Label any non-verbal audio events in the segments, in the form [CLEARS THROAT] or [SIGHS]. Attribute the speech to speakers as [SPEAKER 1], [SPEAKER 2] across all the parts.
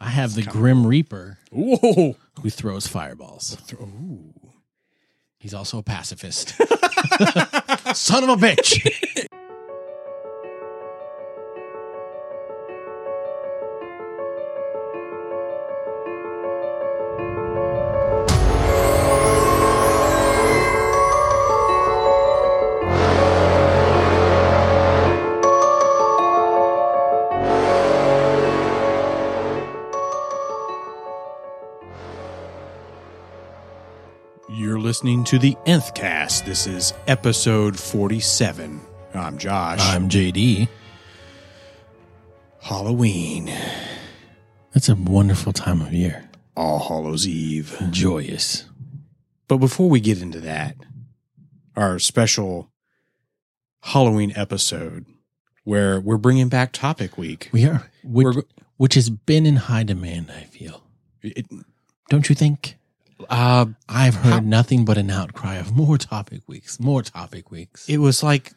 [SPEAKER 1] have the Grim Reaper
[SPEAKER 2] Whoa.
[SPEAKER 1] who throws fireballs.
[SPEAKER 2] Ooh.
[SPEAKER 1] He's also a pacifist. [LAUGHS] Son of a bitch.
[SPEAKER 2] You're listening to the Nth Cast. This is episode 47. I'm Josh.
[SPEAKER 1] I'm JD.
[SPEAKER 2] Halloween.
[SPEAKER 1] That's a wonderful time of year.
[SPEAKER 2] All Hallows Eve.
[SPEAKER 1] Joyous.
[SPEAKER 2] But before we get into that, our special Halloween episode where we're bringing back topic week.
[SPEAKER 1] We are, which,
[SPEAKER 2] We're-
[SPEAKER 1] which has been in high demand, I feel.
[SPEAKER 2] It-
[SPEAKER 1] Don't you think?
[SPEAKER 2] uh,
[SPEAKER 1] I've heard
[SPEAKER 2] How-
[SPEAKER 1] nothing but an outcry of more topic weeks, more topic weeks.
[SPEAKER 2] it was like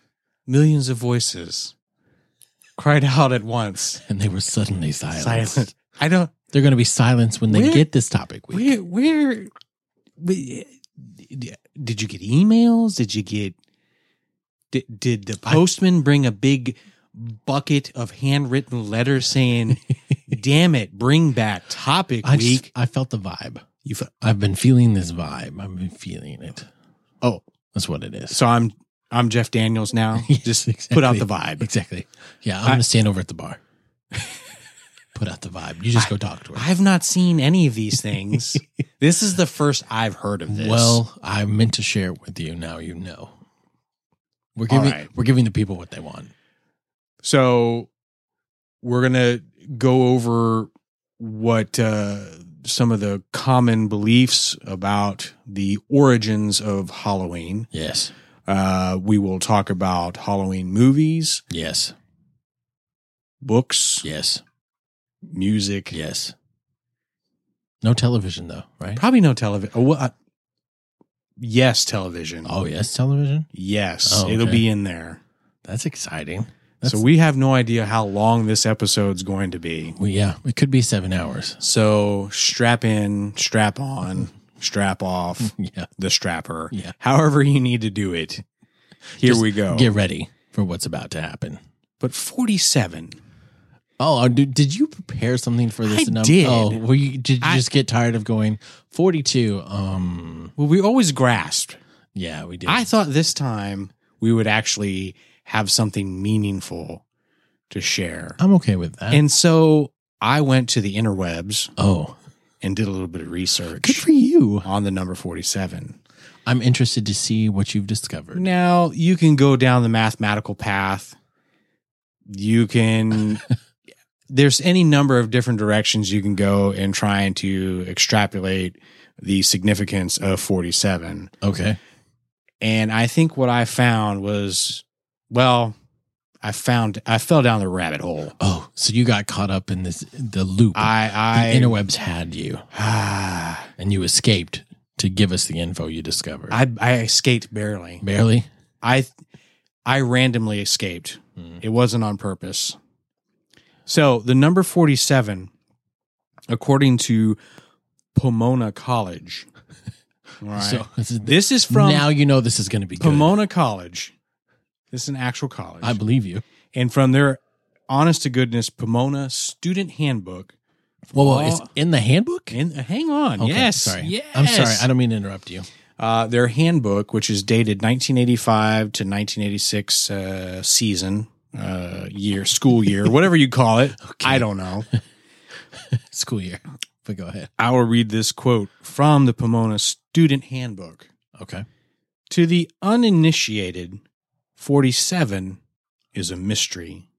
[SPEAKER 2] millions of voices cried out at once.
[SPEAKER 1] and they were suddenly silenced.
[SPEAKER 2] Silent. I don't.
[SPEAKER 1] They're going to be silenced when they
[SPEAKER 2] Where-
[SPEAKER 1] get this topic week.
[SPEAKER 2] Where? Where? we- Did you get emails? Did you get? Did, did the postman bring a big bucket of handwritten
[SPEAKER 1] [LAUGHS]
[SPEAKER 2] letters saying, "Damn it, bring back topic
[SPEAKER 1] I,
[SPEAKER 2] week"?
[SPEAKER 1] just, I felt the vibe.
[SPEAKER 2] you f-
[SPEAKER 1] I've been feeling this vibe. I've been feeling it.
[SPEAKER 2] oh,
[SPEAKER 1] That's what it is.
[SPEAKER 2] so [LAUGHS] I'm I'm Jeff
[SPEAKER 1] [LAUGHS]
[SPEAKER 2] Daniels now.
[SPEAKER 1] Just
[SPEAKER 2] Put out the vibe.
[SPEAKER 1] Exactly. Yeah, I'm
[SPEAKER 2] I-
[SPEAKER 1] going to stand over at the
[SPEAKER 2] [LAUGHS]
[SPEAKER 1] bar. Put out the vibe. You just go talk to her.
[SPEAKER 2] I've not seen any of
[SPEAKER 1] [LAUGHS]
[SPEAKER 2] these things. this is the first I've heard of this.
[SPEAKER 1] well, I meant to share it with you. Now you know. We're
[SPEAKER 2] All
[SPEAKER 1] giving
[SPEAKER 2] right.
[SPEAKER 1] we're giving the people what they want.
[SPEAKER 2] So we're gonna go over what uh, some of the common beliefs about the origins of Halloween.
[SPEAKER 1] Yes.
[SPEAKER 2] Uh, we will talk about Halloween movies,
[SPEAKER 1] Yes.
[SPEAKER 2] books,
[SPEAKER 1] Yes.
[SPEAKER 2] music.
[SPEAKER 1] Yes. No television though, right?
[SPEAKER 2] Probably no television. Oh, well, uh, yes, television.
[SPEAKER 1] Oh yes, television.
[SPEAKER 2] Yes,
[SPEAKER 1] Oh,
[SPEAKER 2] it'll
[SPEAKER 1] okay.
[SPEAKER 2] be in there.
[SPEAKER 1] That's exciting. That's,
[SPEAKER 2] so we have no idea how long this episode's going to be.
[SPEAKER 1] we yeah, it could be seven hours. [LAUGHS]
[SPEAKER 2] So strap in, strap on,
[SPEAKER 1] Mm-hmm.
[SPEAKER 2] strap off.
[SPEAKER 1] Yeah.
[SPEAKER 2] the strapper.
[SPEAKER 1] Yeah.
[SPEAKER 2] However you need to do it. Here
[SPEAKER 1] Just
[SPEAKER 2] we go.
[SPEAKER 1] Get ready for what's about to happen.
[SPEAKER 2] but 47.
[SPEAKER 1] Oh, uh, did, did you prepare something for this?
[SPEAKER 2] I
[SPEAKER 1] num-
[SPEAKER 2] did.
[SPEAKER 1] Oh, were you, did you
[SPEAKER 2] I-
[SPEAKER 1] just get tired of going 42? Um,
[SPEAKER 2] Well, we always grasped.
[SPEAKER 1] yeah, we did.
[SPEAKER 2] I thought this time we would actually have something meaningful to share.
[SPEAKER 1] I'm okay with that.
[SPEAKER 2] And so I went to the interwebs
[SPEAKER 1] oh,
[SPEAKER 2] and did a little bit of
[SPEAKER 1] good
[SPEAKER 2] research
[SPEAKER 1] for you.
[SPEAKER 2] on the number 47.
[SPEAKER 1] I'm interested to see what you've discovered.
[SPEAKER 2] Now you can go down the mathematical path. You can. there's any number of different directions you can go in trying to extrapolate the significance of 47.
[SPEAKER 1] Okay.
[SPEAKER 2] And I think what I found was, well, I found I fell down the rabbit hole.
[SPEAKER 1] Oh, so you got caught up in this, the loop.
[SPEAKER 2] I I
[SPEAKER 1] the interwebs had you and you escaped to give us the info you discovered.
[SPEAKER 2] [SIGHS] I I escaped barely.
[SPEAKER 1] Barely.
[SPEAKER 2] I I randomly escaped.
[SPEAKER 1] Hmm.
[SPEAKER 2] It wasn't on purpose. So the number 47, according to
[SPEAKER 1] [LAUGHS]
[SPEAKER 2] Pomona College. All right.
[SPEAKER 1] So this is-
[SPEAKER 2] this is from
[SPEAKER 1] now you know this is going to be good.
[SPEAKER 2] Pomona College. This is an actual college.
[SPEAKER 1] I believe you.
[SPEAKER 2] and from their honest to goodness Pomona student handbook.
[SPEAKER 1] Whoa, whoa,
[SPEAKER 2] Oh.
[SPEAKER 1] it's in the handbook?
[SPEAKER 2] And uh, hang on.
[SPEAKER 1] Okay,
[SPEAKER 2] yes.
[SPEAKER 1] Sorry.
[SPEAKER 2] Yes.
[SPEAKER 1] I'm sorry. I don't mean to interrupt you.
[SPEAKER 2] uh, their handbook, which is dated 1985 to 1986 uh, season, uh, year, school year, whatever you call it. I don't know.
[SPEAKER 1] School
[SPEAKER 2] [LAUGHS]
[SPEAKER 1] year. But go ahead.
[SPEAKER 2] I will read this quote from the Pomona Student Handbook.
[SPEAKER 1] Okay.
[SPEAKER 2] To the uninitiated, 47 is a mystery.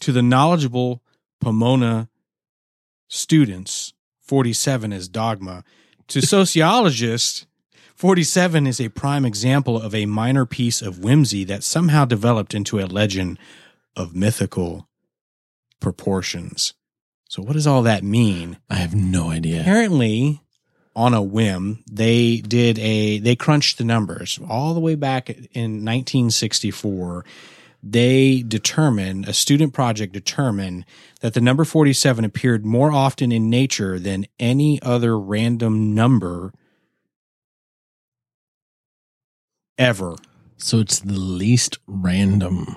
[SPEAKER 2] To the knowledgeable Pomona students, 47 is dogma. To sociologists, 47 is a prime example of a minor piece of whimsy that somehow developed into a legend of mythical proportions. So, what does all that mean?
[SPEAKER 1] I have no idea.
[SPEAKER 2] apparently on a whim they did a they crunched the numbers all the way back in 1964 they determine a student project determined that the number 47 appeared more often in nature than any other random number ever
[SPEAKER 1] So it's the least random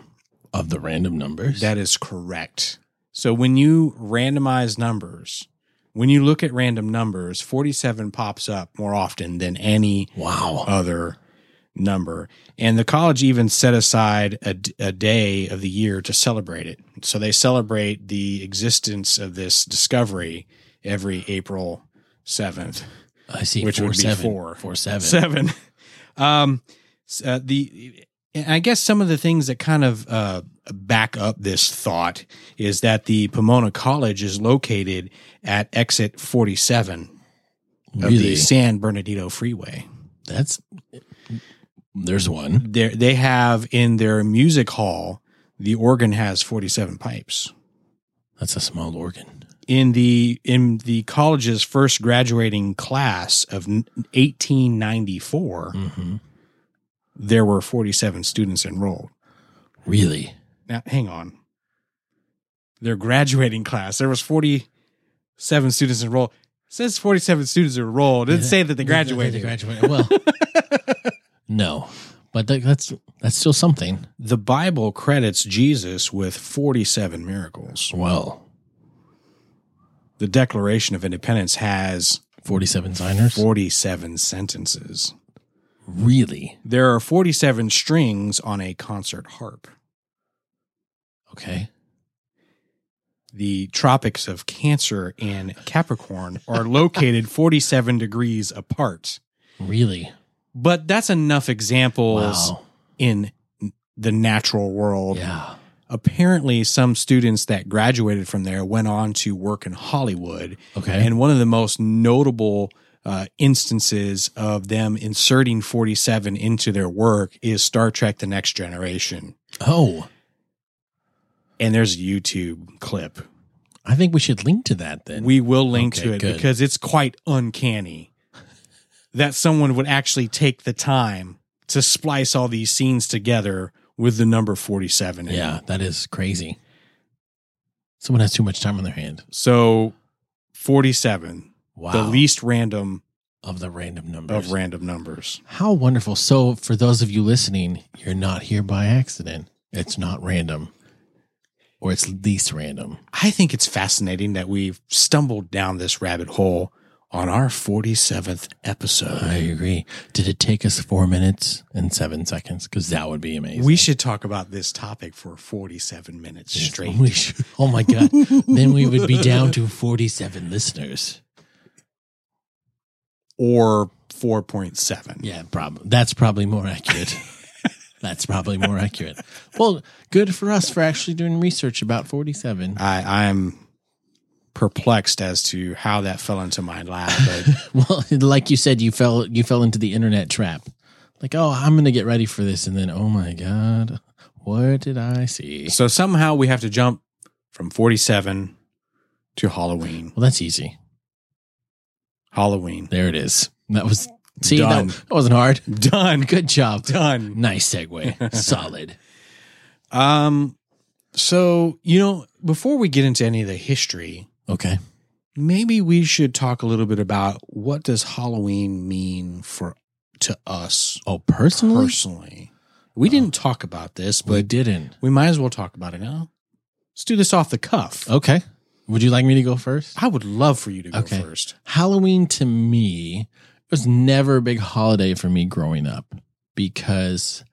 [SPEAKER 1] of the random numbers.
[SPEAKER 2] That is correct. So when you randomize numbers, when you look at random numbers, 47 pops up more often than any
[SPEAKER 1] wow.
[SPEAKER 2] other number. And the college even set aside a, d- a day of the year to celebrate it. So they celebrate the existence of this discovery every April 7th.
[SPEAKER 1] I see.
[SPEAKER 2] Which
[SPEAKER 1] four,
[SPEAKER 2] would be
[SPEAKER 1] seven.
[SPEAKER 2] four.
[SPEAKER 1] Four seven.
[SPEAKER 2] Seven. Um, s- uh, the and I guess some of the things that kind of uh, back up this thought is that the Pomona College is located at exit 47 of
[SPEAKER 1] Really?
[SPEAKER 2] the San Bernardino Freeway.
[SPEAKER 1] That's there's one.
[SPEAKER 2] There, they have in their music hall, the organ has 47 pipes.
[SPEAKER 1] That's a small organ.
[SPEAKER 2] In the in the college's first graduating class of 1894,
[SPEAKER 1] hmm
[SPEAKER 2] there were 47 students enrolled.
[SPEAKER 1] Really?
[SPEAKER 2] Now, hang on. Their graduating class. There was forty-seven students enrolled. It says forty-seven students enrolled. It didn't say that they graduated.
[SPEAKER 1] They graduated.
[SPEAKER 2] [LAUGHS]
[SPEAKER 1] Well, no, but that, that's that's still something.
[SPEAKER 2] The Bible credits Jesus with forty-seven miracles.
[SPEAKER 1] Well,
[SPEAKER 2] The Declaration of Independence has
[SPEAKER 1] forty-seven signers.
[SPEAKER 2] forty-seven sentences.
[SPEAKER 1] Really?
[SPEAKER 2] There are forty-seven strings on a concert harp.
[SPEAKER 1] Okay.
[SPEAKER 2] The tropics of Cancer and Capricorn
[SPEAKER 1] [LAUGHS]
[SPEAKER 2] are located forty-seven degrees apart.
[SPEAKER 1] Really?
[SPEAKER 2] But that's enough examples.
[SPEAKER 1] Wow.
[SPEAKER 2] in the natural world.
[SPEAKER 1] Yeah.
[SPEAKER 2] Apparently, some students that graduated from there went on to work in Hollywood.
[SPEAKER 1] Okay.
[SPEAKER 2] And one of the most notable uh, instances of them inserting 47 into their work is Star Trek The Next Generation.
[SPEAKER 1] oh,
[SPEAKER 2] And there's a YouTube clip.
[SPEAKER 1] I think we should link to that then.
[SPEAKER 2] We will link
[SPEAKER 1] Okay,
[SPEAKER 2] to it
[SPEAKER 1] good.
[SPEAKER 2] because it's quite uncanny that someone would actually take the time to splice all these scenes together with the number 47 in it.
[SPEAKER 1] yeah, that is crazy. Someone has too much time on their hand.
[SPEAKER 2] So 47,
[SPEAKER 1] Wow.
[SPEAKER 2] the least random
[SPEAKER 1] of the random numbers.
[SPEAKER 2] of random numbers.
[SPEAKER 1] How wonderful. So, for those of you listening, you're not here by accident. It's not random, or it's least random.
[SPEAKER 2] I think it's fascinating that we've stumbled down this rabbit hole on our 47th
[SPEAKER 1] I
[SPEAKER 2] episode.
[SPEAKER 1] agree. Did it take us four minutes and seven seconds? Because that would be amazing.
[SPEAKER 2] We should talk about this topic for 47 minutes
[SPEAKER 1] Yes,
[SPEAKER 2] [LAUGHS] straight.
[SPEAKER 1] we should- Oh my God. then we would be down to 47 listeners.
[SPEAKER 2] Or 4.7.
[SPEAKER 1] Yeah, prob- that's probably more
[SPEAKER 2] [LAUGHS]
[SPEAKER 1] accurate. that's probably more accurate. Well, good for us for actually doing research about 47.
[SPEAKER 2] I, I'm perplexed as to how that fell into my lap,
[SPEAKER 1] [LAUGHS]
[SPEAKER 2] but
[SPEAKER 1] Well, like you said, you fell you fell into the internet trap. Like, oh, I'm gonna get ready for this, and then, oh my god, what did I see?
[SPEAKER 2] so somehow we have to jump from 47 to Halloween.
[SPEAKER 1] Well, that's easy.
[SPEAKER 2] Halloween.
[SPEAKER 1] There it is. That was see that,
[SPEAKER 2] Done.
[SPEAKER 1] that wasn't hard.
[SPEAKER 2] Done.
[SPEAKER 1] Good job.
[SPEAKER 2] Done.
[SPEAKER 1] Nice
[SPEAKER 2] [LAUGHS]
[SPEAKER 1] segue. Solid.
[SPEAKER 2] Um, so you know, before we get into any of the history,
[SPEAKER 1] Okay.
[SPEAKER 2] maybe we should talk a little bit about what does Halloween mean for to us
[SPEAKER 1] Oh, personally, Uh-huh.
[SPEAKER 2] personally. We didn't talk about this,
[SPEAKER 1] we
[SPEAKER 2] but
[SPEAKER 1] didn't.
[SPEAKER 2] we might as well talk about it now. Let's do this off the cuff.
[SPEAKER 1] Okay. Would you like me to go first?
[SPEAKER 2] I would love for you to go
[SPEAKER 1] Okay.
[SPEAKER 2] first.
[SPEAKER 1] Halloween to me was never a big holiday for me growing up because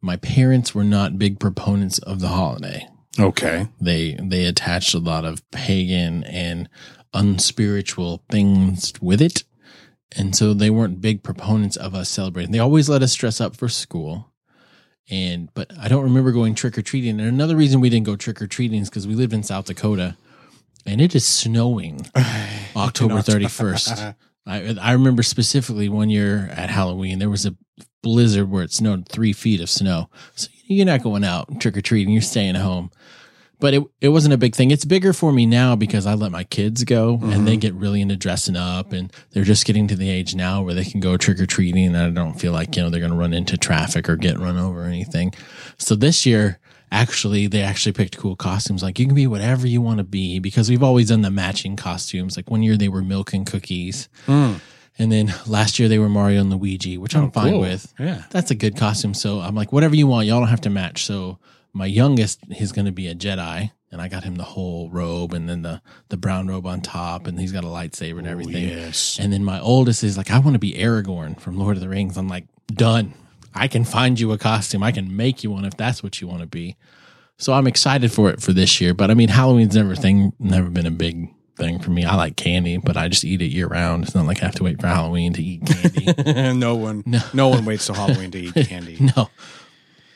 [SPEAKER 1] my parents were not big proponents of the holiday.
[SPEAKER 2] [SIGHS] Okay.
[SPEAKER 1] they they attached a lot of pagan and unspiritual things with it and so they weren't big proponents of us celebrating they always let us dress up for school and but i don't remember going trick-or-treating and another reason we didn't go trick-or-treating is because we lived in south dakota and it is snowing
[SPEAKER 2] [LAUGHS]
[SPEAKER 1] october 31st I, I remember specifically one year at Halloween, there was a blizzard where it snowed three feet of snow. So you're not going out trick or treating, you're staying home. But it, it wasn't a big thing. It's bigger for me now because I let my kids go and
[SPEAKER 2] Mm-hmm.
[SPEAKER 1] they get really into dressing up and they're just getting to the age now where they can go trick or treating. And I don't feel like, you know, they're going to run into traffic or get run over or anything. So this year actually they actually picked cool costumes. Like you can be whatever you want to be because we've always done the matching costumes. Like one year they were milk and cookies,
[SPEAKER 2] Mm.
[SPEAKER 1] and then last year they were Mario and Luigi, which I'm
[SPEAKER 2] Oh,
[SPEAKER 1] fine
[SPEAKER 2] cool.
[SPEAKER 1] with.
[SPEAKER 2] Yeah.
[SPEAKER 1] That's a good costume. So I'm like, whatever you want, y'all don't have to match. So my youngest is going to be a Jedi, and I got him the whole robe and then the the brown robe on top, and he's got a lightsaber and
[SPEAKER 2] Oh,
[SPEAKER 1] everything.
[SPEAKER 2] yes.
[SPEAKER 1] And then my oldest is like, I want to be Aragorn from Lord of the Rings. I'm like, done. I can find you a costume. I can make you one if that's what you want to be. So I'm excited for it for this year. But I mean, Halloween's never thing, never been a big thing for me. I like candy, but I just eat it year round. It's not like I have to wait for Halloween to eat candy.
[SPEAKER 2] [LAUGHS] no one, no. one waits till Halloween to
[SPEAKER 1] [LAUGHS]
[SPEAKER 2] eat candy.
[SPEAKER 1] No.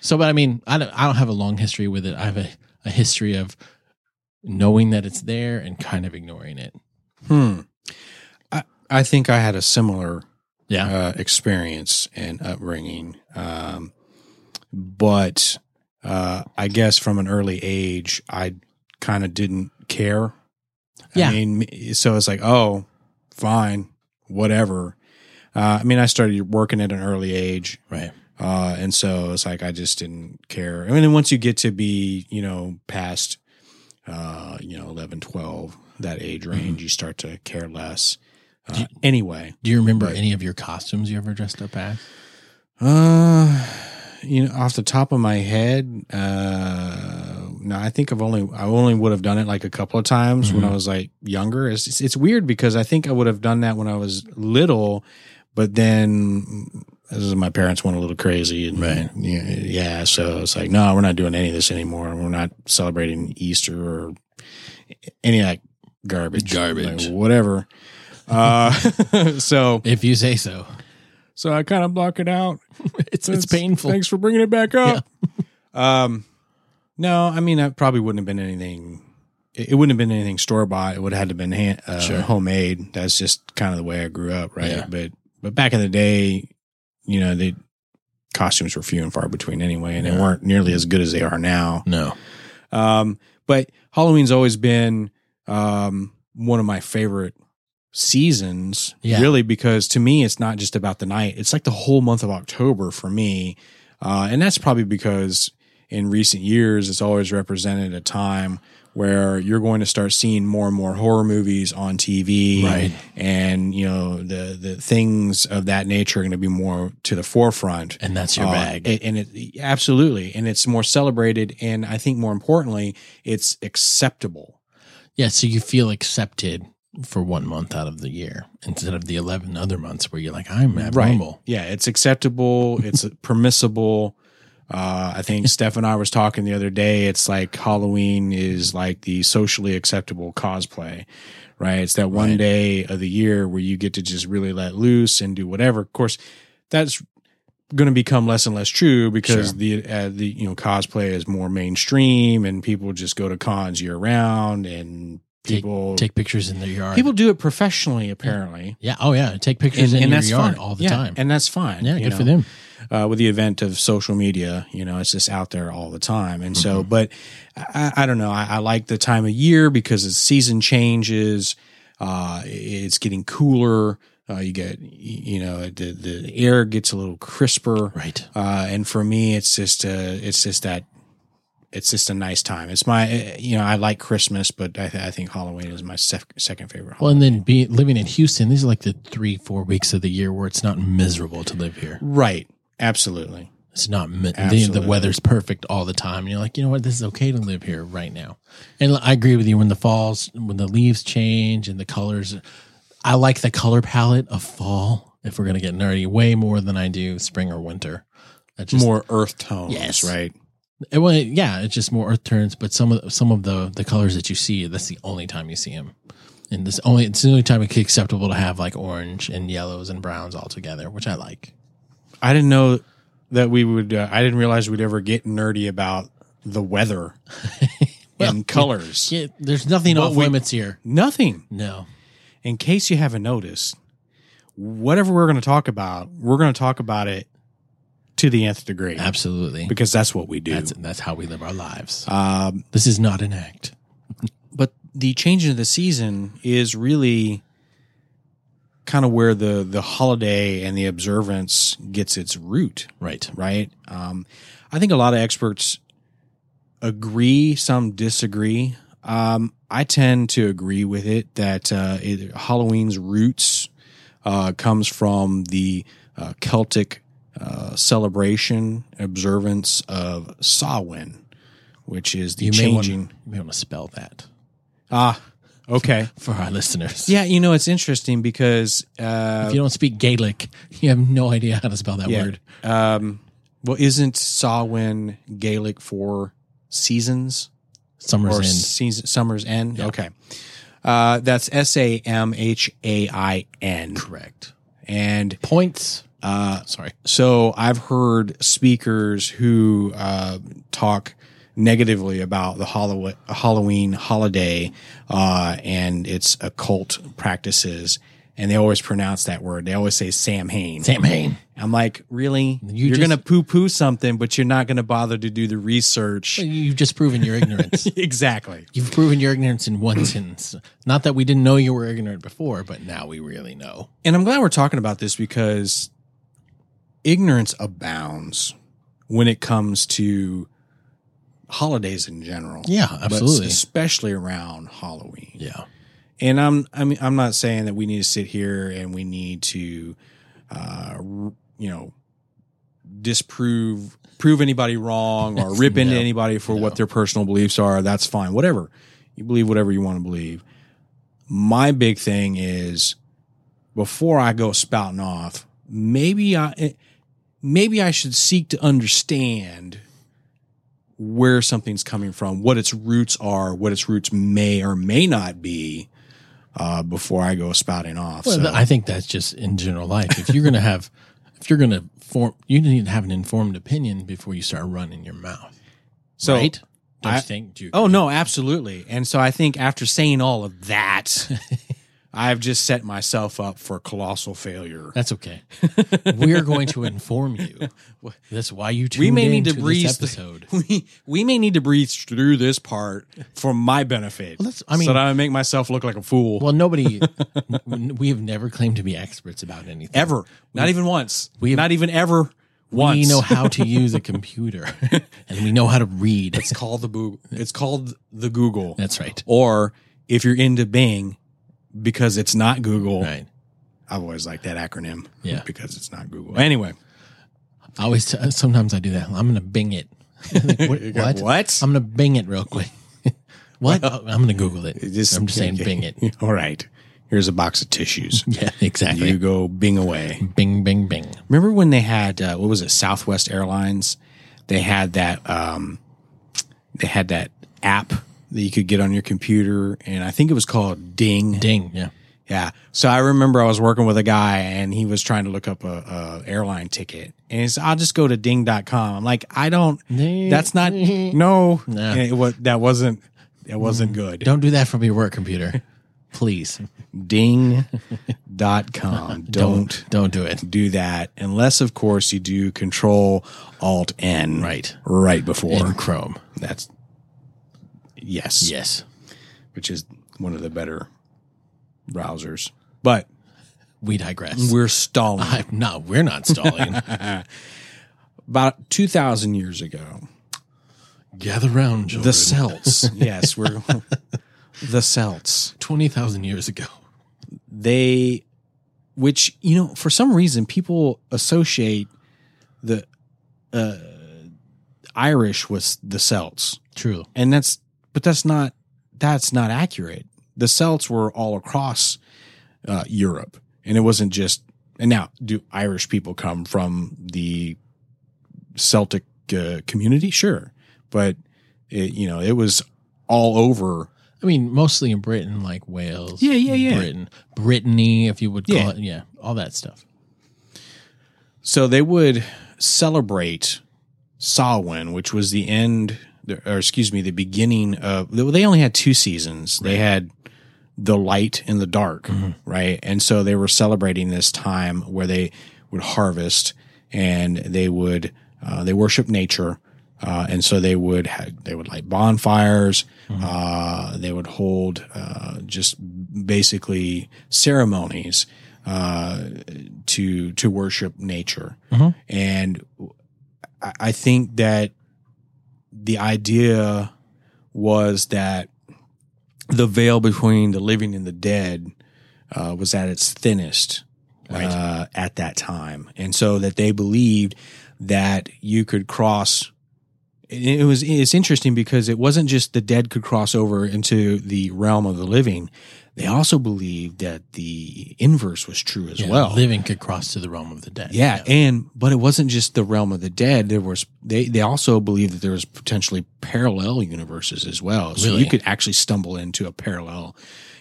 [SPEAKER 1] So, but I mean, I don't, I don't have a long history with it. I have a, a history of knowing that it's there and kind of ignoring it.
[SPEAKER 2] Hmm. I, I think I had a similar
[SPEAKER 1] Yeah.
[SPEAKER 2] uh, experience and upbringing, um, but uh, I guess from an early age, I kind of didn't care.
[SPEAKER 1] Yeah.
[SPEAKER 2] I mean, so it's like, oh, fine, whatever. Uh, I mean, I started working at an early age.
[SPEAKER 1] Right.
[SPEAKER 2] Uh, and so it's like I just didn't care. And then once you get to be, you know, past, uh, you know, 11, 12, that age range, you start to care less. Uh, anyway,
[SPEAKER 1] Do you remember
[SPEAKER 2] Right.
[SPEAKER 1] any of your costumes you ever dressed up as?
[SPEAKER 2] uh, you know, off the top of my head, uh, no, I think I've only, I only would have done it like a couple of times
[SPEAKER 1] Mm-hmm.
[SPEAKER 2] when I was like younger. It's, it's, it's weird because I think I would have done that when I was little, but then this is my parents went a little crazy and
[SPEAKER 1] Right.
[SPEAKER 2] yeah, yeah so it's like no we're not doing any of this anymore we're not celebrating easter or any of that garbage
[SPEAKER 1] Garbage.
[SPEAKER 2] Like, whatever uh [LAUGHS] so
[SPEAKER 1] If you say
[SPEAKER 2] [LAUGHS]
[SPEAKER 1] so.
[SPEAKER 2] so i kind of block it out
[SPEAKER 1] It's
[SPEAKER 2] Thanks- thanks for bringing it
[SPEAKER 1] [LAUGHS]
[SPEAKER 2] back up um no i mean that probably wouldn't have been anything it it wouldn't have been anything store bought. It would have had to been hand, uh,
[SPEAKER 1] Sure.
[SPEAKER 2] homemade. That's just kind of the way I grew up, right?
[SPEAKER 1] Yeah.
[SPEAKER 2] But but back in the day, you know, the costumes were few and far between anyway, and they
[SPEAKER 1] Yeah.
[SPEAKER 2] weren't nearly as good as they are now.
[SPEAKER 1] No.
[SPEAKER 2] Um, but Halloween's always been um, one of my favorite seasons,
[SPEAKER 1] Yeah.
[SPEAKER 2] really, because to me, it's not just about the night. It's like the whole month of October for me. Uh, and that's probably because in recent years, it's always represented a time where you're going to start seeing more and more horror movies on TV
[SPEAKER 1] Right.
[SPEAKER 2] and you know the the things of that nature are going to be more to the forefront
[SPEAKER 1] And that's your
[SPEAKER 2] uh,
[SPEAKER 1] bag.
[SPEAKER 2] a- and it absolutely, and it's more celebrated, and I think more importantly, it's acceptable.
[SPEAKER 1] yeah. So you feel accepted for one month out of the year instead of the 11 other months where you're like, I'm abnormal.
[SPEAKER 2] Yeah, it's acceptable.
[SPEAKER 1] [LAUGHS]
[SPEAKER 2] It's permissible. Uh, I think Steph and I was talking the other day. It's like Halloween is like the socially acceptable cosplay, right? It's that one
[SPEAKER 1] Right.
[SPEAKER 2] day of the year where you get to just really let loose and do whatever. Of course, that's going to become less and less true because
[SPEAKER 1] Sure.
[SPEAKER 2] the uh, the you know cosplay is more mainstream and people just go to cons year round and people
[SPEAKER 1] Take pictures in the yard.
[SPEAKER 2] people do it professionally apparently.
[SPEAKER 1] yeah. Oh, yeah. Take pictures in your yard all the
[SPEAKER 2] Yeah,
[SPEAKER 1] time.
[SPEAKER 2] and that's fine.
[SPEAKER 1] yeah.
[SPEAKER 2] you
[SPEAKER 1] Good
[SPEAKER 2] know
[SPEAKER 1] for them.
[SPEAKER 2] uh, with the event of social media. You know, it's just out there all the time. And so, but I, I don't know. I, I like the time of year because the season changes. Uh, it's getting cooler. Uh, you get, you know, the, the air gets a little crisper.
[SPEAKER 1] Right.
[SPEAKER 2] Uh, and for me, it's just a, it's just that, it's just a nice time. It's my, uh, you know, I like Christmas, but I, th- I think Halloween is my sec- second favorite.
[SPEAKER 1] Well, and then be, living in Houston, these are like the three, four weeks of the year where it's not miserable to live here.
[SPEAKER 2] right. Absolutely.
[SPEAKER 1] It's not mi- the, the
[SPEAKER 2] Absolutely.
[SPEAKER 1] weather's perfect all the time. And you're like, you know what? This is okay to live here right now. And I agree with you when the falls, when the leaves change and the colors. I like the color palette of fall. If we're gonna get nerdy, way more than I do spring or winter. That's just
[SPEAKER 2] More earth tones.
[SPEAKER 1] Yes.
[SPEAKER 2] Right.
[SPEAKER 1] it- well, yeah, it's just more earth turns. But some of some of the the colors that you see, that's the only time you see them. And this only it's the only time it's acceptable to have like orange and yellows and browns all together, which I like.
[SPEAKER 2] I didn't know that we would. Uh, I didn't realize we'd ever get nerdy about
[SPEAKER 1] [LAUGHS]
[SPEAKER 2] the weather and colors.
[SPEAKER 1] Yeah, there's nothing
[SPEAKER 2] Well,
[SPEAKER 1] off
[SPEAKER 2] we-
[SPEAKER 1] limits here.
[SPEAKER 2] Nothing.
[SPEAKER 1] No.
[SPEAKER 2] In case you haven't noticed, whatever we're going to talk about, we're going to talk about it to the nth degree
[SPEAKER 1] Absolutely.
[SPEAKER 2] because that's what we do.
[SPEAKER 1] That's that's how we live our lives.
[SPEAKER 2] um,
[SPEAKER 1] This is not an act.
[SPEAKER 2] but the changing of the season is really kind of where the the holiday and the observance gets its root.
[SPEAKER 1] Right.
[SPEAKER 2] right? Um, I think a lot of experts agree, some disagree. Um, I tend to agree with it that uh, it, Halloween's roots uh, comes from the uh, Celtic uh, celebration observance of Samhain, which is the
[SPEAKER 1] You may want,
[SPEAKER 2] changing.
[SPEAKER 1] you may want to spell that
[SPEAKER 2] Ah,
[SPEAKER 1] [LAUGHS]
[SPEAKER 2] okay.
[SPEAKER 1] for our listeners.
[SPEAKER 2] Yeah, you know it's interesting because uh,
[SPEAKER 1] If you don't speak Gaelic, [LAUGHS] you have no idea how to spell that
[SPEAKER 2] yeah,
[SPEAKER 1] word.
[SPEAKER 2] Um, well, isn't Samhain Gaelic for seasons?
[SPEAKER 1] Summer's
[SPEAKER 2] or
[SPEAKER 1] end.
[SPEAKER 2] season, summer's end. Okay, uh, that's S A M H A I N,
[SPEAKER 1] Correct.
[SPEAKER 2] and
[SPEAKER 1] Points.
[SPEAKER 2] uh,
[SPEAKER 1] Sorry.
[SPEAKER 2] so I've heard speakers who uh, talk negatively about the Hallow- Halloween holiday uh, and its occult practices, and they always pronounce that word. They always say Sam Hain.
[SPEAKER 1] Sam Hain.
[SPEAKER 2] I'm like, really? You are
[SPEAKER 1] just-
[SPEAKER 2] gonna poo poo something, but you're not gonna bother to do the research.
[SPEAKER 1] You've just proven your ignorance.
[SPEAKER 2] [LAUGHS] exactly.
[SPEAKER 1] You've proven your ignorance in one [CLEARS THROAT] sentence. Not that we didn't know you were ignorant before, but now we really know.
[SPEAKER 2] And I'm glad we're talking about this because ignorance abounds when it comes to holidays in general.
[SPEAKER 1] Yeah,
[SPEAKER 2] but
[SPEAKER 1] absolutely.
[SPEAKER 2] especially around Halloween.
[SPEAKER 1] Yeah.
[SPEAKER 2] And I'm I mean I'm not saying that we need to sit here and we need to uh r- you know disprove prove anybody wrong
[SPEAKER 1] [LAUGHS]
[SPEAKER 2] or rip into
[SPEAKER 1] No.
[SPEAKER 2] anybody for what
[SPEAKER 1] No.
[SPEAKER 2] their personal beliefs are. That's fine. Whatever. You believe whatever you want to believe. My big thing is before I go spouting off, maybe I maybe I should seek to understand where something's coming from, what its roots are, what its roots may or may not be, uh, before I go spouting off.
[SPEAKER 1] Well,
[SPEAKER 2] so,
[SPEAKER 1] th- I think that's just in general life. If you're going to have, [LAUGHS] if you're going to form, you need to have an informed opinion before you start running your mouth.
[SPEAKER 2] so-
[SPEAKER 1] right? Don't
[SPEAKER 2] I-
[SPEAKER 1] you think? Do you
[SPEAKER 2] oh no, absolutely. And so I think after saying all of
[SPEAKER 1] [LAUGHS]
[SPEAKER 2] that, I've just set myself up for colossal failure.
[SPEAKER 1] That's okay. We're going to inform
[SPEAKER 2] [LAUGHS]
[SPEAKER 1] you. That's why you tuned
[SPEAKER 2] We may
[SPEAKER 1] in
[SPEAKER 2] need to breeze
[SPEAKER 1] this
[SPEAKER 2] th-
[SPEAKER 1] episode.
[SPEAKER 2] [LAUGHS] We, we may need to breathe through this part for my benefit.
[SPEAKER 1] Well, that's- I mean-
[SPEAKER 2] so that I make myself look like a fool
[SPEAKER 1] Well,
[SPEAKER 2] [LAUGHS]
[SPEAKER 1] nobody, n- we have never claimed to be experts about anything.
[SPEAKER 2] ever. not even once.
[SPEAKER 1] we have-
[SPEAKER 2] not even ever once.
[SPEAKER 1] We know how to use a
[SPEAKER 2] [LAUGHS]
[SPEAKER 1] computer and we know how to read.
[SPEAKER 2] It's called the boo. It's called the Google.
[SPEAKER 1] That's right.
[SPEAKER 2] Or if you're into Bing, because it's not Google.
[SPEAKER 1] Right.
[SPEAKER 2] I've always liked that acronym.
[SPEAKER 1] Yeah.
[SPEAKER 2] Because it's not Google. Anyway.
[SPEAKER 1] I always, t- uh, sometimes I do that. I'm going to bing it. Like, what,
[SPEAKER 2] You go,
[SPEAKER 1] what?
[SPEAKER 2] [LAUGHS] [LAUGHS] What?
[SPEAKER 1] I'm going to bing it real quick. [LAUGHS] what? Oh, I'm going to Google it.
[SPEAKER 2] It just-
[SPEAKER 1] I'm just saying bing it.
[SPEAKER 2] All right. Here's a box of tissues.
[SPEAKER 1] [LAUGHS]
[SPEAKER 2] [LAUGHS]
[SPEAKER 1] Yeah, exactly.
[SPEAKER 2] you go Bing away.
[SPEAKER 1] bing, bing, bing.
[SPEAKER 2] Remember when they had uh, what was it? Southwest Airlines. They had that. Um, they had that app that you could get on your computer, and I think it was called Ding.
[SPEAKER 1] Ding. Yeah.
[SPEAKER 2] Yeah. So I remember I was working with a guy and he was trying to look up a, a airline ticket and he's, I'll just go to ding.com. I'm like, I don't, that's not, no,
[SPEAKER 1] Nah.
[SPEAKER 2] And it wa- that wasn't, that wasn't good.
[SPEAKER 1] Don't do that from your work [LAUGHS] computer. Please.
[SPEAKER 2] Ding.com. [LAUGHS] Don't
[SPEAKER 1] Don't do it.
[SPEAKER 2] do that unless of course you do control alt N
[SPEAKER 1] Right.
[SPEAKER 2] right before
[SPEAKER 1] In Chrome.
[SPEAKER 2] that's yes,
[SPEAKER 1] Yes.
[SPEAKER 2] which is one of the better browsers, but
[SPEAKER 1] We digress.
[SPEAKER 2] we're stalling.
[SPEAKER 1] [LAUGHS] I'm not, we're not stalling.
[SPEAKER 2] About 2000 years ago,
[SPEAKER 1] [LAUGHS] Gather round, children.
[SPEAKER 2] The Celts. yes, we're [LAUGHS] the Celts.
[SPEAKER 1] 20,000 years ago.
[SPEAKER 2] They, which you know, for some reason, people associate the uh, Irish with the Celts,
[SPEAKER 1] True.
[SPEAKER 2] and that's but that's not that's not accurate. The Celts were all across uh, Europe, and it wasn't just. And now, do Irish people come from the Celtic uh, community? Sure, but it, you know, it was all over
[SPEAKER 1] I mean, mostly in Britain, like Wales.
[SPEAKER 2] Yeah, yeah, yeah.
[SPEAKER 1] Britain. Brittany, if you would call
[SPEAKER 2] Yeah.
[SPEAKER 1] it. Yeah. All that stuff.
[SPEAKER 2] So they would celebrate Samhain, which was the end, or excuse me, the beginning of. They only had two seasons. They had the light and the dark, right? And so they were celebrating this time where they would harvest and they would uh, they worship nature. Uh, and so they would ha- they would light bonfires. Uh, they would hold uh, just basically ceremonies uh, to to
[SPEAKER 1] Mm-hmm.
[SPEAKER 2] worship nature.
[SPEAKER 1] Mhm.
[SPEAKER 2] And I, I think that the idea was that the veil between the living and the dead uh, was at its thinnest
[SPEAKER 1] Right.
[SPEAKER 2] uh, at that time, and so that they believed that you could cross. It it was it's interesting because it wasn't just the dead could cross over into the realm of the living. They also believed that the inverse was true as
[SPEAKER 1] Yeah,
[SPEAKER 2] well.
[SPEAKER 1] living could cross to the realm of the dead.
[SPEAKER 2] Yeah, and but it wasn't just the realm of the dead. There was they they also believed that there was potentially parallel universes as well. So
[SPEAKER 1] Really?
[SPEAKER 2] you could actually stumble into a parallel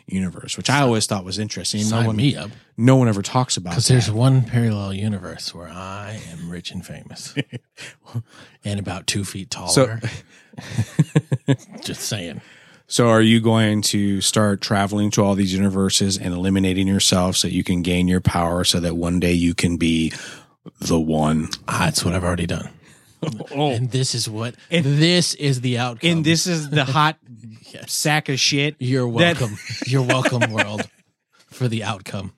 [SPEAKER 2] universe, which I always thought was interesting. No
[SPEAKER 1] Sign
[SPEAKER 2] one
[SPEAKER 1] me up
[SPEAKER 2] no one ever talks about
[SPEAKER 1] because
[SPEAKER 2] that.
[SPEAKER 1] there's one parallel universe where I am rich and
[SPEAKER 2] [LAUGHS]
[SPEAKER 1] famous and about two feet taller. Just saying.
[SPEAKER 2] So are you going to start traveling to all these universes and eliminating yourself so that you can gain your power so that one day you can be the one?
[SPEAKER 1] Ah, that's what I've already done.
[SPEAKER 2] Oh,
[SPEAKER 1] And this is what this is the outcome.
[SPEAKER 2] and this is the [LAUGHS] hot sack of shit.
[SPEAKER 1] You're
[SPEAKER 2] That- [LAUGHS]
[SPEAKER 1] welcome. You're welcome, world, for the outcome.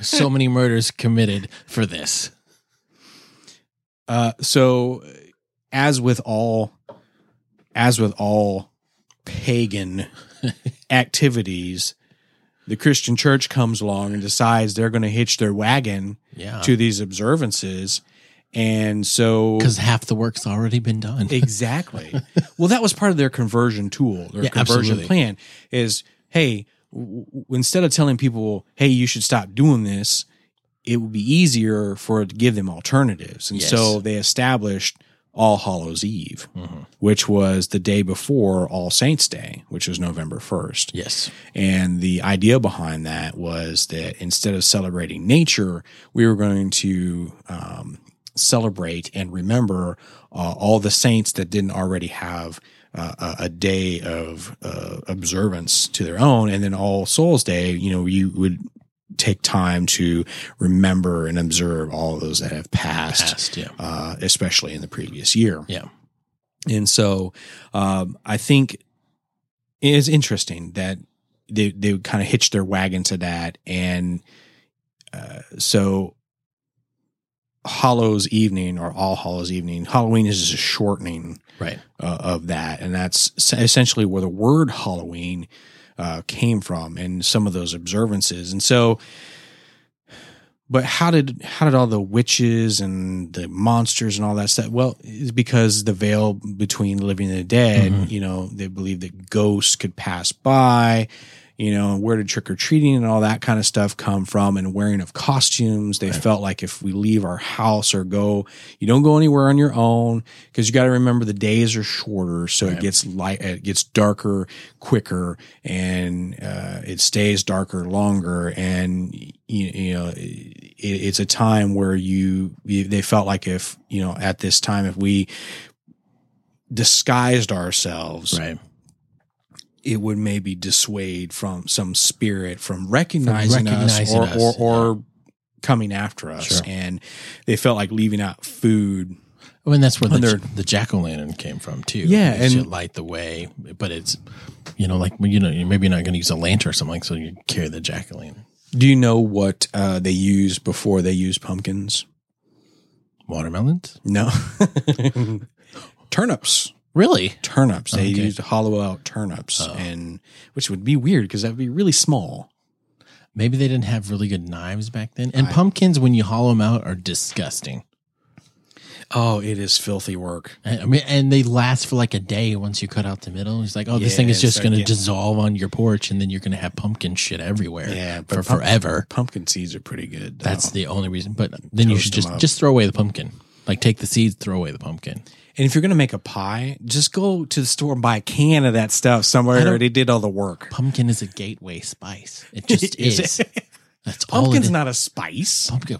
[SPEAKER 1] So many murders committed for this.
[SPEAKER 2] Uh, so as with all as with all pagan [LAUGHS] activities the christian church comes along and decides they're going to hitch their wagon
[SPEAKER 1] Yeah.
[SPEAKER 2] to these observances and so
[SPEAKER 1] Because half the work's already been done. [LAUGHS]
[SPEAKER 2] exactly well that was part of their conversion tool their
[SPEAKER 1] Yeah,
[SPEAKER 2] conversion
[SPEAKER 1] absolutely.
[SPEAKER 2] plan is hey w- w- instead of telling people hey you should stop doing this it would be easier for it to give them alternatives and
[SPEAKER 1] Yes.
[SPEAKER 2] so they established all hallows eve
[SPEAKER 1] Mhm.
[SPEAKER 2] which was the day before all saints day which was november 1st
[SPEAKER 1] Yes.
[SPEAKER 2] and the idea behind that was that instead of celebrating nature, we were going to um, celebrate and remember uh, all the saints that didn't already have uh, a- a day of uh, observance to their own. And then All Souls Day, you know, you would take time to remember and observe all those that have passed
[SPEAKER 1] Past, yeah.
[SPEAKER 2] uh, especially in the previous year.
[SPEAKER 1] Yeah.
[SPEAKER 2] And so um, I think it is interesting that they, they kind of hitched their wagon to that. And uh, so Hollows Evening or All Hollows Evening, Halloween is just a shortening
[SPEAKER 1] Right.
[SPEAKER 2] uh, of that, and that's s- essentially where the word Halloween uh, came from, and some of those observances. And so, but how did how did all the witches and the monsters and all that stuff? Well, it's because the veil between the living and the dead.
[SPEAKER 1] Mhm.
[SPEAKER 2] You know, they believed that ghosts could pass by. You know, where did trick or treating and all that kind of stuff come from, and wearing of costumes? They
[SPEAKER 1] Right.
[SPEAKER 2] felt like if we leave our house or go, you don't go anywhere on your own because you got to remember the days are shorter, so
[SPEAKER 1] Right.
[SPEAKER 2] it gets light, it gets darker quicker, and uh, it stays darker longer. And you, you know, it, it's a time where you, you they felt like if you know at this time if we disguised ourselves,
[SPEAKER 1] Right.
[SPEAKER 2] it would maybe dissuade from some spirit from recognizing, us
[SPEAKER 1] recognizing
[SPEAKER 2] or
[SPEAKER 1] us,
[SPEAKER 2] or, or coming after us.
[SPEAKER 1] Sure.
[SPEAKER 2] And they felt like leaving out food
[SPEAKER 1] Oh, and that's where
[SPEAKER 2] Under-
[SPEAKER 1] the, the jack o' lantern came from too.
[SPEAKER 2] Yeah,
[SPEAKER 1] It used
[SPEAKER 2] and-
[SPEAKER 1] to light the way, but it's you know like well, you know you- maybe you're not going to use a lantern or something, so you carry the jack o' lantern,
[SPEAKER 2] Do you know what uh, they use before they use pumpkins?
[SPEAKER 1] watermelons.
[SPEAKER 2] [LAUGHS] No. turnips.
[SPEAKER 1] Really?
[SPEAKER 2] Turnips. They
[SPEAKER 1] Okay.
[SPEAKER 2] used to hollow out turnips
[SPEAKER 1] Oh.
[SPEAKER 2] and which would be weird because that would be really small.
[SPEAKER 1] Maybe they didn't have really good knives back then. And
[SPEAKER 2] I-
[SPEAKER 1] pumpkins, when you hollow them out, are disgusting.
[SPEAKER 2] Oh, it is filthy work.
[SPEAKER 1] I I mean, and they last for like a day once you cut out the middle. It's like, oh, this thing
[SPEAKER 2] Yeah,
[SPEAKER 1] is just
[SPEAKER 2] so
[SPEAKER 1] going to
[SPEAKER 2] yeah.
[SPEAKER 1] dissolve on your porch, and then you're going to have pumpkin shit everywhere
[SPEAKER 2] Yeah,
[SPEAKER 1] for
[SPEAKER 2] but pump-
[SPEAKER 1] forever.
[SPEAKER 2] Pumpkin seeds are pretty good. though.
[SPEAKER 1] That's the only reason. But then you
[SPEAKER 2] Toast
[SPEAKER 1] should
[SPEAKER 2] 'em
[SPEAKER 1] just
[SPEAKER 2] up.
[SPEAKER 1] just throw away the pumpkin. Like take the seeds, throw away the pumpkin.
[SPEAKER 2] and if you're gonna make a pie, just go to the store and buy a can of that stuff somewhere.
[SPEAKER 1] I don't-
[SPEAKER 2] They did all the work.
[SPEAKER 1] Pumpkin is a gateway spice. It just
[SPEAKER 2] [LAUGHS] Is
[SPEAKER 1] is.
[SPEAKER 2] it?
[SPEAKER 1] That's all it
[SPEAKER 2] Pumpkin's
[SPEAKER 1] is.
[SPEAKER 2] not a spice.
[SPEAKER 1] Pumpkin.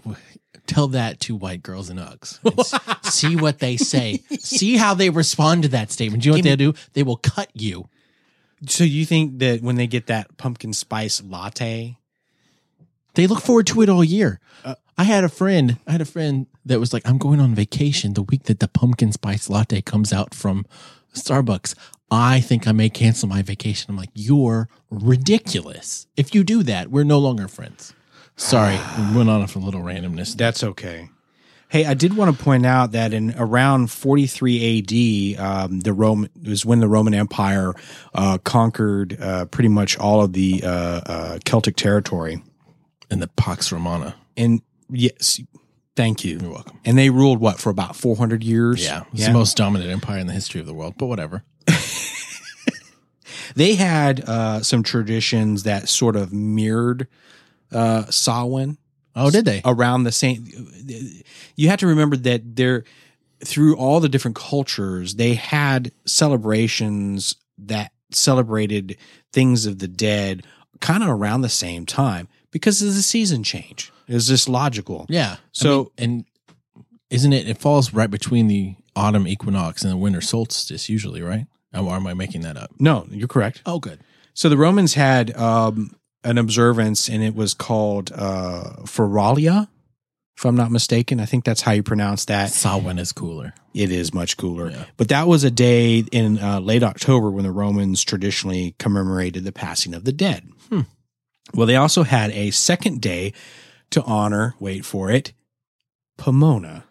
[SPEAKER 1] Tell that to white girls and
[SPEAKER 2] [LAUGHS]
[SPEAKER 1] Uggs. It's- see what they say. See how they respond to that statement. Do you know what they'll do? They will cut you.
[SPEAKER 2] So you think that when they get that pumpkin spice latte,
[SPEAKER 1] They look forward to it all year.
[SPEAKER 2] Uh,
[SPEAKER 1] I had a friend. I had a friend that was like, "I'm going on vacation the week that the pumpkin spice latte comes out from Starbucks. I think I may cancel my vacation." I'm like, "You're ridiculous! If you do that, we're no longer friends." Sorry, we went on for a little randomness.
[SPEAKER 2] that's okay. Hey, I did want to point out that in around 43 AD, um, the Roman it was when the Roman Empire uh, conquered uh, pretty much all of the uh, uh, Celtic territory.
[SPEAKER 1] And the Pax Romana.
[SPEAKER 2] And yes, thank you.
[SPEAKER 1] You're welcome.
[SPEAKER 2] And they ruled what for about 400 years.
[SPEAKER 1] Yeah, it's the most dominant empire in the history of the world, but whatever.
[SPEAKER 2] they had uh, some traditions that sort of mirrored uh, Samhain.
[SPEAKER 1] Oh, did they?
[SPEAKER 2] around the same you have to remember that there through all the different cultures they had celebrations that celebrated things of the dead kind of around the same time because of the season change is this logical
[SPEAKER 1] Yeah. I
[SPEAKER 2] So-
[SPEAKER 1] mean, and isn't it? It falls right between the autumn equinox and the winter solstice, usually, right? Or am I making that up?
[SPEAKER 2] no you're correct
[SPEAKER 1] Oh, good.
[SPEAKER 2] so the romans had um, an observance and it was called uh, feralia if i'm not mistaken i think that's how you pronounce that
[SPEAKER 1] Samhain is cooler.
[SPEAKER 2] it is much cooler.
[SPEAKER 1] Yeah.
[SPEAKER 2] But that was a day in uh, late October when the Romans traditionally commemorated the passing of the dead.
[SPEAKER 1] Hmm.
[SPEAKER 2] Well, they also had a second day to honor, wait for it,
[SPEAKER 1] [LAUGHS]
[SPEAKER 2] Pomona.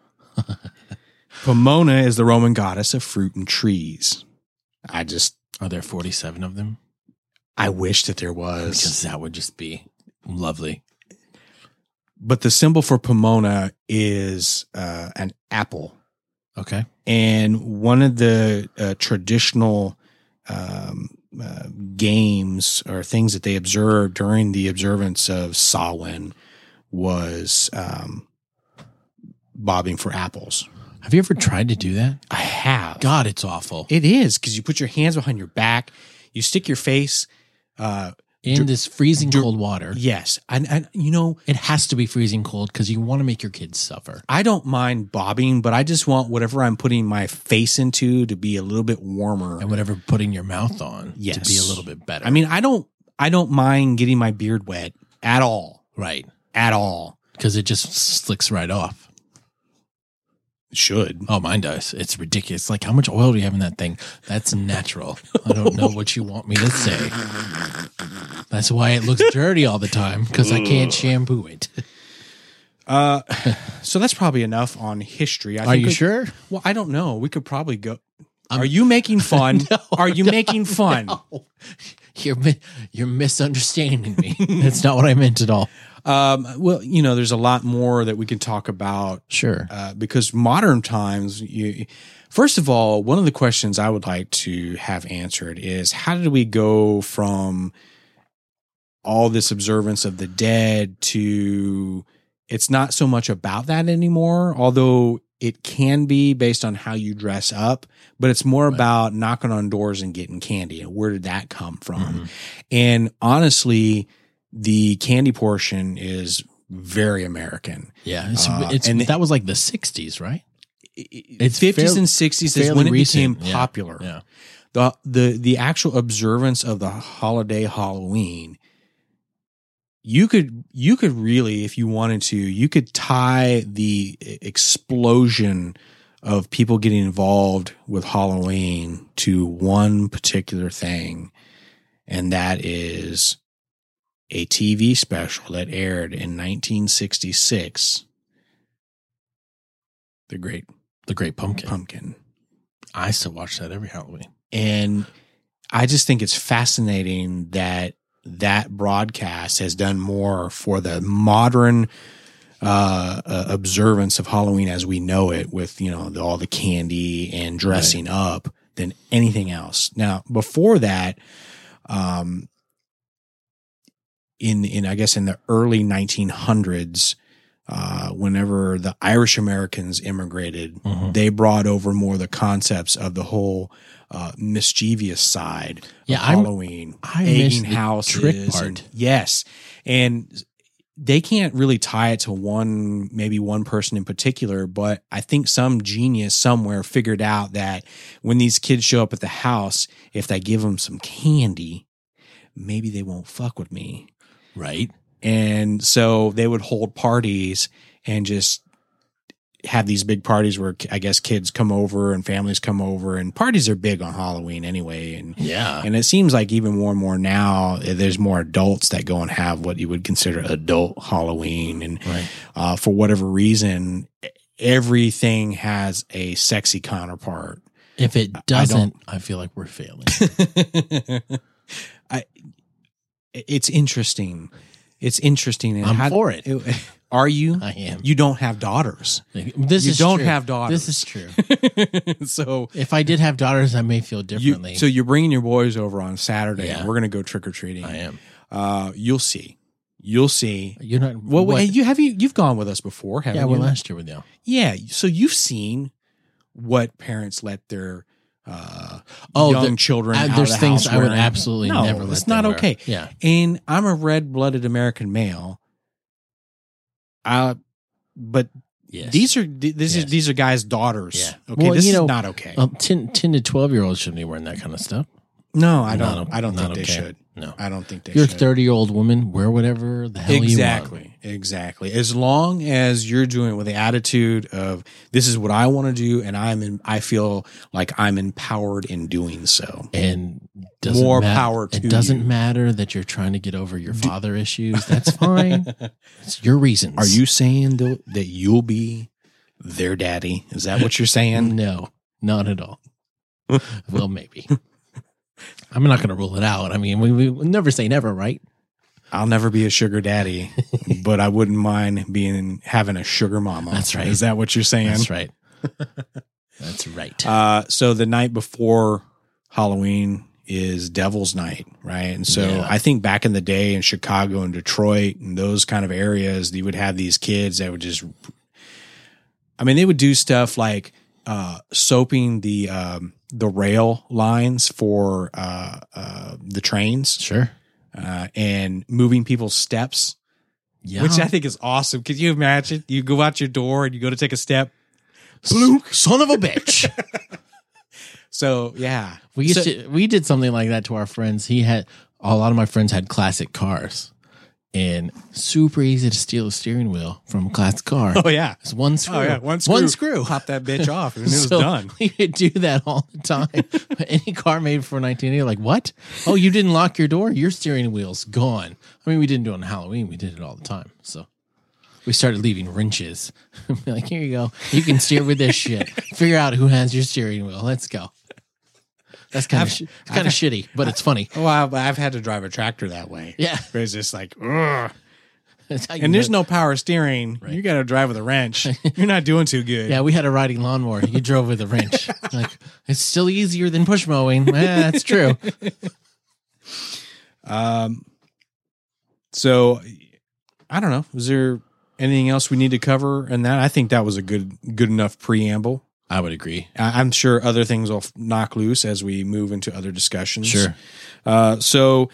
[SPEAKER 2] Pomona is the Roman goddess of fruit and trees. I just,
[SPEAKER 1] Are there 47 of them?
[SPEAKER 2] I wish that there was.
[SPEAKER 1] Because that would just be lovely.
[SPEAKER 2] But the symbol for Pomona is uh, an apple.
[SPEAKER 1] Okay.
[SPEAKER 2] and one of the uh, traditional um, uh, games or things that they observed during the observance of Samhain was um, bobbing for apples.
[SPEAKER 1] Have you ever tried to do that?
[SPEAKER 2] I have.
[SPEAKER 1] God, it's awful.
[SPEAKER 2] It is because you put your hands behind your back, you stick your face. Uh,
[SPEAKER 1] In
[SPEAKER 2] Dur-
[SPEAKER 1] this freezing
[SPEAKER 2] dur-
[SPEAKER 1] cold water,
[SPEAKER 2] yes, and, and you know
[SPEAKER 1] it has to be freezing cold because you want to make your kids suffer.
[SPEAKER 2] I don't mind bobbing, but I just want whatever I'm putting my face into to be a little bit warmer.
[SPEAKER 1] And whatever putting your mouth on to
[SPEAKER 2] Yes.
[SPEAKER 1] be a little bit better.
[SPEAKER 2] I mean, I don't I don't mind getting my beard wet at all.
[SPEAKER 1] right.
[SPEAKER 2] At all.
[SPEAKER 1] Because it just slicks right off.
[SPEAKER 2] Should.
[SPEAKER 1] Oh, mine does. It's ridiculous. Like, how much oil do you have in that thing? That's natural. I don't know what you want me to say. That's why it looks dirty all the time because I can't shampoo it.
[SPEAKER 2] Uh so that's probably enough on history. I
[SPEAKER 1] Are you
[SPEAKER 2] we-
[SPEAKER 1] sure?
[SPEAKER 2] Well, I don't know. We could probably go
[SPEAKER 1] I'm-
[SPEAKER 2] Are you
[SPEAKER 1] [LAUGHS]
[SPEAKER 2] making fun? Are you making fun?
[SPEAKER 1] No. You're mi- you're misunderstanding me. That's not what I meant at all.
[SPEAKER 2] Um well, you know, there's a lot more that we can talk about
[SPEAKER 1] Sure.
[SPEAKER 2] uh, because modern times you first of all one of the questions i would like to have answered is how did we go from all this observance of the dead to it's not so much about that anymore although it can be based on how you dress up but it's more
[SPEAKER 1] Right.
[SPEAKER 2] about knocking on doors and getting candy and where did that come from
[SPEAKER 1] Mhm.
[SPEAKER 2] and honestly the candy portion is very american
[SPEAKER 1] Yeah. It's,
[SPEAKER 2] uh,
[SPEAKER 1] it's,
[SPEAKER 2] and the-
[SPEAKER 1] that was like the 60s, right? It's
[SPEAKER 2] it's 50s
[SPEAKER 1] fair-
[SPEAKER 2] and 60s is
[SPEAKER 1] fairly
[SPEAKER 2] when it
[SPEAKER 1] recent,
[SPEAKER 2] became
[SPEAKER 1] yeah,
[SPEAKER 2] popular.
[SPEAKER 1] yeah.
[SPEAKER 2] The the the actual observance of the holiday Halloween you could you could really if you wanted to you could tie the e, explosion of people getting involved with Halloween to one particular thing and that is a TV special that aired in 1966 The Great
[SPEAKER 1] The Great Pumpkin.
[SPEAKER 2] Pumpkin.
[SPEAKER 1] I still watch that every Halloween.
[SPEAKER 2] And I just think it's fascinating that that broadcast has done more for the modern uh, uh, observance of Halloween as we know it, with you know the, all the candy and dressing up, than anything else. Now, before that, um, in in I guess in the early 1900s, uh, whenever the Irish Americans immigrated
[SPEAKER 1] Mm-hmm.
[SPEAKER 2] they brought over more the concepts of the whole uh, mischievous side
[SPEAKER 1] Yeah,
[SPEAKER 2] of
[SPEAKER 1] I'm-
[SPEAKER 2] Halloween,
[SPEAKER 1] I miss
[SPEAKER 2] egging
[SPEAKER 1] the
[SPEAKER 2] houses,
[SPEAKER 1] trick part.
[SPEAKER 2] and- yes, and they can't really tie it to one, maybe one person in particular. But I think some genius somewhere figured out that when these kids show up at the house, if they give them some candy, maybe they won't fuck with me.
[SPEAKER 1] right.
[SPEAKER 2] And so they would hold parties and just have these big parties where I guess kids come over and families come over and parties are big on Halloween anyway. And,
[SPEAKER 1] Yeah.
[SPEAKER 2] and it seems like even more and more now, eh, there's more adults that go and have what you would consider adult Halloween. And
[SPEAKER 1] Right.
[SPEAKER 2] uh, for whatever reason, everything has a sexy counterpart. [LAUGHS]
[SPEAKER 1] If it
[SPEAKER 2] I- I
[SPEAKER 1] doesn't, I, feel like we're failing.
[SPEAKER 2] I, it's interesting. It's interesting. And
[SPEAKER 1] I'm
[SPEAKER 2] how- [LAUGHS]
[SPEAKER 1] for it.
[SPEAKER 2] Are you?
[SPEAKER 1] I am.
[SPEAKER 2] You don't have daughters.
[SPEAKER 1] This
[SPEAKER 2] you
[SPEAKER 1] is
[SPEAKER 2] don't
[SPEAKER 1] true.
[SPEAKER 2] have
[SPEAKER 1] This
[SPEAKER 2] daughters. [LAUGHS]
[SPEAKER 1] is true. [LAUGHS]
[SPEAKER 2] so
[SPEAKER 1] If I did have daughters, I may feel
[SPEAKER 2] you,
[SPEAKER 1] differently.
[SPEAKER 2] so you're bringing your boys over on Saturday.
[SPEAKER 1] Yeah.
[SPEAKER 2] and We're gonna go trick or treating.
[SPEAKER 1] I am.
[SPEAKER 2] Uh, you'll see. You'll see.
[SPEAKER 1] You're not.
[SPEAKER 2] Well,
[SPEAKER 1] what-
[SPEAKER 2] hey, you have you you've gone with us before, haven't
[SPEAKER 1] yeah,
[SPEAKER 2] you?
[SPEAKER 1] well, last year with you.
[SPEAKER 2] yeah. So you've seen what parents let their uh,
[SPEAKER 1] Oh,
[SPEAKER 2] young
[SPEAKER 1] the-
[SPEAKER 2] children.
[SPEAKER 1] Uh,
[SPEAKER 2] out of
[SPEAKER 1] there's
[SPEAKER 2] the
[SPEAKER 1] things
[SPEAKER 2] house
[SPEAKER 1] I would
[SPEAKER 2] wearing.
[SPEAKER 1] absolutely
[SPEAKER 2] No,
[SPEAKER 1] never.
[SPEAKER 2] it's
[SPEAKER 1] let them
[SPEAKER 2] not
[SPEAKER 1] wear.
[SPEAKER 2] okay.
[SPEAKER 1] Yeah,
[SPEAKER 2] and I'm a red blooded American male. I, but
[SPEAKER 1] yes.
[SPEAKER 2] these are th- this
[SPEAKER 1] Yes.
[SPEAKER 2] is these are guys' daughters.
[SPEAKER 1] Yeah.
[SPEAKER 2] Okay,
[SPEAKER 1] Well,
[SPEAKER 2] this
[SPEAKER 1] you
[SPEAKER 2] is
[SPEAKER 1] know,
[SPEAKER 2] not okay.
[SPEAKER 1] um, 10, 10 to twelve year olds shouldn't be wearing that kind of stuff.
[SPEAKER 2] no, I don't.
[SPEAKER 1] Not o-
[SPEAKER 2] I don't think
[SPEAKER 1] not
[SPEAKER 2] they
[SPEAKER 1] okay.
[SPEAKER 2] should.
[SPEAKER 1] No,
[SPEAKER 2] I don't think they
[SPEAKER 1] you're a
[SPEAKER 2] should.
[SPEAKER 1] thirty year old woman. Wear whatever the hell you want.
[SPEAKER 2] exactly, exactly. As long as you're doing it with the attitude of this is what I want to do, and I'm in, I feel like I'm empowered in doing so.
[SPEAKER 1] And doesn't
[SPEAKER 2] More
[SPEAKER 1] mat-
[SPEAKER 2] power to
[SPEAKER 1] It doesn't
[SPEAKER 2] you.
[SPEAKER 1] matter that you're trying to get over your father
[SPEAKER 2] [LAUGHS]
[SPEAKER 1] issues. That's fine. it's your reasons.
[SPEAKER 2] Are you saying though that you'll be their daddy? Is that what
[SPEAKER 1] [LAUGHS]
[SPEAKER 2] you're saying?
[SPEAKER 1] No, not at
[SPEAKER 2] [LAUGHS]
[SPEAKER 1] all. well, maybe. I'm not going to rule it out. I mean, we, we never say never, right?
[SPEAKER 2] I'll never be a
[SPEAKER 1] [LAUGHS]
[SPEAKER 2] sugar daddy, but I wouldn't mind being having a sugar mama.
[SPEAKER 1] That's right.
[SPEAKER 2] Is that what you're saying?
[SPEAKER 1] That's
[SPEAKER 2] [LAUGHS]
[SPEAKER 1] right. That's right.
[SPEAKER 2] Uh, so the night before Halloween is Devil's Night, right? And so
[SPEAKER 1] Yeah.
[SPEAKER 2] I think back in the day in Chicago and Detroit and those kind of areas, you would have these kids that would just, I mean, they would do stuff like uh, soaping the um, the rail lines for uh, uh, the trains
[SPEAKER 1] sure.
[SPEAKER 2] uh, and moving people's steps.
[SPEAKER 1] Yeah.
[SPEAKER 2] Which I think is awesome. Could you imagine? You go out your door and you go to take a step.
[SPEAKER 1] Bloop, son of a bitch.
[SPEAKER 2] [LAUGHS] So yeah,
[SPEAKER 1] we used
[SPEAKER 2] So-
[SPEAKER 1] to we did something like that to our friends. He had a lot of my friends had classic cars, and super easy to steal a steering wheel from a classic car.
[SPEAKER 2] [LAUGHS] [LAUGHS] Oh yeah,
[SPEAKER 1] It's one screw.
[SPEAKER 2] Oh yeah, one screw.
[SPEAKER 1] One screw.
[SPEAKER 2] Pop that bitch off, [LAUGHS] and it was
[SPEAKER 1] So [LAUGHS]
[SPEAKER 2] done.
[SPEAKER 1] We could do that all the time. [LAUGHS] Any car made for 1980, like, what? Oh, you didn't lock your door? Your steering wheel's gone. I mean, we didn't do it on Halloween. We did it all the time. So we started leaving wrenches. [LAUGHS] Be like, here you go. You can steer with this shit. Figure out who has your steering wheel. Let's go. That's kind of
[SPEAKER 2] I've-
[SPEAKER 1] sh- kind of shitty, but it's funny.
[SPEAKER 2] [LAUGHS] Oh, I've, I've had to drive a tractor that way.
[SPEAKER 1] Yeah.
[SPEAKER 2] But it's just like, mm, ugh.
[SPEAKER 1] That's how you
[SPEAKER 2] and
[SPEAKER 1] know-
[SPEAKER 2] there's no power steering. You got to drive with a [LAUGHS] wrench. You're not doing too good.
[SPEAKER 1] Yeah, we had a riding lawnmower. You drove with a wrench. like it's still easier than push mowing. Eh, that's true.
[SPEAKER 2] Um. So, I don't know. Is there anything else we need to cover? And that I think that was a good, good enough preamble.
[SPEAKER 1] I would agree.
[SPEAKER 2] [LAUGHS] I- I'm sure other things will f- knock loose as we move into other discussions.
[SPEAKER 1] Sure.
[SPEAKER 2] Uh, [LAUGHS] so,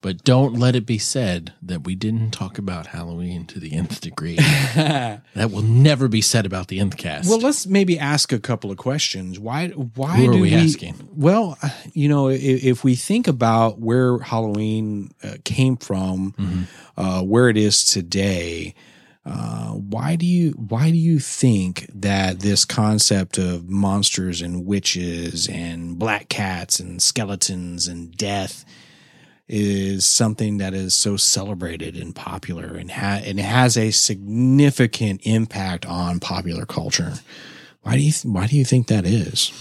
[SPEAKER 1] But don't let it be said that we didn't talk about Halloween to the nth degree. [LAUGHS] that will never be said about the nth cast.
[SPEAKER 2] Well, let's maybe ask a couple of questions. Why? Why
[SPEAKER 1] Who are
[SPEAKER 2] do
[SPEAKER 1] we
[SPEAKER 2] we?
[SPEAKER 1] asking?
[SPEAKER 2] Well, uh, you know, if, if we think about where Halloween uh, came from,
[SPEAKER 1] Mhm.
[SPEAKER 2] uh, where it is today, uh, why do you why do you think that this concept of monsters and witches and black cats and skeletons and death is something that is so celebrated and popular and ha- and has a significant impact on popular culture. Why do you th- why do you think that is?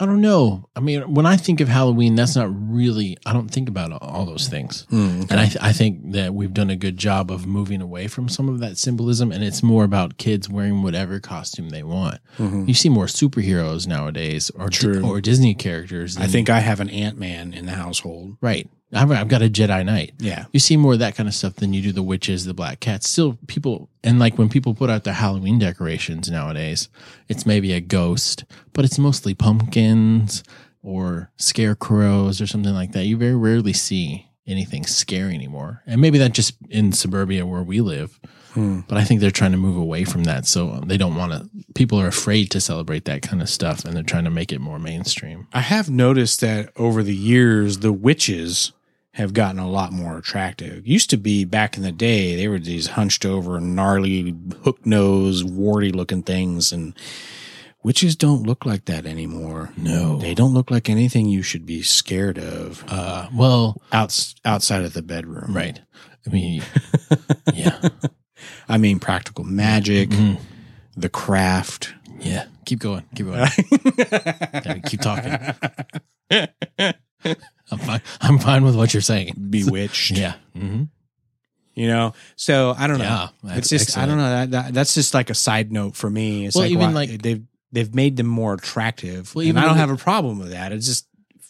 [SPEAKER 1] I don't know. I mean, when I think of Halloween, that's not really, I don't think about all those things. And I, th- I think that we've done a good job of moving away from some of that symbolism, and it's more about kids wearing whatever costume they want. You see more superheroes nowadays, or Di-
[SPEAKER 2] True.
[SPEAKER 1] or Disney characters.
[SPEAKER 2] I
[SPEAKER 1] than-
[SPEAKER 2] think I have an Ant Man in the household.
[SPEAKER 1] right. I've, I've got a Jedi Knight.
[SPEAKER 2] Yeah.
[SPEAKER 1] you see more of that kind of stuff than you do the witches, the black cats. Still, people and like when people put out their Halloween decorations nowadays, it's maybe a ghost, but it's mostly pumpkins or scarecrows or something like that. You very rarely see anything scary anymore, and maybe that just in suburbia where we live.
[SPEAKER 2] Hmm.
[SPEAKER 1] But I think they're trying to move away from that, so they don't want to. People are afraid to celebrate that kind of stuff, and they're trying to make it more mainstream.
[SPEAKER 2] I have noticed that over the years, the witches have gotten a lot more attractive. Used to be back in the day, they were these hunched over, gnarly, hook nosed, warty looking things. And witches don't look like that anymore.
[SPEAKER 1] No.
[SPEAKER 2] They don't look like anything you should be scared of
[SPEAKER 1] Uh, well,
[SPEAKER 2] outs- outside of the bedroom.
[SPEAKER 1] right. I mean, [LAUGHS] yeah.
[SPEAKER 2] I mean, practical magic,
[SPEAKER 1] Mhm. [LAUGHS]
[SPEAKER 2] the craft.
[SPEAKER 1] Yeah. Keep going. Keep going. Yeah, keep talking. I'm fine. I'm fine with what you're saying.
[SPEAKER 2] Bewitched.
[SPEAKER 1] Yeah. Mm-hmm.
[SPEAKER 2] You know, so I don't know.
[SPEAKER 1] Yeah. that's
[SPEAKER 2] it's just I
[SPEAKER 1] excellent.
[SPEAKER 2] don't know that, that that's just like a side note for me. It's
[SPEAKER 1] Well,
[SPEAKER 2] like,
[SPEAKER 1] even
[SPEAKER 2] why-
[SPEAKER 1] like-
[SPEAKER 2] they've they've made them more attractive,
[SPEAKER 1] Well,
[SPEAKER 2] and
[SPEAKER 1] even
[SPEAKER 2] I don't
[SPEAKER 1] with-
[SPEAKER 2] have a problem with that. It's just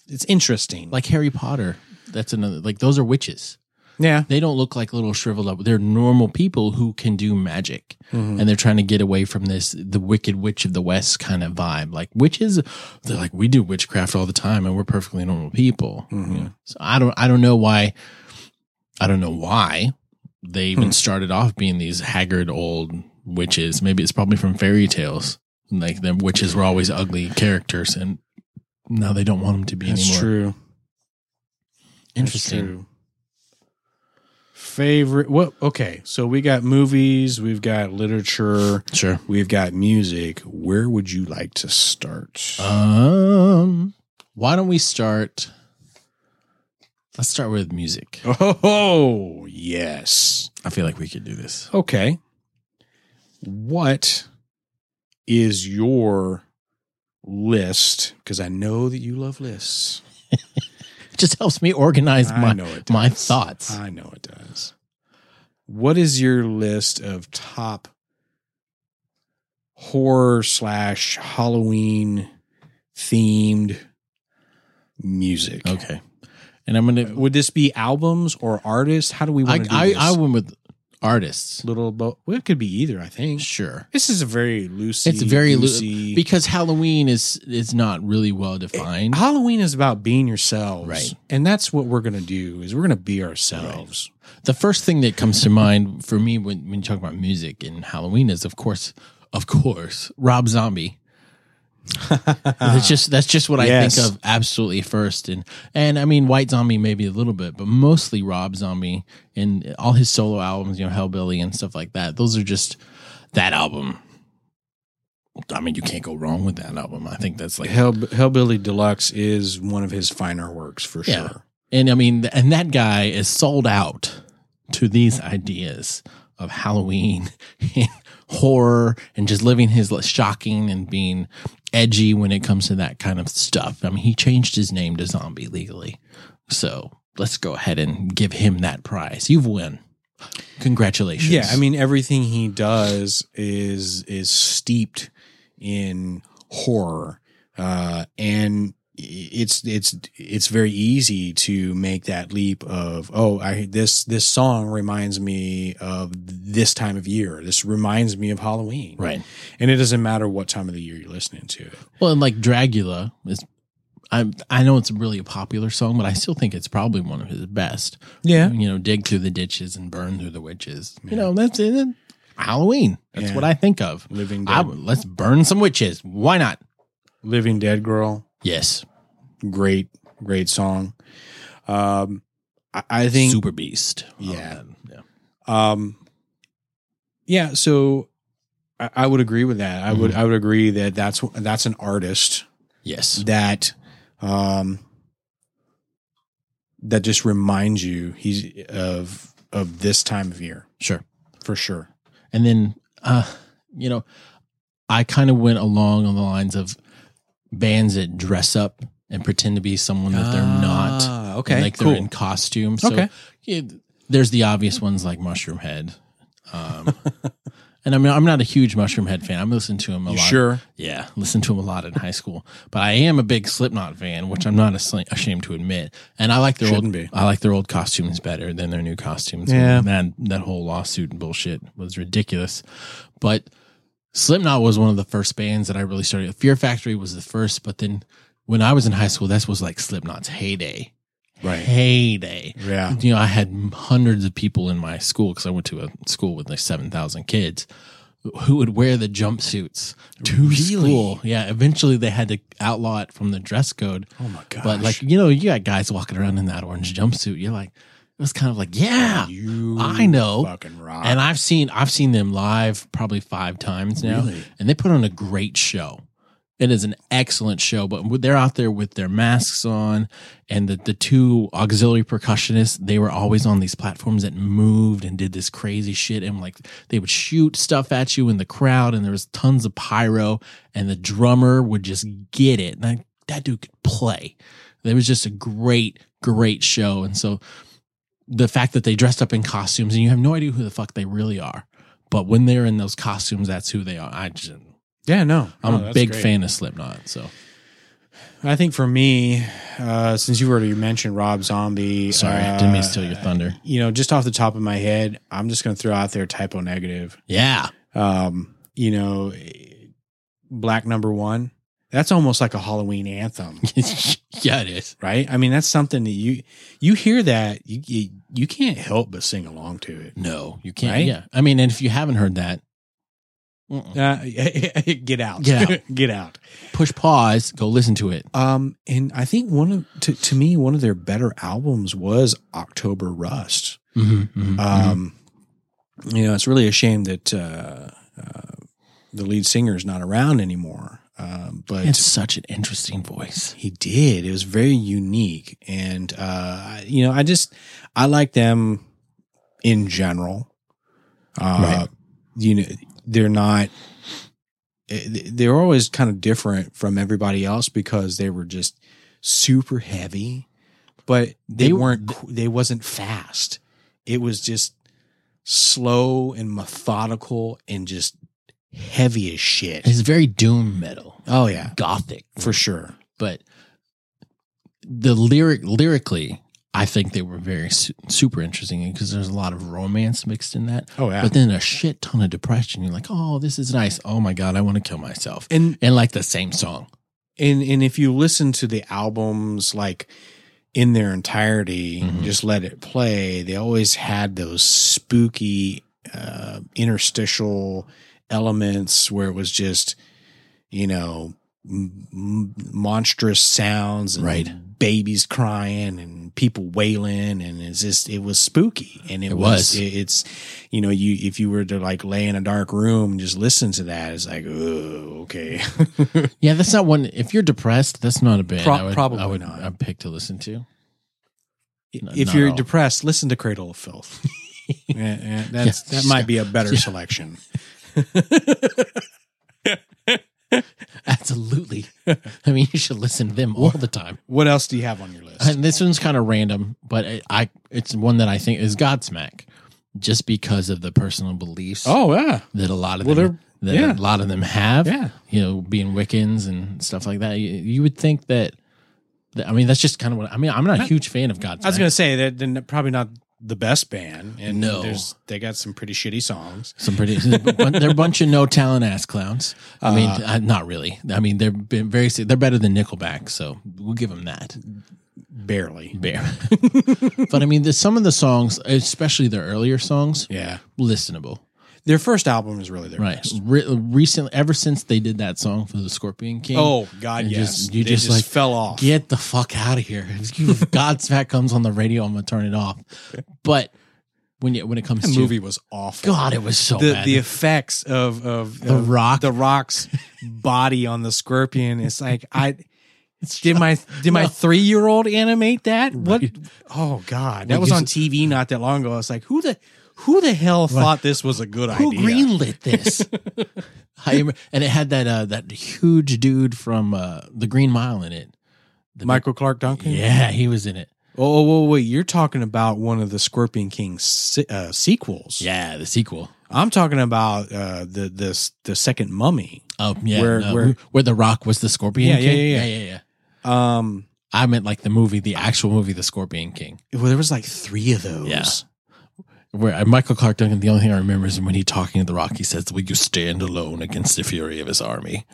[SPEAKER 2] it's interesting.
[SPEAKER 1] Like Harry Potter. That's another. Like those are witches.
[SPEAKER 2] yeah,
[SPEAKER 1] They don't look like little shriveled up. They're normal people who can do magic,
[SPEAKER 2] Mhm.
[SPEAKER 1] and they're trying to get away from this the Wicked Witch of the West kind of vibe. Like witches, they're like we do witchcraft all the time, and we're perfectly normal people.
[SPEAKER 2] Mhm.
[SPEAKER 1] Yeah. So I don't. I don't know why. I don't know why they even
[SPEAKER 2] Hmm.
[SPEAKER 1] started off being these haggard old witches. Maybe it's probably from fairy tales. Like the witches were always ugly characters, and now they don't want them to be
[SPEAKER 2] that's
[SPEAKER 1] anymore.
[SPEAKER 2] true. That's
[SPEAKER 1] Interesting.
[SPEAKER 2] true. Favorite? What? Okay, so we got movies, we've got literature,
[SPEAKER 1] Sure.
[SPEAKER 2] we've got music. Where would you like to start?
[SPEAKER 1] Uh, Um, why don't we start? Let's start with music.
[SPEAKER 2] [LAUGHS] oh yes.
[SPEAKER 1] I feel like we could do this.
[SPEAKER 2] Okay. What is your list? Because I know that you love lists.
[SPEAKER 1] It just helps me organize
[SPEAKER 2] I
[SPEAKER 1] my
[SPEAKER 2] know it.
[SPEAKER 1] my
[SPEAKER 2] does.
[SPEAKER 1] thoughts.
[SPEAKER 2] I know it does. What is your list of top horror slash Halloween themed music?
[SPEAKER 1] okay. And I'm gonna.
[SPEAKER 2] Would this be albums or artists? How do we want
[SPEAKER 1] I
[SPEAKER 2] to do
[SPEAKER 1] I,
[SPEAKER 2] this?
[SPEAKER 1] I went with artists.
[SPEAKER 2] little, bo- well, it could be either. I think
[SPEAKER 1] Sure.
[SPEAKER 2] this is a very loosey.
[SPEAKER 1] It's very loo-
[SPEAKER 2] loosey.
[SPEAKER 1] because Halloween is is not really well defined.
[SPEAKER 2] Halloween is about being yourselves,
[SPEAKER 1] Right.
[SPEAKER 2] And that's what we're gonna do is we're gonna be ourselves.
[SPEAKER 1] the first thing that comes to mind for me when, when you talk about music and Halloween is, of course, of course, Rob Zombie. that's just that's just what
[SPEAKER 2] Yes.
[SPEAKER 1] I think of absolutely first, and and I mean White Zombie maybe a little bit, but mostly Rob Zombie and all his solo albums, you know, Hellbilly and stuff like that. Those are just that album. I mean, you can't go wrong with that album. I think that's like
[SPEAKER 2] Hell, Hellbilly Deluxe is one of his finer works for
[SPEAKER 1] Yeah.
[SPEAKER 2] sure.
[SPEAKER 1] And I mean, and that guy is sold out to these ideas of Halloween [LAUGHS] and horror and just living his li- shocking and being edgy when it comes to that kind of stuff. I mean, he changed his name to Zombie legally. So let's go ahead and give him that prize. You've won. Congratulations.
[SPEAKER 2] Yeah, I mean everything he does is is steeped in horror, uh, and it's it's it's very easy to make that leap of oh I this this song reminds me of this time of year. This reminds me of Halloween,
[SPEAKER 1] right.
[SPEAKER 2] And it doesn't matter what time of the year you're listening to it.
[SPEAKER 1] Well, and like Dracula is. I, I know it's really a popular song, but I still think it's probably one of his best.
[SPEAKER 2] Yeah,
[SPEAKER 1] you know, dig through the ditches and burn through the witches.
[SPEAKER 2] Yeah.
[SPEAKER 1] You know, that's it. Halloween. That's
[SPEAKER 2] Yeah.
[SPEAKER 1] what I think of.
[SPEAKER 2] Living
[SPEAKER 1] I,
[SPEAKER 2] Dead,
[SPEAKER 1] would- let's burn some witches. Why not?
[SPEAKER 2] Living Dead Girl,
[SPEAKER 1] Yes.
[SPEAKER 2] great great song. Um, I, I think
[SPEAKER 1] Super Beast. All
[SPEAKER 2] Yeah.
[SPEAKER 1] that. yeah.
[SPEAKER 2] Um, yeah, so I, I would agree with that. I would
[SPEAKER 1] Mm-hmm.
[SPEAKER 2] I would agree that that's that's an artist
[SPEAKER 1] Yes.
[SPEAKER 2] that um that just reminds you he's of of this time of year
[SPEAKER 1] Sure.
[SPEAKER 2] for sure.
[SPEAKER 1] And then, uh, you know, I kind of went along on the lines of bands that dress up and pretend to be someone that they're not. Ah,
[SPEAKER 2] okay,
[SPEAKER 1] like
[SPEAKER 2] cool.
[SPEAKER 1] they're in costume. So
[SPEAKER 2] Okay.
[SPEAKER 1] yeah, there's the obvious ones like Mushroom Head. Um, [LAUGHS] and I mean, I'm not a huge Mushroom Head fan. I'm listening to him a
[SPEAKER 2] you
[SPEAKER 1] lot.
[SPEAKER 2] sure?
[SPEAKER 1] Yeah, listened to him a lot in high school, but I am a big Slipknot fan, which I'm not asl- ashamed to admit. And I like their
[SPEAKER 2] Shouldn't
[SPEAKER 1] old,
[SPEAKER 2] be.
[SPEAKER 1] I like their old costumes better than their new costumes.
[SPEAKER 2] Yeah.
[SPEAKER 1] that that whole lawsuit and bullshit was ridiculous. But Slipknot was one of the first bands that I really started. Fear Factory was the first, but then when I was in high school, that was like Slipknot's heyday,
[SPEAKER 2] Right.
[SPEAKER 1] heyday.
[SPEAKER 2] Yeah.
[SPEAKER 1] You know, I had hundreds of people in my school because I went to a school with like 7,000 kids who would wear the jumpsuits to
[SPEAKER 2] Really?
[SPEAKER 1] school. Yeah. Eventually they had to outlaw it from the dress code.
[SPEAKER 2] Oh my gosh.
[SPEAKER 1] But like, you know, you got guys walking around in that orange jumpsuit. You're like, it was kind of like, yeah.
[SPEAKER 2] you
[SPEAKER 1] I know.
[SPEAKER 2] fucking rock.
[SPEAKER 1] And I've seen I've seen them live probably five times now,
[SPEAKER 2] Really?
[SPEAKER 1] and they put on a great show. It is an excellent show, but they're out there with their masks on, and the, the two auxiliary percussionists, they were always on these platforms that moved and did this crazy shit. And like they would shoot stuff at you in the crowd, and there was tons of pyro, and the drummer would just get it. And I, that dude could play. It was just a great, great show. And so the fact that they dressed up in costumes and you have no idea who the fuck they really are. But when they're in those costumes, that's who they are. I just,
[SPEAKER 2] Yeah, no.
[SPEAKER 1] I'm
[SPEAKER 2] No,
[SPEAKER 1] a
[SPEAKER 2] Oh, that's
[SPEAKER 1] big
[SPEAKER 2] great.
[SPEAKER 1] fan of Slipknot. So
[SPEAKER 2] I think for me, uh, since you already mentioned Rob Zombie,
[SPEAKER 1] sorry,
[SPEAKER 2] uh,
[SPEAKER 1] didn't mean to steal your thunder.
[SPEAKER 2] You know, just off the top of my head, I'm just going to throw out there typo negative.
[SPEAKER 1] Yeah. [LAUGHS]
[SPEAKER 2] Um, you know, Black Number One. That's almost like a
[SPEAKER 1] [LAUGHS]
[SPEAKER 2] Halloween anthem,
[SPEAKER 1] yeah, it is.
[SPEAKER 2] right? I mean, that's something that you you hear that you you, you can't help but sing along to it.
[SPEAKER 1] No, you can't.
[SPEAKER 2] Right?
[SPEAKER 1] Yeah. I mean, and if you haven't heard that, mm-mm.
[SPEAKER 2] Uh, [LAUGHS] get out,
[SPEAKER 1] Get out.
[SPEAKER 2] [LAUGHS] get out.
[SPEAKER 1] push pause, go listen to it.
[SPEAKER 2] Um, and I think one of to, to me one of their better albums was October Rust.
[SPEAKER 1] Mm-hmm, mm-hmm,
[SPEAKER 2] Um, You know, it's really a shame that uh, uh, the lead singer is not around anymore. Um, but
[SPEAKER 1] it's such an interesting voice.
[SPEAKER 2] he did. It was very unique, and uh, I- you know, I just I like them in general. Uh,
[SPEAKER 1] Right.
[SPEAKER 2] You know, they're not. eh, They're always kind of different from everybody else because they were just super heavy, but they,
[SPEAKER 1] They-
[SPEAKER 2] weren't. qu- They wasn't fast. It was just slow and methodical and just heavy as shit.
[SPEAKER 1] It's very doom metal,
[SPEAKER 2] Oh yeah,
[SPEAKER 1] gothic,
[SPEAKER 2] for sure.
[SPEAKER 1] but the lyric lyrically, I think they were very su- super interesting because there's a lot of romance mixed in that.
[SPEAKER 2] Oh yeah.
[SPEAKER 1] But then a shit ton of depression. You're like, oh, this is nice. Oh my god, I want to kill myself.
[SPEAKER 2] and
[SPEAKER 1] And like the same song.
[SPEAKER 2] and and if you listen to the albums like in their entirety
[SPEAKER 1] Mhm.
[SPEAKER 2] just let it play they always had those spooky uh interstitial elements where it was just you know m- m- monstrous sounds and
[SPEAKER 1] Right.
[SPEAKER 2] babies crying and people wailing and it's just it was spooky and it,
[SPEAKER 1] It
[SPEAKER 2] was,
[SPEAKER 1] was.
[SPEAKER 2] it- it's you know you if you were to like lay in a dark room and just listen to that it's like oh okay [LAUGHS]
[SPEAKER 1] Yeah, that's not one. If you're depressed, that's not a band.
[SPEAKER 2] Pro-
[SPEAKER 1] I would,
[SPEAKER 2] probably
[SPEAKER 1] I would,
[SPEAKER 2] not.
[SPEAKER 1] I'd pick to listen to. No,
[SPEAKER 2] if
[SPEAKER 1] not
[SPEAKER 2] you're
[SPEAKER 1] all.
[SPEAKER 2] depressed, listen to Cradle of [LAUGHS] Filth. yeah, yeah, that's,
[SPEAKER 1] Yeah.
[SPEAKER 2] That might be a better selection.
[SPEAKER 1] Absolutely. [LAUGHS] I mean, you should listen to them all the time.
[SPEAKER 2] What else do you have on your list?
[SPEAKER 1] And this one's kind of random, but it, I it's one that I think is Godsmack, just because of the personal beliefs
[SPEAKER 2] oh yeah,
[SPEAKER 1] that a lot of
[SPEAKER 2] Well,
[SPEAKER 1] them that
[SPEAKER 2] they're- yeah.
[SPEAKER 1] a lot of them have.
[SPEAKER 2] yeah.
[SPEAKER 1] you know, being Wiccans and stuff like that. You, you would think that, that- I mean, that's just kind of what I mean. I'm not a huge fan of Godsmack.
[SPEAKER 2] I was gonna say that they're n- probably not the best band, and
[SPEAKER 1] No.
[SPEAKER 2] there's they got some pretty shitty songs.
[SPEAKER 1] Some pretty, they're a bunch of no talent ass clowns. I mean, uh, not really. I mean, they've been very, they're better than Nickelback, so we'll give them that.
[SPEAKER 2] Barely.
[SPEAKER 1] Bear. [LAUGHS] but I mean, the, some of the songs, especially their earlier songs,
[SPEAKER 2] Yeah,
[SPEAKER 1] listenable.
[SPEAKER 2] their first album is really their
[SPEAKER 1] Right.
[SPEAKER 2] best.
[SPEAKER 1] Re- recently, ever since they did that song for the Scorpion King.
[SPEAKER 2] Oh God,
[SPEAKER 1] And
[SPEAKER 2] yes,
[SPEAKER 1] just- you
[SPEAKER 2] They
[SPEAKER 1] just, like,
[SPEAKER 2] fell off.
[SPEAKER 1] Get the fuck out of here. [LAUGHS] If you- if God's Fat comes on the radio, I'm going to turn it off. But when, you, when it comes
[SPEAKER 2] the
[SPEAKER 1] to
[SPEAKER 2] movie was awful.
[SPEAKER 1] God, it was so
[SPEAKER 2] the,
[SPEAKER 1] bad.
[SPEAKER 2] the effects of of
[SPEAKER 1] Oh, The
[SPEAKER 2] of
[SPEAKER 1] Rock.
[SPEAKER 2] the rock's body on the scorpion. It's like I did my did my
[SPEAKER 1] No.
[SPEAKER 2] three year old animate that? What?
[SPEAKER 1] Right.
[SPEAKER 2] Oh God,
[SPEAKER 1] Well,
[SPEAKER 2] that was
[SPEAKER 1] you
[SPEAKER 2] on
[SPEAKER 1] s-
[SPEAKER 2] TV not that long ago. I was like, who the who the hell thought this was a good
[SPEAKER 1] Who
[SPEAKER 2] idea?
[SPEAKER 1] greenlit
[SPEAKER 2] [LAUGHS]
[SPEAKER 1] this? I remember, and it had that uh, that huge dude from uh, the Green Mile in it. The
[SPEAKER 2] Michael Clark Duncan.
[SPEAKER 1] Yeah, he was in it.
[SPEAKER 2] Oh, whoa, wait, you're talking about one of the Scorpion King se- uh, sequels.
[SPEAKER 1] Yeah, the sequel.
[SPEAKER 2] I'm talking about uh, the this the second Mummy.
[SPEAKER 1] Oh yeah,
[SPEAKER 2] Where-
[SPEAKER 1] where
[SPEAKER 2] where-
[SPEAKER 1] where, the Rock was the Scorpion
[SPEAKER 2] Yeah, yeah,
[SPEAKER 1] King.
[SPEAKER 2] yeah, yeah.
[SPEAKER 1] yeah, yeah.
[SPEAKER 2] Um,
[SPEAKER 1] I meant like the movie, the actual movie, The Scorpion King,
[SPEAKER 2] well, there was like three of those.
[SPEAKER 1] Yeah. where uh, Michael Clark Duncan. The only thing I remember is when he talking to the Rock, he says, "Will you stand alone against the fury of his army?"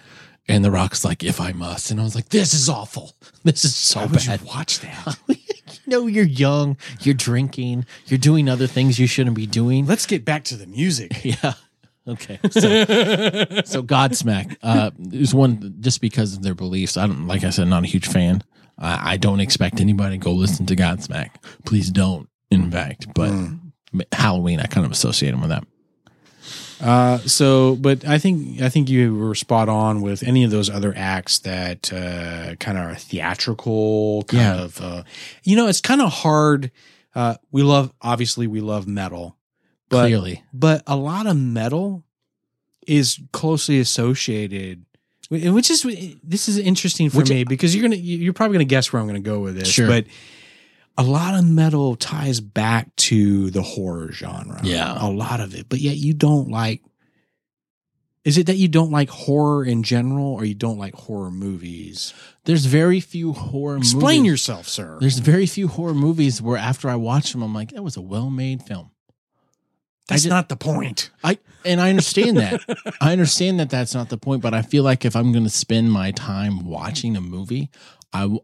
[SPEAKER 1] And the Rock's like, "If I must." And I was like, "This is awful. This is so
[SPEAKER 2] Why would
[SPEAKER 1] bad."
[SPEAKER 2] you watch
[SPEAKER 1] [LAUGHS]
[SPEAKER 2] that?
[SPEAKER 1] you know, you're young, you're drinking, you're doing other things you shouldn't be doing. [LAUGHS]
[SPEAKER 2] Let's get back to the music.
[SPEAKER 1] Yeah. Okay.
[SPEAKER 2] [LAUGHS]
[SPEAKER 1] So, so Godsmack uh, is one just because of their beliefs. I don't, like I said, not a huge fan. I, I don't expect anybody to go listen to Godsmack.
[SPEAKER 2] Hmm.
[SPEAKER 1] Please don't, in fact. But Halloween, I kind of associate them with that.
[SPEAKER 2] Uh, so, but I think I think you were spot on with any of those other acts that uh, kind of are theatrical, kind
[SPEAKER 1] Yeah.
[SPEAKER 2] of. Uh, you know, it's kind of hard. Uh, we love obviously we love metal, but
[SPEAKER 1] Clearly,
[SPEAKER 2] but a lot of metal is closely associated. wh- Which is this is interesting for
[SPEAKER 1] Which-
[SPEAKER 2] me because you're gonna you're probably gonna guess where I'm gonna go with this,
[SPEAKER 1] Sure.
[SPEAKER 2] but a lot of metal ties back to the horror genre.
[SPEAKER 1] Yeah.
[SPEAKER 2] A lot of it. But yet you don't like is it that you don't like horror in general or you don't like horror movies?
[SPEAKER 1] there's very few horror.
[SPEAKER 2] Explain
[SPEAKER 1] movies.
[SPEAKER 2] yourself, sir.
[SPEAKER 1] There's very few horror movies where after I watch them, I'm like, that was a well-made film.
[SPEAKER 2] That's
[SPEAKER 1] I ju-
[SPEAKER 2] not the point.
[SPEAKER 1] I and I understand that. I understand that that's not the point, but I feel like if I'm going to spend my time watching a movie, I, w-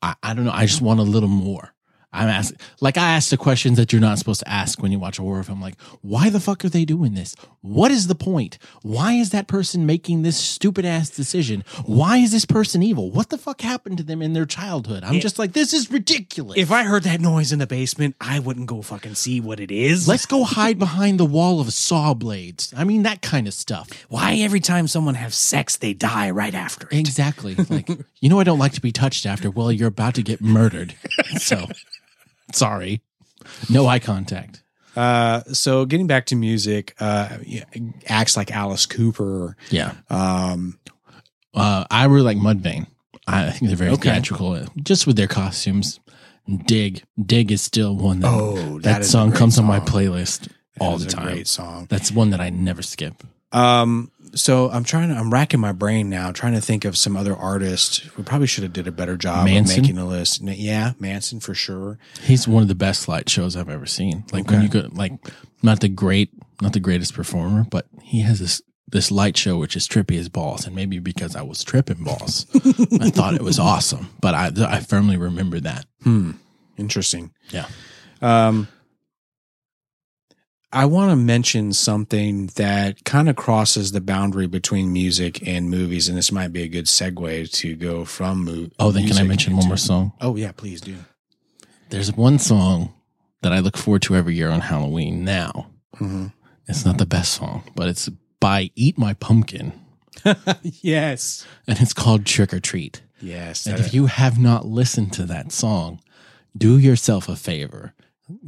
[SPEAKER 1] I, I don't know. I just want a little more. I'm asking, like, I ask the questions that you're not supposed to ask when you watch a horror film. Like, why the fuck are they doing this? What is the point? Why is that person making this stupid ass decision? Why is this person evil? What the fuck happened to them in their childhood? I'm
[SPEAKER 2] If-
[SPEAKER 1] just like, this is ridiculous.
[SPEAKER 2] If I heard that noise in the basement, I wouldn't go fucking see what it is.
[SPEAKER 1] Let's go hide behind the wall of saw blades. I mean, that kind of stuff.
[SPEAKER 2] Why every time someone has sex, they die right after it?
[SPEAKER 1] Exactly. Like, you know, I don't like to be touched after. Well, you're about to get
[SPEAKER 2] [LAUGHS]
[SPEAKER 1] murdered. So, sorry. No eye contact.
[SPEAKER 2] Uh, so getting back to music, uh, yeah, acts like Alice Cooper.
[SPEAKER 1] Yeah.
[SPEAKER 2] Um,
[SPEAKER 1] Uh, I really like Mudvayne. I think they're very
[SPEAKER 2] Okay.
[SPEAKER 1] theatrical, uh, just with their costumes. Dig. Dig is still one that,
[SPEAKER 2] oh,
[SPEAKER 1] that,
[SPEAKER 2] is a
[SPEAKER 1] song
[SPEAKER 2] great
[SPEAKER 1] comes on my
[SPEAKER 2] song.
[SPEAKER 1] playlist
[SPEAKER 2] That
[SPEAKER 1] all
[SPEAKER 2] is
[SPEAKER 1] the
[SPEAKER 2] a
[SPEAKER 1] time.
[SPEAKER 2] Great song.
[SPEAKER 1] That's one that I never skip.
[SPEAKER 2] Um, so I'm trying to, I'm racking my brain now, trying to think of some other artists. We probably should have did a better job
[SPEAKER 1] Manson?
[SPEAKER 2] of making a list. N- Yeah, Manson for sure.
[SPEAKER 1] He's one of the best light shows I've ever seen. Like when
[SPEAKER 2] Okay.
[SPEAKER 1] you go, like not the great, not the greatest performer, but he has this this light show which is trippy as balls. And maybe because I was tripping balls, I thought it was awesome. But I I firmly remember that.
[SPEAKER 2] Hmm. Interesting.
[SPEAKER 1] Yeah.
[SPEAKER 2] Um, I want to mention something that kind of crosses the boundary between music and movies, and this might be a good segue to go from movie.
[SPEAKER 1] Oh, then can I mention one more song?
[SPEAKER 2] Oh yeah, please do.
[SPEAKER 1] There's one song that I look forward to every year on Halloween. Now
[SPEAKER 2] Mm-hmm.
[SPEAKER 1] [LAUGHS] it's not the best song, but it's by Eat My Pumpkin,
[SPEAKER 2] yes,
[SPEAKER 1] and it's called Trick or Treat.
[SPEAKER 2] yes. uh,
[SPEAKER 1] And if you have not listened to that song, do yourself a favor.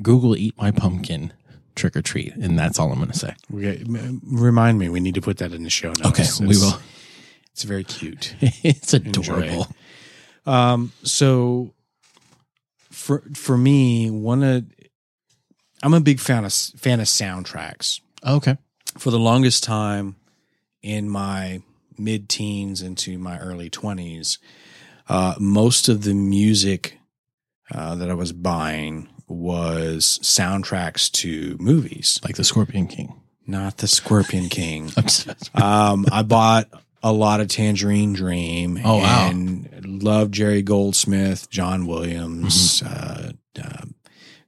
[SPEAKER 1] Google Eat My Pumpkin Trick or Treat. And that's all I'm going to say.
[SPEAKER 2] Okay, m- remind me, we need to put that in the show notes.
[SPEAKER 1] Okay, we
[SPEAKER 2] It's-
[SPEAKER 1] will.
[SPEAKER 2] It's very cute.
[SPEAKER 1] [LAUGHS] it's
[SPEAKER 2] Enjoy it.
[SPEAKER 1] adorable.
[SPEAKER 2] Um, so for for me, one of I'm a big fan of s- fan of soundtracks.
[SPEAKER 1] Okay.
[SPEAKER 2] for the longest time in my mid teens into my early 20s, uh, most of the music uh, that I was buying was soundtracks to movies,
[SPEAKER 1] Like the Scorpion King. [LAUGHS]
[SPEAKER 2] not The Scorpion King.
[SPEAKER 1] I'm just-
[SPEAKER 2] Um, I bought a lot of Tangerine Dream.
[SPEAKER 1] Oh, wow.
[SPEAKER 2] And loved Jerry Goldsmith, John Williams,
[SPEAKER 1] Mm-hmm.
[SPEAKER 2] uh, uh,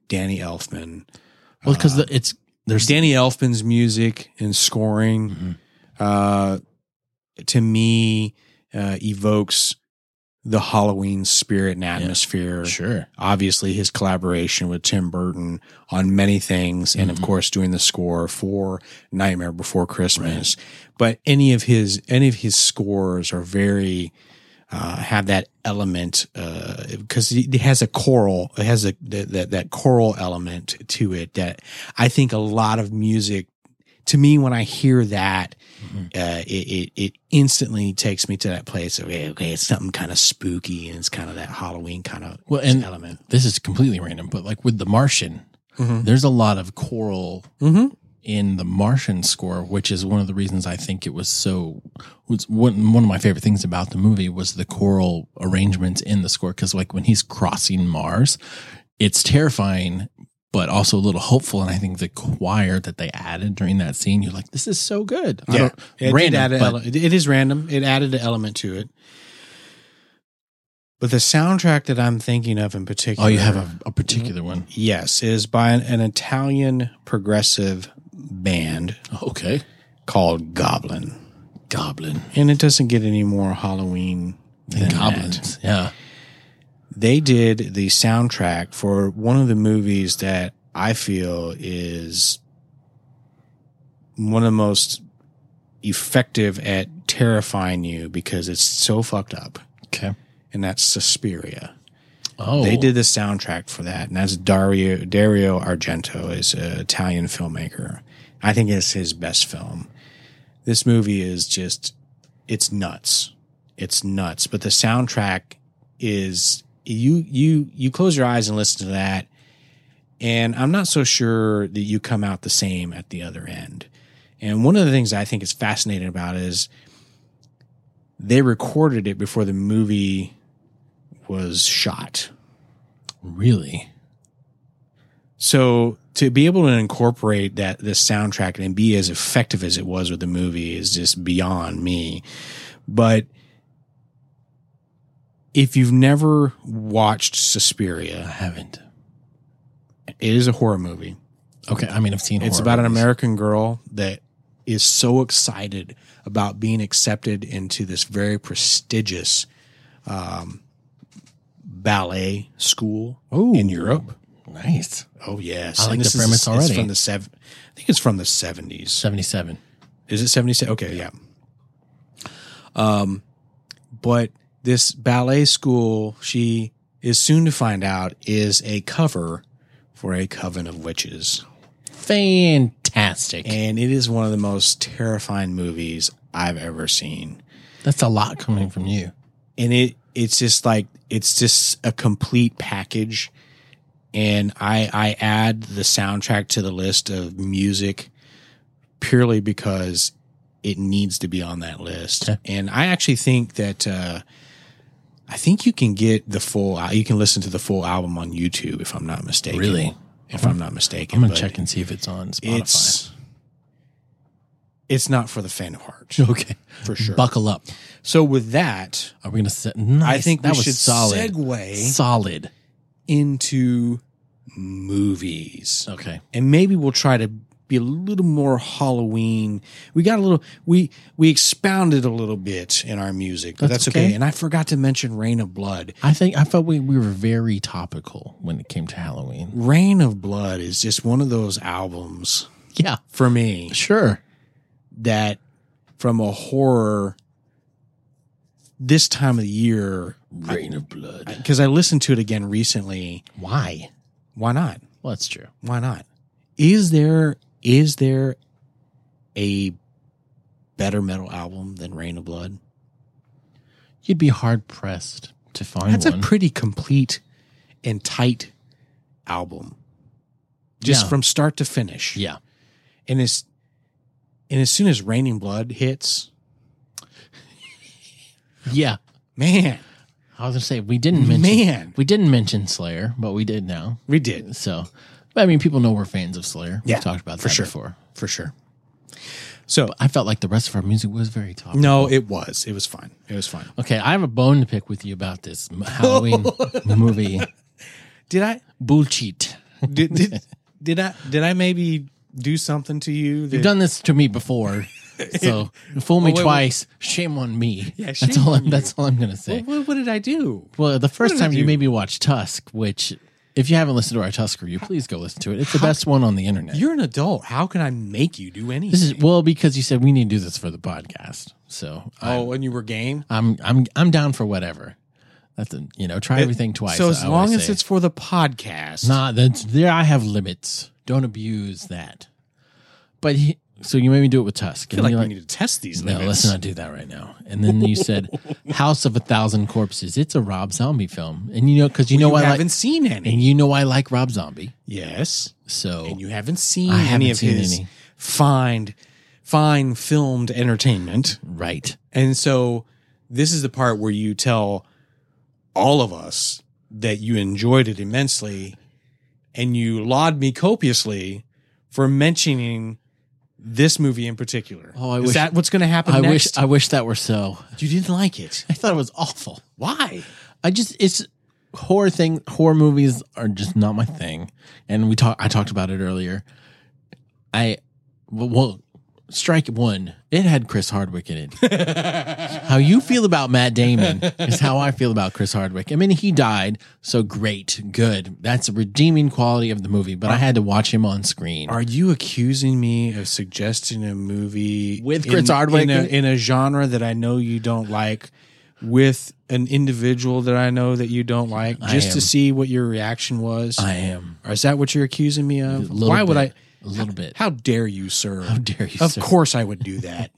[SPEAKER 2] Danny Elfman.
[SPEAKER 1] well, because it's, there's,
[SPEAKER 2] Danny Elfman's music and scoring
[SPEAKER 1] Mhm.
[SPEAKER 2] uh, to me uh, evokes the Halloween spirit and atmosphere.
[SPEAKER 1] sure.
[SPEAKER 2] Obviously, his collaboration with Tim Burton on many things, and of
[SPEAKER 1] Mhm.
[SPEAKER 2] course, doing the score for Nightmare Before Christmas. But any of his any of his scores are very uh, have that element uh, because it has a choral, it has a that that- that choral element to it that I think a lot of music. To me, when I hear that,
[SPEAKER 1] Mhm.
[SPEAKER 2] uh, it, it it instantly takes me to that place of okay, okay, it's something kind of spooky and it's kind of that Halloween kind of
[SPEAKER 1] Well, and-
[SPEAKER 2] element.
[SPEAKER 1] This is completely random, but like with The Martian,
[SPEAKER 2] Mm-hmm.
[SPEAKER 1] there's a lot of choral
[SPEAKER 2] Mm-hmm.
[SPEAKER 1] in the Martian score, which is one of the reasons I think it was so was one one of my favorite things about the movie was the choral arrangements in the score because like when he's crossing Mars, it's terrifying but also a little hopeful and I think the choir that they added during that scene you're like this is so good. I
[SPEAKER 2] Yeah,
[SPEAKER 1] don't-
[SPEAKER 2] it,
[SPEAKER 1] random,
[SPEAKER 2] it, added
[SPEAKER 1] but-
[SPEAKER 2] ele- it- it is random. It added an element to it. But the soundtrack that I'm thinking of in particular,
[SPEAKER 1] oh, you have a, a
[SPEAKER 2] Mhm.
[SPEAKER 1] particular
[SPEAKER 2] [LAUGHS]
[SPEAKER 1] one.
[SPEAKER 2] yes, is by an, an Italian progressive band
[SPEAKER 1] Okay.
[SPEAKER 2] called Goblin,
[SPEAKER 1] Goblin.
[SPEAKER 2] and it doesn't get any more Halloween than that.
[SPEAKER 1] Goblins. Yeah.
[SPEAKER 2] they did the soundtrack for one of the movies that I feel is one of the most effective at terrifying you because it's so fucked up.
[SPEAKER 1] Okay.
[SPEAKER 2] And that's Suspiria.
[SPEAKER 1] Oh,
[SPEAKER 2] They did the soundtrack for that, and that's Dario Dario Argento is an Italian filmmaker. I think it's his best film. This movie is just it's nuts. It's nuts. But the soundtrack is you you you close your eyes and listen to that, and I'm not so sure that you come out the same at the other end. And one of the things I think is fascinating about it is they recorded it before the movie was shot.
[SPEAKER 1] really.
[SPEAKER 2] So to be able to incorporate that this soundtrack and be as effective as it was with the movie is just beyond me. But if you've never watched
[SPEAKER 1] I
[SPEAKER 2] Suspiria,
[SPEAKER 1] haven't.
[SPEAKER 2] it is a horror movie.
[SPEAKER 1] Okay, I mean, I've seen.
[SPEAKER 2] It's
[SPEAKER 1] horror
[SPEAKER 2] about an
[SPEAKER 1] movies.
[SPEAKER 2] American girl that is so excited about being accepted into this very prestigious um, ballet school
[SPEAKER 1] Ooh.
[SPEAKER 2] in Europe.
[SPEAKER 1] Nice.
[SPEAKER 2] Oh yes,
[SPEAKER 1] I like
[SPEAKER 2] And
[SPEAKER 1] the
[SPEAKER 2] this is-
[SPEAKER 1] premise
[SPEAKER 2] it's
[SPEAKER 1] already.
[SPEAKER 2] from the seven, I think it's from the seventies.
[SPEAKER 1] Seventy-seven.
[SPEAKER 2] Is it seventy seven? Okay, yeah. Um, but this ballet school, she is soon to find out, is a cover for a coven of witches.
[SPEAKER 1] Fantastic.
[SPEAKER 2] and it is one of the most terrifying movies I've ever seen.
[SPEAKER 1] That's a lot coming from you.
[SPEAKER 2] And it it's just like it's just a complete package. And I I add the soundtrack to the list of music purely because it needs to be on that list.
[SPEAKER 1] Okay.
[SPEAKER 2] And I actually think that uh I think you can get the full al- you can listen to the full album on YouTube if I'm not mistaken.
[SPEAKER 1] Really?
[SPEAKER 2] If I'm not mistaken.
[SPEAKER 1] I'm gonna
[SPEAKER 2] but
[SPEAKER 1] check and see if it's on Spotify.
[SPEAKER 2] It's it's not for the faint of heart.
[SPEAKER 1] [LAUGHS] okay.
[SPEAKER 2] for sure.
[SPEAKER 1] Buckle up.
[SPEAKER 2] So with that,
[SPEAKER 1] Are we gonna set? Nice.
[SPEAKER 2] I think
[SPEAKER 1] that
[SPEAKER 2] we
[SPEAKER 1] was
[SPEAKER 2] should
[SPEAKER 1] solid.
[SPEAKER 2] segue
[SPEAKER 1] Solid.
[SPEAKER 2] into movies,
[SPEAKER 1] Okay.
[SPEAKER 2] and maybe we'll try to be a little more Halloween. We got a little we we expounded a little bit in our music, but
[SPEAKER 1] That's
[SPEAKER 2] that's, okay.
[SPEAKER 1] okay.
[SPEAKER 2] And I forgot to mention Rain of Blood.
[SPEAKER 1] I think I felt we, we were very topical when it came to Halloween.
[SPEAKER 2] Rain of Blood is just one of those albums
[SPEAKER 1] Yeah.
[SPEAKER 2] for me
[SPEAKER 1] Sure.
[SPEAKER 2] that from a horror this time of the year
[SPEAKER 1] Rain of blood.
[SPEAKER 2] because I listened to it again recently.
[SPEAKER 1] Why?
[SPEAKER 2] Why not?
[SPEAKER 1] Well, that's true.
[SPEAKER 2] Why not? Is there is there a better metal album than Rain of Blood?
[SPEAKER 1] You'd be hard pressed to find
[SPEAKER 2] That's a
[SPEAKER 1] one.
[SPEAKER 2] pretty complete and tight album. Just
[SPEAKER 1] Yeah.
[SPEAKER 2] from start to finish.
[SPEAKER 1] yeah.
[SPEAKER 2] And as and as soon as Raining Blood hits,
[SPEAKER 1] Yeah.
[SPEAKER 2] man,
[SPEAKER 1] I was gonna say we didn't mention
[SPEAKER 2] man,
[SPEAKER 1] we didn't mention Slayer, but we did now.
[SPEAKER 2] we did
[SPEAKER 1] So but, I mean people know we're fans of Slayer.
[SPEAKER 2] Yeah,
[SPEAKER 1] We've talked about
[SPEAKER 2] for
[SPEAKER 1] that
[SPEAKER 2] sure.
[SPEAKER 1] before.
[SPEAKER 2] for sure. So
[SPEAKER 1] I felt like the rest of our music was very topical.
[SPEAKER 2] no, it was. It was fine. It was fine.
[SPEAKER 1] Okay, I have a bone to pick with you about this m-
[SPEAKER 2] [LAUGHS]
[SPEAKER 1] Halloween movie
[SPEAKER 2] Did I
[SPEAKER 1] bullshit. [LAUGHS]
[SPEAKER 2] did, did did I did I maybe do something to you? That,
[SPEAKER 1] You've done this to me before.
[SPEAKER 2] [LAUGHS]
[SPEAKER 1] So fool me
[SPEAKER 2] Oh, wait, wait.
[SPEAKER 1] twice, shame on me.
[SPEAKER 2] Yeah,
[SPEAKER 1] that's
[SPEAKER 2] shame
[SPEAKER 1] all.
[SPEAKER 2] on
[SPEAKER 1] I'm, that's all I'm gonna say.
[SPEAKER 2] What- what, what did I do?
[SPEAKER 1] Well, the first
[SPEAKER 2] did I
[SPEAKER 1] time you
[SPEAKER 2] do?
[SPEAKER 1] made me watch Tusk, which if you haven't listened to our Tusk review, please go listen to it. It's the best one on the internet.
[SPEAKER 2] You're an adult. How can I make you do anything?
[SPEAKER 1] This is well because you said we need to do this for the podcast. So
[SPEAKER 2] oh, and you were game.
[SPEAKER 1] I'm I'm I'm down for whatever. That's a, you know try everything twice.
[SPEAKER 2] So as
[SPEAKER 1] I always
[SPEAKER 2] long as
[SPEAKER 1] say.
[SPEAKER 2] it's for the podcast,
[SPEAKER 1] nah, that's there. I have limits. Don't abuse that. But he, so you made me do it with Tusk.
[SPEAKER 2] I
[SPEAKER 1] and
[SPEAKER 2] feel like
[SPEAKER 1] you're
[SPEAKER 2] we need to test these
[SPEAKER 1] no,
[SPEAKER 2] limits.
[SPEAKER 1] let's not do that right now. And then you
[SPEAKER 2] [LAUGHS]
[SPEAKER 1] said House of a Thousand Corpses. It's a Rob Zombie film, and you know because you know
[SPEAKER 2] you
[SPEAKER 1] I
[SPEAKER 2] haven't
[SPEAKER 1] like
[SPEAKER 2] seen
[SPEAKER 1] and
[SPEAKER 2] any.
[SPEAKER 1] you know I like Rob Zombie.
[SPEAKER 2] yes,
[SPEAKER 1] So
[SPEAKER 2] and you haven't seen
[SPEAKER 1] I haven't
[SPEAKER 2] any of
[SPEAKER 1] seen
[SPEAKER 2] his
[SPEAKER 1] any.
[SPEAKER 2] fine, fine filmed entertainment.
[SPEAKER 1] Right.
[SPEAKER 2] And so this is the part where you tell all of us that you enjoyed it immensely and you laud me copiously for mentioning this movie in particular.
[SPEAKER 1] Oh, I
[SPEAKER 2] is
[SPEAKER 1] wish-
[SPEAKER 2] that what's going to happen
[SPEAKER 1] I
[SPEAKER 2] next?
[SPEAKER 1] wish I wish that were so. [LAUGHS]
[SPEAKER 2] you didn't like it.
[SPEAKER 1] I thought it was awful.
[SPEAKER 2] Why?
[SPEAKER 1] I just it's horror thing horror movies are just not my thing. And we talk I talked about it earlier. I well strike one. It had Chris Hardwick in it.
[SPEAKER 2] [LAUGHS]
[SPEAKER 1] how you feel about Matt Damon is how I feel about Chris Hardwick. I mean, he died, so great, good. That's a redeeming quality of the movie. But I had to watch him on screen.
[SPEAKER 2] Are you accusing me of suggesting a movie
[SPEAKER 1] With Chris Hardwick?
[SPEAKER 2] in a, in a genre that I know you don't like, with an individual that I know that you don't like,
[SPEAKER 1] I
[SPEAKER 2] just
[SPEAKER 1] am.
[SPEAKER 2] to see what your reaction was?
[SPEAKER 1] I am
[SPEAKER 2] or is that what you're accusing me
[SPEAKER 1] a
[SPEAKER 2] of?
[SPEAKER 1] little
[SPEAKER 2] Why would I?
[SPEAKER 1] bit, a little bit?
[SPEAKER 2] How dare you, sir?
[SPEAKER 1] How dare you?
[SPEAKER 2] of
[SPEAKER 1] sir.
[SPEAKER 2] course, I would do that.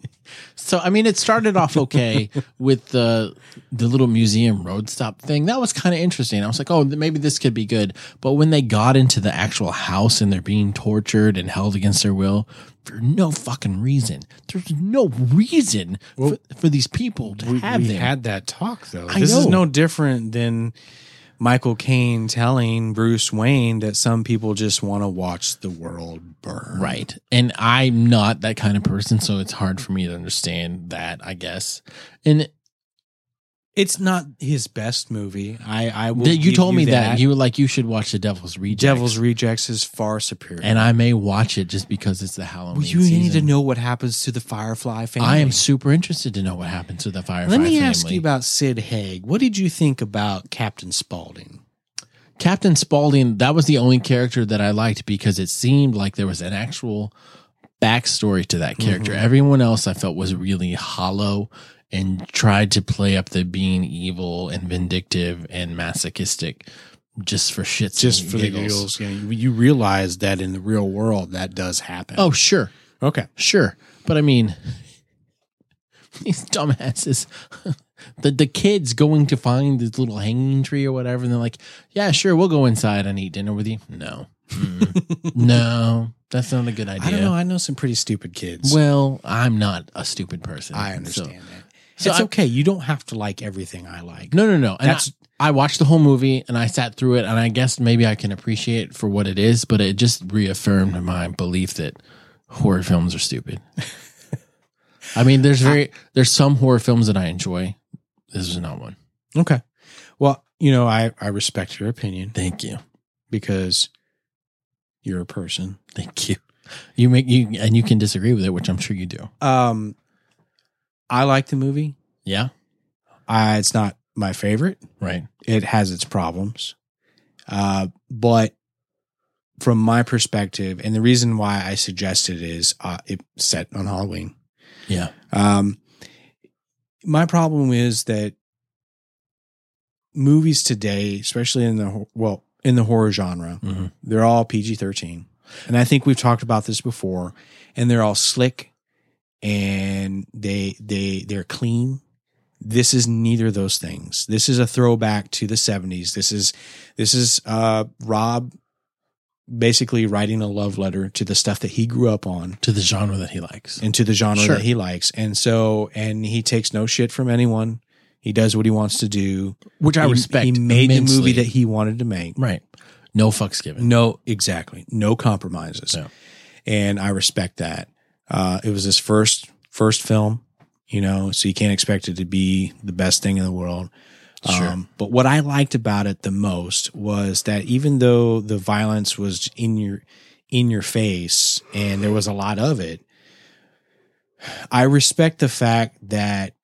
[SPEAKER 1] So I mean, it started off okay with the the little museum road stop thing. That was kind of interesting. I was like, oh, th- maybe this could be good. But when they got into the actual house and they're being tortured and held against their will for no fucking reason, there's no reason for, for these people to
[SPEAKER 2] [LAUGHS] we,
[SPEAKER 1] have
[SPEAKER 2] we
[SPEAKER 1] them.
[SPEAKER 2] had that talk though.
[SPEAKER 1] I
[SPEAKER 2] this is
[SPEAKER 1] know.
[SPEAKER 2] no different than Michael Caine telling Bruce Wayne that some people just want to watch the world burn.
[SPEAKER 1] Right. And I'm not that kind of person, so it's hard for me to understand that, I guess. And
[SPEAKER 2] It's not his best movie. I I will.
[SPEAKER 1] th- you
[SPEAKER 2] give
[SPEAKER 1] told me that.
[SPEAKER 2] You
[SPEAKER 1] you were like, you should watch The Devil's Rejects.
[SPEAKER 2] Devil's Rejects is far superior.
[SPEAKER 1] and I may watch it just because it's the Halloween.
[SPEAKER 2] well, you
[SPEAKER 1] season.
[SPEAKER 2] need to know what happens to the Firefly family.
[SPEAKER 1] I am super interested to know what happened to the Firefly
[SPEAKER 2] Let me
[SPEAKER 1] family.
[SPEAKER 2] ask you about Sid Haig. What did you think about Captain Spaulding?
[SPEAKER 1] Captain Spaulding. That was the only character that I liked because it seemed like there was an actual backstory to that character.
[SPEAKER 2] Mm-hmm.
[SPEAKER 1] Everyone else I felt was really hollow and tried to play up the being evil and vindictive and masochistic just for shits,
[SPEAKER 2] Just
[SPEAKER 1] and
[SPEAKER 2] for the giggles, you, know, you realize that in the real world that does happen.
[SPEAKER 1] Oh, sure.
[SPEAKER 2] okay.
[SPEAKER 1] Sure, but I mean, [LAUGHS] these dumbasses. [LAUGHS] The, the kids going to find this little hanging tree or whatever, and they're like, "Yeah, sure, we'll go inside and eat dinner with you." No, Mm.
[SPEAKER 2] [LAUGHS]
[SPEAKER 1] no, that's not a good idea.
[SPEAKER 2] I don't know. I know some pretty stupid kids.
[SPEAKER 1] Well, I'm not a stupid person.
[SPEAKER 2] I
[SPEAKER 1] so-
[SPEAKER 2] understand that.
[SPEAKER 1] so
[SPEAKER 2] it's
[SPEAKER 1] I-
[SPEAKER 2] okay. You don't have to like everything I like.
[SPEAKER 1] No, no, no. And
[SPEAKER 2] That's-
[SPEAKER 1] I, I watched the whole movie and I sat through it, and I guess maybe I can appreciate it for what it is, but it just reaffirmed my belief that horror films are stupid. I mean, there's very there's some horror films that I enjoy. This is not one.
[SPEAKER 2] Okay. Well, you know, I, I respect your opinion
[SPEAKER 1] Thank you,
[SPEAKER 2] because you're a person.
[SPEAKER 1] thank you. You make you and you can disagree with it, which I'm sure you do.
[SPEAKER 2] Um, I like the movie.
[SPEAKER 1] Yeah,
[SPEAKER 2] I, it's not my favorite.
[SPEAKER 1] right.
[SPEAKER 2] It has its problems. Uh, but from my perspective, and the reason why I suggested is uh, it set on Halloween.
[SPEAKER 1] Yeah,
[SPEAKER 2] Um, my problem is that movies today, especially in the hor- well in the horror genre,
[SPEAKER 1] Mhm.
[SPEAKER 2] they're all PG thirteen, and I think we've talked about this before. And they're all slick, and they they they're clean. This is neither of those things. This is a throwback to the seventies. This is this is uh, Rob basically writing a love letter to the stuff that he grew up on
[SPEAKER 1] to the genre that he likes.
[SPEAKER 2] into the genre
[SPEAKER 1] Sure.
[SPEAKER 2] that he likes. And so, and he takes no shit from anyone. He does what he wants to do,
[SPEAKER 1] Which I
[SPEAKER 2] He-
[SPEAKER 1] respect
[SPEAKER 2] He made the
[SPEAKER 1] immensely.
[SPEAKER 2] movie that he wanted to make.
[SPEAKER 1] Right. No fucks given.
[SPEAKER 2] No, exactly. No compromises.
[SPEAKER 1] No.
[SPEAKER 2] And I respect that. Uh, it was his first first film, you know, so you can't expect it to be the best thing in the world. Um,
[SPEAKER 1] Sure.
[SPEAKER 2] but what I liked about it the most was that even though the violence was in your in your face and there was a lot of it, I respect the fact that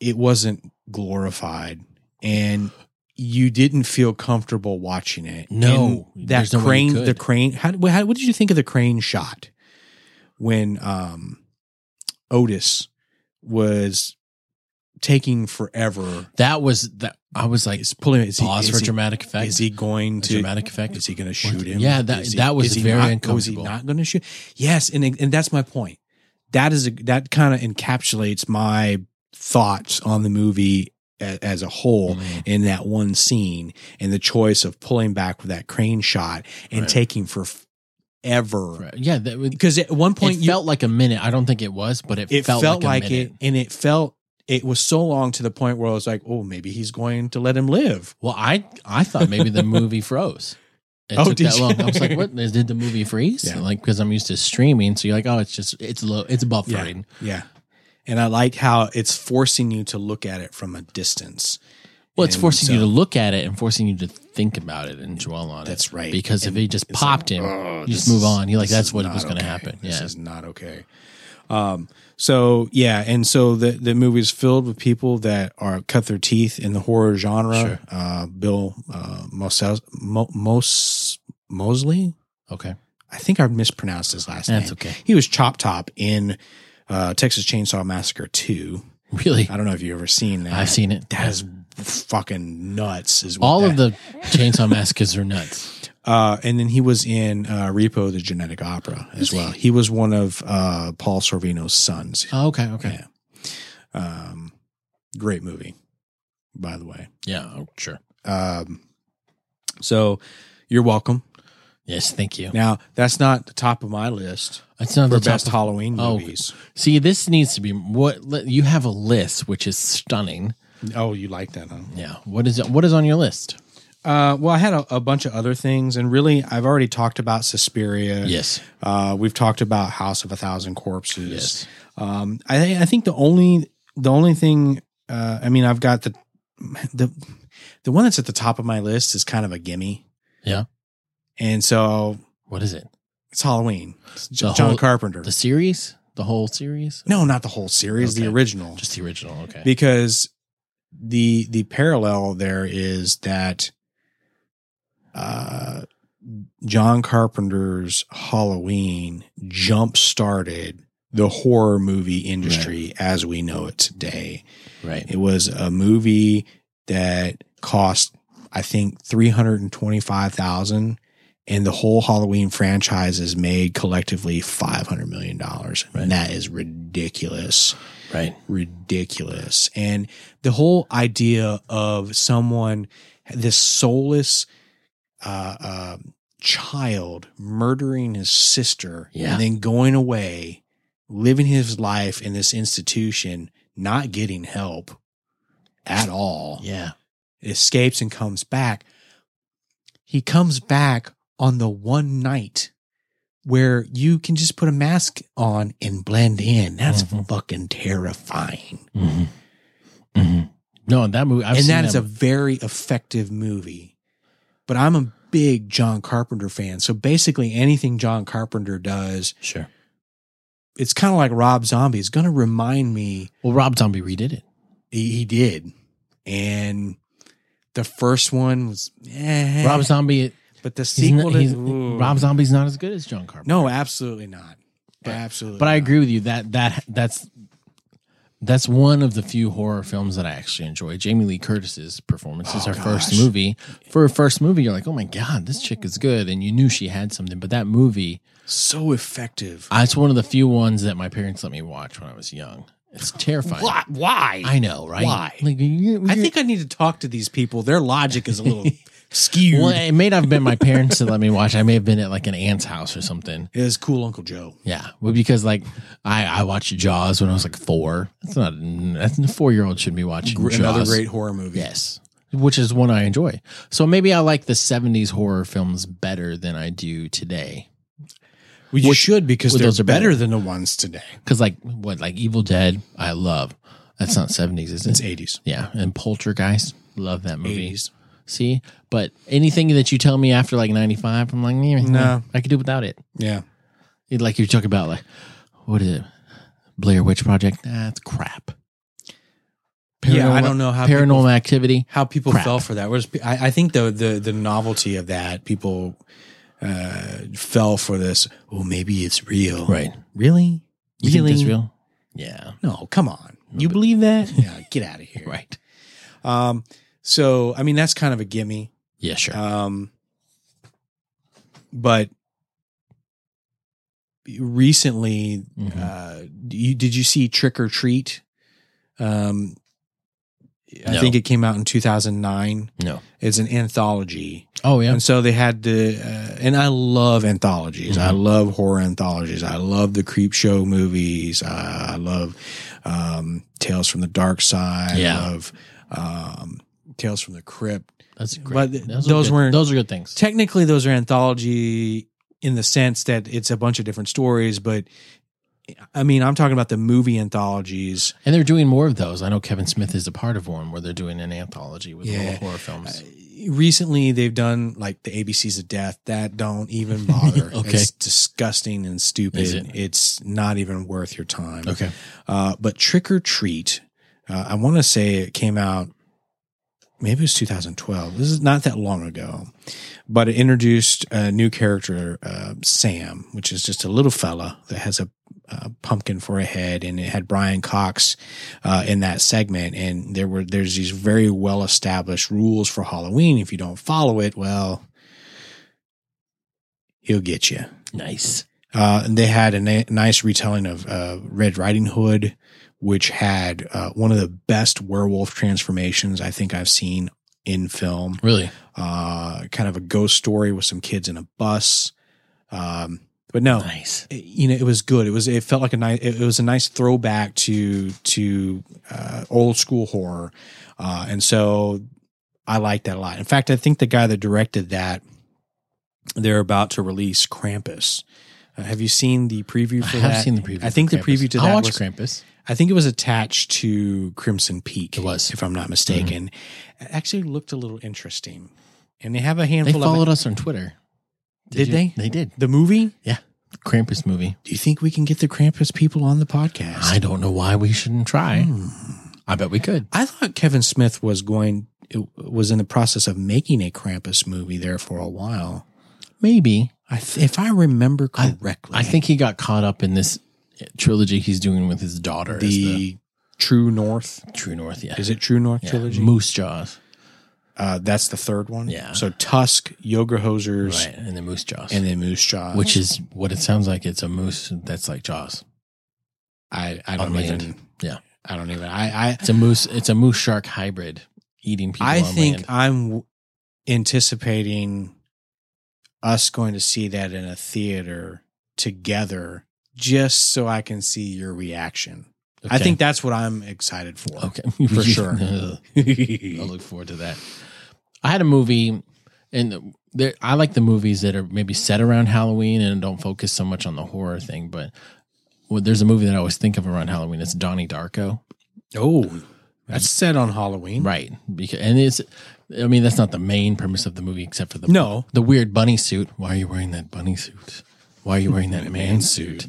[SPEAKER 2] it wasn't glorified and you didn't feel comfortable watching it.
[SPEAKER 1] No,
[SPEAKER 2] And that
[SPEAKER 1] there's no way you
[SPEAKER 2] crane,
[SPEAKER 1] could.
[SPEAKER 2] the crane. How, wha- how, what did you think of the crane shot when um, Otis was taking forever?
[SPEAKER 1] That was that. I was like,
[SPEAKER 2] He's pulling. Is he,
[SPEAKER 1] pause for
[SPEAKER 2] is, he,
[SPEAKER 1] dramatic effect.
[SPEAKER 2] is he going to?
[SPEAKER 1] dramatic effect?
[SPEAKER 2] Is he going to shoot him?
[SPEAKER 1] Yeah, that-
[SPEAKER 2] Is he-
[SPEAKER 1] that was
[SPEAKER 2] is he
[SPEAKER 1] very
[SPEAKER 2] not-
[SPEAKER 1] uncomfortable.
[SPEAKER 2] Was he not going to shoot? Yes, and and that's my point. That is a, that kind of encapsulates my thoughts on the movie as, as a whole
[SPEAKER 1] Mhm.
[SPEAKER 2] in that one scene and the choice of pulling back with that crane shot and
[SPEAKER 1] Right.
[SPEAKER 2] taking for f- ever
[SPEAKER 1] Right. Yeah, that would-
[SPEAKER 2] because at one point
[SPEAKER 1] it
[SPEAKER 2] you
[SPEAKER 1] felt like a minute. I don't think it was, but it,
[SPEAKER 2] it
[SPEAKER 1] felt, like, a minute.
[SPEAKER 2] it and it felt it was so long to the point where I was like, oh, maybe he's going to let him live.
[SPEAKER 1] Well, I I thought maybe
[SPEAKER 2] [LAUGHS]
[SPEAKER 1] the movie froze. It
[SPEAKER 2] Oh,
[SPEAKER 1] took
[SPEAKER 2] did
[SPEAKER 1] that
[SPEAKER 2] you?
[SPEAKER 1] long. I was like, "What is- did the movie freeze?"
[SPEAKER 2] Yeah.
[SPEAKER 1] Like because I'm used to streaming, so you're like, "Oh, it's just it's low, it's buffering."
[SPEAKER 2] Yeah. And I like how it's forcing you to look at it from a distance.
[SPEAKER 1] Well, it's
[SPEAKER 2] And
[SPEAKER 1] forcing you
[SPEAKER 2] so-
[SPEAKER 1] to look at it and forcing you to think about it and dwell on it.
[SPEAKER 2] That's right.
[SPEAKER 1] Because
[SPEAKER 2] And
[SPEAKER 1] if it just
[SPEAKER 2] it's
[SPEAKER 1] popped
[SPEAKER 2] like,
[SPEAKER 1] him,
[SPEAKER 2] "Oh,
[SPEAKER 1] you just
[SPEAKER 2] this
[SPEAKER 1] move
[SPEAKER 2] is-
[SPEAKER 1] on. You're like,
[SPEAKER 2] this
[SPEAKER 1] that's
[SPEAKER 2] is
[SPEAKER 1] what
[SPEAKER 2] not
[SPEAKER 1] was going to
[SPEAKER 2] okay.
[SPEAKER 1] happen.
[SPEAKER 2] This
[SPEAKER 1] yeah.
[SPEAKER 2] is not okay. Um, so yeah, and so the the movie is filled with people that are cut their teeth in the horror genre.
[SPEAKER 1] Sure.
[SPEAKER 2] Uh, Bill uh, Moses, Mo, Mos, Mosley,
[SPEAKER 1] Okay.
[SPEAKER 2] I think I mispronounced his last
[SPEAKER 1] That's
[SPEAKER 2] name.
[SPEAKER 1] okay.
[SPEAKER 2] He was Chop Top in uh, Texas Chainsaw Massacre Two.
[SPEAKER 1] Really?
[SPEAKER 2] I don't know if you've ever seen that.
[SPEAKER 1] I've seen it.
[SPEAKER 2] that is fucking nuts. Is what
[SPEAKER 1] All of
[SPEAKER 2] that-
[SPEAKER 1] the
[SPEAKER 2] [LAUGHS]
[SPEAKER 1] chainsaw massacres are nuts.
[SPEAKER 2] Uh, and then he was in uh, Repo: The Genetic Opera as well. He was one of uh, Paul Sorvino's sons.
[SPEAKER 1] Oh, okay. Okay.
[SPEAKER 2] Yeah. Um, great movie, by the way.
[SPEAKER 1] Yeah. oh, sure.
[SPEAKER 2] Um, so you're welcome.
[SPEAKER 1] Yes. Thank you.
[SPEAKER 2] Now that's not the top of my list
[SPEAKER 1] It's not
[SPEAKER 2] for
[SPEAKER 1] the top
[SPEAKER 2] best
[SPEAKER 1] of-
[SPEAKER 2] Halloween
[SPEAKER 1] Oh.
[SPEAKER 2] movies.
[SPEAKER 1] See, this needs to be what let- you have a list, which is stunning.
[SPEAKER 2] Oh, you like that, huh?
[SPEAKER 1] Yeah. What is what is on your list?
[SPEAKER 2] Uh, well, I had a, a bunch of other things, and really, I've already talked about Suspiria.
[SPEAKER 1] Yes.
[SPEAKER 2] Uh, we've talked about House of a Thousand Corpses.
[SPEAKER 1] Yes.
[SPEAKER 2] Um, I I think the only the only thing uh, I mean I've got the the the one that's at the top of my list is kind of a gimme.
[SPEAKER 1] Yeah.
[SPEAKER 2] And so
[SPEAKER 1] What is it?
[SPEAKER 2] it's Halloween. It's J-
[SPEAKER 1] The
[SPEAKER 2] John
[SPEAKER 1] whole-
[SPEAKER 2] Carpenter.
[SPEAKER 1] The series? The whole series?
[SPEAKER 2] no, not the whole series, the
[SPEAKER 1] Okay.
[SPEAKER 2] original.
[SPEAKER 1] Just the original. Okay.
[SPEAKER 2] Because the the parallel there is that uh John Carpenter's Halloween jump started the horror movie industry as we know it today.
[SPEAKER 1] right.
[SPEAKER 2] It was a movie that cost, I think, three hundred and twenty-five thousand, and the whole Halloween franchise has made collectively five hundred million dollars.
[SPEAKER 1] Right.
[SPEAKER 2] And that is ridiculous,
[SPEAKER 1] Right.
[SPEAKER 2] ridiculous. And the whole idea of someone, this soulless. Uh, uh, child murdering his sister
[SPEAKER 1] Yeah.
[SPEAKER 2] and then going away living his life in this institution not getting help at all
[SPEAKER 1] Yeah.
[SPEAKER 2] escapes and comes back he comes back on the one night where you can just put a mask on and blend in that's
[SPEAKER 1] Mhm.
[SPEAKER 2] fucking terrifying
[SPEAKER 1] hmm hmm No, that movie. I've
[SPEAKER 2] and
[SPEAKER 1] seen
[SPEAKER 2] that is a
[SPEAKER 1] movie.
[SPEAKER 2] very effective movie. But I'm a big John Carpenter fan. So basically, anything John Carpenter does,
[SPEAKER 1] sure.
[SPEAKER 2] it's kind of like Rob Zombie. It's going to remind me
[SPEAKER 1] Well, Rob Zombie redid it.
[SPEAKER 2] he, he did. And the first one was eh,
[SPEAKER 1] Rob Zombie.
[SPEAKER 2] but the
[SPEAKER 1] He's,
[SPEAKER 2] sequel
[SPEAKER 1] not,
[SPEAKER 2] to
[SPEAKER 1] he's,
[SPEAKER 2] ooh.
[SPEAKER 1] Rob Zombie's not as good as John Carpenter.
[SPEAKER 2] No, absolutely not.
[SPEAKER 1] But-
[SPEAKER 2] absolutely.
[SPEAKER 1] but I
[SPEAKER 2] not.
[SPEAKER 1] agree with you that that that's that's one of the few horror films that I actually enjoy. Jamie Lee Curtis's performance is
[SPEAKER 2] Oh,
[SPEAKER 1] her first
[SPEAKER 2] gosh.
[SPEAKER 1] movie. For a first movie, you're like, oh my god, this chick is good, and you knew she had something. But that movie,
[SPEAKER 2] So effective.
[SPEAKER 1] I- it's one of the few ones that my parents let me watch when I was young. It's terrifying.
[SPEAKER 2] Why? Why?
[SPEAKER 1] I know, right?
[SPEAKER 2] Why?
[SPEAKER 1] Like, you-
[SPEAKER 2] I think I need to talk to these people. Their logic is
[SPEAKER 1] [LAUGHS]
[SPEAKER 2] a little skewed.
[SPEAKER 1] well, it may not have been my parents that let me watch. I may have been at like an aunt's house or something.
[SPEAKER 2] It was cool Uncle Joe.
[SPEAKER 1] Yeah, well, because like I I watched Jaws when I was like four. That's not that's a four year old shouldn't be watching
[SPEAKER 2] Gr-
[SPEAKER 1] Jaws.
[SPEAKER 2] Another great horror movie.
[SPEAKER 1] Yes. Which is one I enjoy. So maybe I like the 70s horror films better than I do today.
[SPEAKER 2] Well, you
[SPEAKER 1] Which-
[SPEAKER 2] should because
[SPEAKER 1] well,
[SPEAKER 2] they're
[SPEAKER 1] those are
[SPEAKER 2] better
[SPEAKER 1] better.
[SPEAKER 2] than the ones today.
[SPEAKER 1] Because, like, what, like Evil Dead, I love. That's not 70s, is
[SPEAKER 2] It's
[SPEAKER 1] it?
[SPEAKER 2] eighties,
[SPEAKER 1] Yeah. And Poltergeist, love that movie.
[SPEAKER 2] eighties.
[SPEAKER 1] See? But anything that you tell me after like 95, I'm like, yeah,
[SPEAKER 2] No.
[SPEAKER 1] I could do without it.
[SPEAKER 2] Yeah,
[SPEAKER 1] It- Like you're talking about, like, what is it? Blair Witch Project? Nah, it's crap.
[SPEAKER 2] Yeah, I don't know how
[SPEAKER 1] Paranormal
[SPEAKER 2] people-
[SPEAKER 1] activity.
[SPEAKER 2] how people
[SPEAKER 1] Crap.
[SPEAKER 2] fell for that. Whereas I, I think the the the novelty of that people uh, fell for this. Oh, maybe it's real.
[SPEAKER 1] Right.
[SPEAKER 2] Really?
[SPEAKER 1] You think that's real? Yeah.
[SPEAKER 2] No, come on.
[SPEAKER 1] [LAUGHS]
[SPEAKER 2] You believe that? yeah, get out of here.
[SPEAKER 1] Right.
[SPEAKER 2] Um. So I mean, that's kind of a gimme.
[SPEAKER 1] Yeah, sure.
[SPEAKER 2] Um, but recently,
[SPEAKER 1] Mhm.
[SPEAKER 2] uh, do you, did you see Trick or Treat? Um, I
[SPEAKER 1] No.
[SPEAKER 2] think it came out in 2009.
[SPEAKER 1] no.
[SPEAKER 2] It's an anthology.
[SPEAKER 1] Oh, yeah.
[SPEAKER 2] And so they had the, uh, and I love anthologies. I
[SPEAKER 1] Mhm.
[SPEAKER 2] love horror anthologies. I love the Creep Show movies. Uh, I love um, Tales from the Dark Side.
[SPEAKER 1] Yeah.
[SPEAKER 2] I love um, Tales from the Crypt.
[SPEAKER 1] That's great.
[SPEAKER 2] But th-
[SPEAKER 1] those,
[SPEAKER 2] those
[SPEAKER 1] are good,
[SPEAKER 2] weren't-
[SPEAKER 1] those are good things.
[SPEAKER 2] technically those are anthology in the sense that it's a bunch of different stories but I mean, I'm talking about the movie anthologies.
[SPEAKER 1] And they're doing more of those. I know Kevin Smith is a part of one where they're doing an anthology with
[SPEAKER 2] Yeah.
[SPEAKER 1] little horror films.
[SPEAKER 2] Uh, Recently, they've done like the ABCs of Death. That don't even bother.
[SPEAKER 1] [LAUGHS] Okay.
[SPEAKER 2] It's disgusting and stupid.
[SPEAKER 1] Is it?
[SPEAKER 2] It's not even worth your time.
[SPEAKER 1] okay.
[SPEAKER 2] Uh, but Trick or Treat, uh, I want to say it came out. Maybe it was 2012. This is not that long ago, but it introduced a new character, uh, Sam, which is just a little fella that has a, uh pumpkin for a head, and it had Brian Cox uh, in that segment. And there were there's these very well established rules for Halloween. If you don't follow it, well, he'll get you.
[SPEAKER 1] Nice.
[SPEAKER 2] Uh, and they had a na- nice retelling of uh, Red Riding Hood, which had uh, one of the best werewolf transformations I think I've seen in film.
[SPEAKER 1] Really?
[SPEAKER 2] Uh, kind of a ghost story with some kids in a bus. Um, but no,
[SPEAKER 1] Nice.
[SPEAKER 2] it- you know, it was good. It was it felt like a nice it was a nice throwback to to uh, old school horror, uh, and so I liked that a lot. In fact, I think the guy that directed that they're about to release Krampus. Uh, have you seen the preview
[SPEAKER 1] I
[SPEAKER 2] for
[SPEAKER 1] have
[SPEAKER 2] that?
[SPEAKER 1] seen the preview.
[SPEAKER 2] I think
[SPEAKER 1] for
[SPEAKER 2] the
[SPEAKER 1] Krampus.
[SPEAKER 2] preview to
[SPEAKER 1] I'll
[SPEAKER 2] that
[SPEAKER 1] watch
[SPEAKER 2] was-
[SPEAKER 1] Krampus.
[SPEAKER 2] I think it was attached to Crimson Peak.
[SPEAKER 1] It was.
[SPEAKER 2] if I'm not mistaken. It actually looked a little interesting, and Mm-hmm. they have a
[SPEAKER 1] They
[SPEAKER 2] handful of
[SPEAKER 1] followed us on Twitter.
[SPEAKER 2] Did they?
[SPEAKER 1] They did.
[SPEAKER 2] the movie.
[SPEAKER 1] Krampus movie.
[SPEAKER 2] Do you think we can get the Krampus people on the podcast?
[SPEAKER 1] I don't know why we shouldn't try.
[SPEAKER 2] Hmm.
[SPEAKER 1] I bet we could.
[SPEAKER 2] I thought Kevin Smith was going was in the process of making a Krampus movie there for a while.
[SPEAKER 1] Maybe.
[SPEAKER 2] I th- if I remember correctly,
[SPEAKER 1] I think he got caught up in this trilogy he's doing with his daughter.
[SPEAKER 2] the,
[SPEAKER 1] as
[SPEAKER 2] True North
[SPEAKER 1] the True North. Yeah.
[SPEAKER 2] is it True North
[SPEAKER 1] Yeah.
[SPEAKER 2] trilogy?
[SPEAKER 1] Moose Jaws.
[SPEAKER 2] Uh, that's the third one.
[SPEAKER 1] Yeah.
[SPEAKER 2] So Tusk, Yoga Hosers,
[SPEAKER 1] Right. And the Moose Jaws.
[SPEAKER 2] and then Moose Jaw.
[SPEAKER 1] which is what it sounds like. It's a moose that's like Jaws.
[SPEAKER 2] I I
[SPEAKER 1] on
[SPEAKER 2] don't
[SPEAKER 1] land.
[SPEAKER 2] even.
[SPEAKER 1] Yeah.
[SPEAKER 2] I don't even. I I
[SPEAKER 1] It's a moose. It's a moose shark hybrid eating people.
[SPEAKER 2] I
[SPEAKER 1] on
[SPEAKER 2] think
[SPEAKER 1] land.
[SPEAKER 2] I'm w- anticipating us going to see that in a theater together just so I can see your reaction. I
[SPEAKER 1] Okay.
[SPEAKER 2] think that's what I'm excited for.
[SPEAKER 1] Okay, [LAUGHS]
[SPEAKER 2] For sure.
[SPEAKER 1] I'll [LAUGHS]
[SPEAKER 2] [LAUGHS]
[SPEAKER 1] look forward to that. I had a movie, and there, I like the movies that are maybe set around Halloween and don't focus so much on the horror thing. But well, there's a movie that I always think of around Halloween. It's Donnie Darko,
[SPEAKER 2] oh, that's set on Halloween.
[SPEAKER 1] right? Because and it's, I mean, that's not the main premise of the movie except for the
[SPEAKER 2] No.
[SPEAKER 1] the weird bunny suit. Why are you wearing that bunny suit? Why are you wearing that man suit?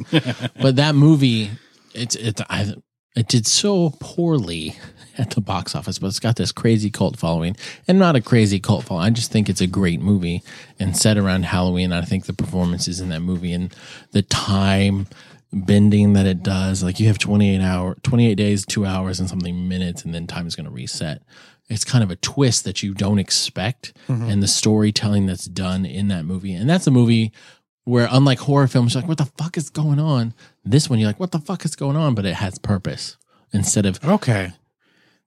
[SPEAKER 1] but that movie, it's it's I, it did so poorly [LAUGHS] at the box office, but it's got this crazy cult following, and not a crazy cult following. I just think it's a great movie and set around Halloween. I think the performances in that movie and the time bending that it does, like you have twenty eight hour, twenty eight days, two hours and something minutes, and then time is going to reset. It's kind of a twist that you don't expect,
[SPEAKER 2] Mm-hmm.
[SPEAKER 1] and the storytelling that's done in that movie, and that's a movie where unlike horror films, you're like, what the fuck is going on? This one, you're like, what the fuck is going on? But it has purpose instead of,
[SPEAKER 2] Okay.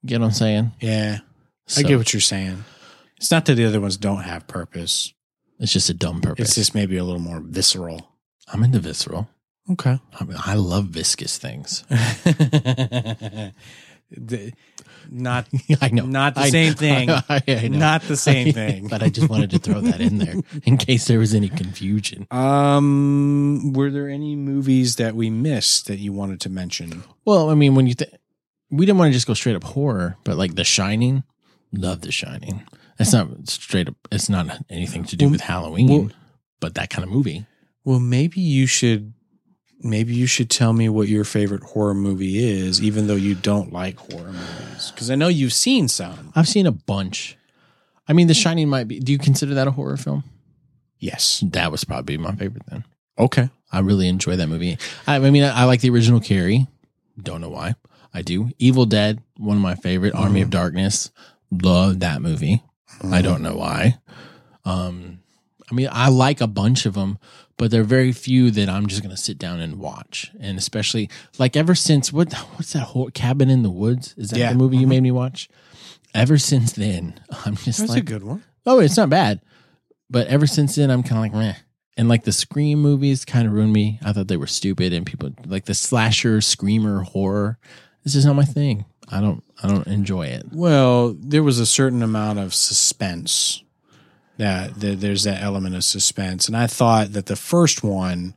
[SPEAKER 1] you know what I'm saying?
[SPEAKER 2] Yeah.
[SPEAKER 1] So
[SPEAKER 2] I get what you're saying. It's not that the other ones don't have purpose.
[SPEAKER 1] it's just a dumb
[SPEAKER 2] It's
[SPEAKER 1] purpose.
[SPEAKER 2] just maybe a little more visceral.
[SPEAKER 1] I'm into visceral.
[SPEAKER 2] Okay.
[SPEAKER 1] I, mean, I love viscous things.
[SPEAKER 2] [LAUGHS]
[SPEAKER 1] [LAUGHS]
[SPEAKER 2] The- not
[SPEAKER 1] [LAUGHS] I know.
[SPEAKER 2] Not the
[SPEAKER 1] I-
[SPEAKER 2] same
[SPEAKER 1] [LAUGHS]
[SPEAKER 2] thing.
[SPEAKER 1] I, [LAUGHS] I know.
[SPEAKER 2] not the same thing.
[SPEAKER 1] but I just wanted to throw that in there in case there was any confusion.
[SPEAKER 2] Um, were there any movies that we missed that you wanted to mention?
[SPEAKER 1] Well, I mean, when you think, we didn't want to just go straight up horror, but like The Shining, love The Shining. That's not straight up, it's not anything to do
[SPEAKER 2] Well,
[SPEAKER 1] with Halloween,
[SPEAKER 2] well-
[SPEAKER 1] but that kind of movie.
[SPEAKER 2] Well, maybe you should maybe you should tell me what your favorite horror movie is, even though you don't like horror movies. Because I know you've seen some.
[SPEAKER 1] I've seen a bunch. I mean, The Shining might be. Do you consider that a horror film?
[SPEAKER 2] Yes.
[SPEAKER 1] That was probably my favorite then.
[SPEAKER 2] Okay.
[SPEAKER 1] I really enjoy that movie. I, I mean, I, I like the original Carrie. Don't know why. I do. Evil Dead, one of my favorite. Army
[SPEAKER 2] Mm.
[SPEAKER 1] of Darkness, love that movie. I don't know why. Um, I mean, I like a bunch of them, but there are very few that I'm just gonna sit down and watch. And especially like ever since what what's that whole Cabin in the Woods? Is that
[SPEAKER 2] Yeah. Mm-hmm.
[SPEAKER 1] the movie you made me watch? Ever since then, [LAUGHS] I'm just
[SPEAKER 2] That's
[SPEAKER 1] like
[SPEAKER 2] a good one.
[SPEAKER 1] oh, it's not bad. But ever since then, I'm kind of like, meh. And like the Scream movies kind of ruined me. I thought they were stupid, and people like the slasher, screamer, horror. This is not my thing. I don't, I don't enjoy it.
[SPEAKER 2] Well, there was a certain amount of suspense. Yeah, there- there's that element of suspense, and I thought that the first one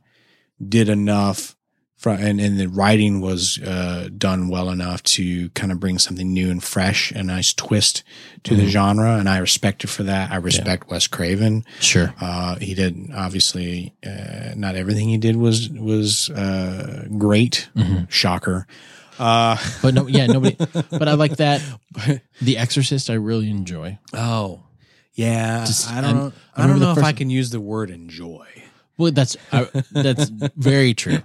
[SPEAKER 2] did enough from and, and the writing was uh, done well enough to kind of bring something new and fresh, a nice twist to the
[SPEAKER 1] Mhm.
[SPEAKER 2] genre, and I respect it for that. I respect Wes Craven.
[SPEAKER 1] Sure.
[SPEAKER 2] Uh, he did obviously uh, not everything he did was was uh, great.
[SPEAKER 1] Mhm.
[SPEAKER 2] Shocker. Uh,
[SPEAKER 1] But no, yeah, [LAUGHS] nobody. but I like that. The Exorcist, I really enjoy.
[SPEAKER 2] oh, yeah.
[SPEAKER 1] Just-
[SPEAKER 2] I don't.
[SPEAKER 1] and
[SPEAKER 2] know,
[SPEAKER 1] I
[SPEAKER 2] I don't
[SPEAKER 1] remember the
[SPEAKER 2] know if I
[SPEAKER 1] person-
[SPEAKER 2] can use the word enjoy.
[SPEAKER 1] Well, that's I, that's very true.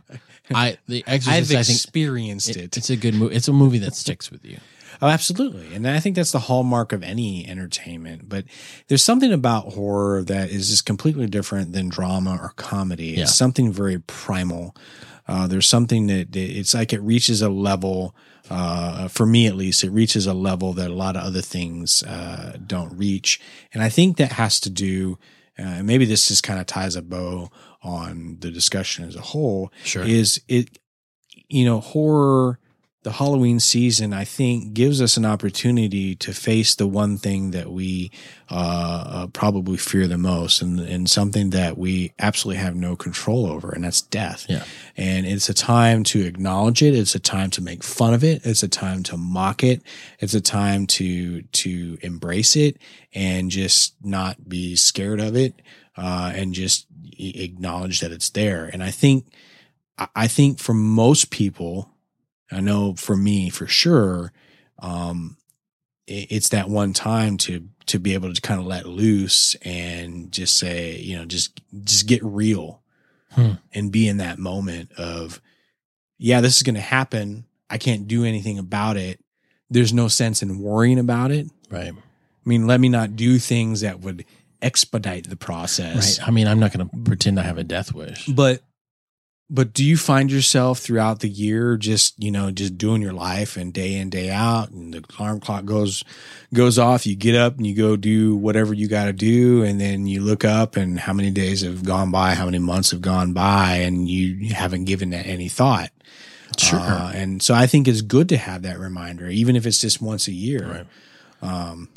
[SPEAKER 1] I the
[SPEAKER 2] I've
[SPEAKER 1] Exorcist, I think
[SPEAKER 2] experienced
[SPEAKER 1] it-
[SPEAKER 2] it.
[SPEAKER 1] it's a good movie. It's a movie that sticks with you.
[SPEAKER 2] Oh, absolutely. And I think that's the hallmark of any entertainment. But there's something about horror that is just completely different than drama or comedy.
[SPEAKER 1] Yeah.
[SPEAKER 2] It's something very primal. Uh, there's something that that- it's like it reaches a level, uh, for me at least, it reaches a level that a lot of other things uh, don't reach. And I think that has to do, uh, and maybe this just kind of ties a bow on the discussion as a whole,
[SPEAKER 1] Sure.
[SPEAKER 2] is it you know horror the halloween season i think gives us an opportunity to face the one thing that we uh, uh, probably fear the most and, and something that we absolutely have no control over and that's death
[SPEAKER 1] Yeah.
[SPEAKER 2] and it's a time to acknowledge it it's a time to make fun of it it's a time to mock it it's a time to to embrace it and just not be scared of it uh, and just a- acknowledge that it's there and i think I- I think for most people, I know for me for sure, um, it, it's that one time to to be able to kind of let loose and just say, you know, just just get real
[SPEAKER 1] Hmm.
[SPEAKER 2] and be in that moment of, yeah, this is going to happen. I can't do anything about it. There's no sense in worrying about it.
[SPEAKER 1] right.
[SPEAKER 2] I mean, let me not do things that would expedite the process.
[SPEAKER 1] Right. I mean, I'm not going to pretend I have a death wish.
[SPEAKER 2] But but do you find yourself throughout the year just, you know, just doing your life and day in, day out and the alarm clock goes goes off, you get up and you go do whatever you gotta do, and then you look up and how many days have gone by, how many months have gone by, and you haven't given that any thought.
[SPEAKER 1] Sure.
[SPEAKER 2] Uh, and so I think it's good to have that reminder, even if it's just once a year.
[SPEAKER 1] Right.
[SPEAKER 2] Um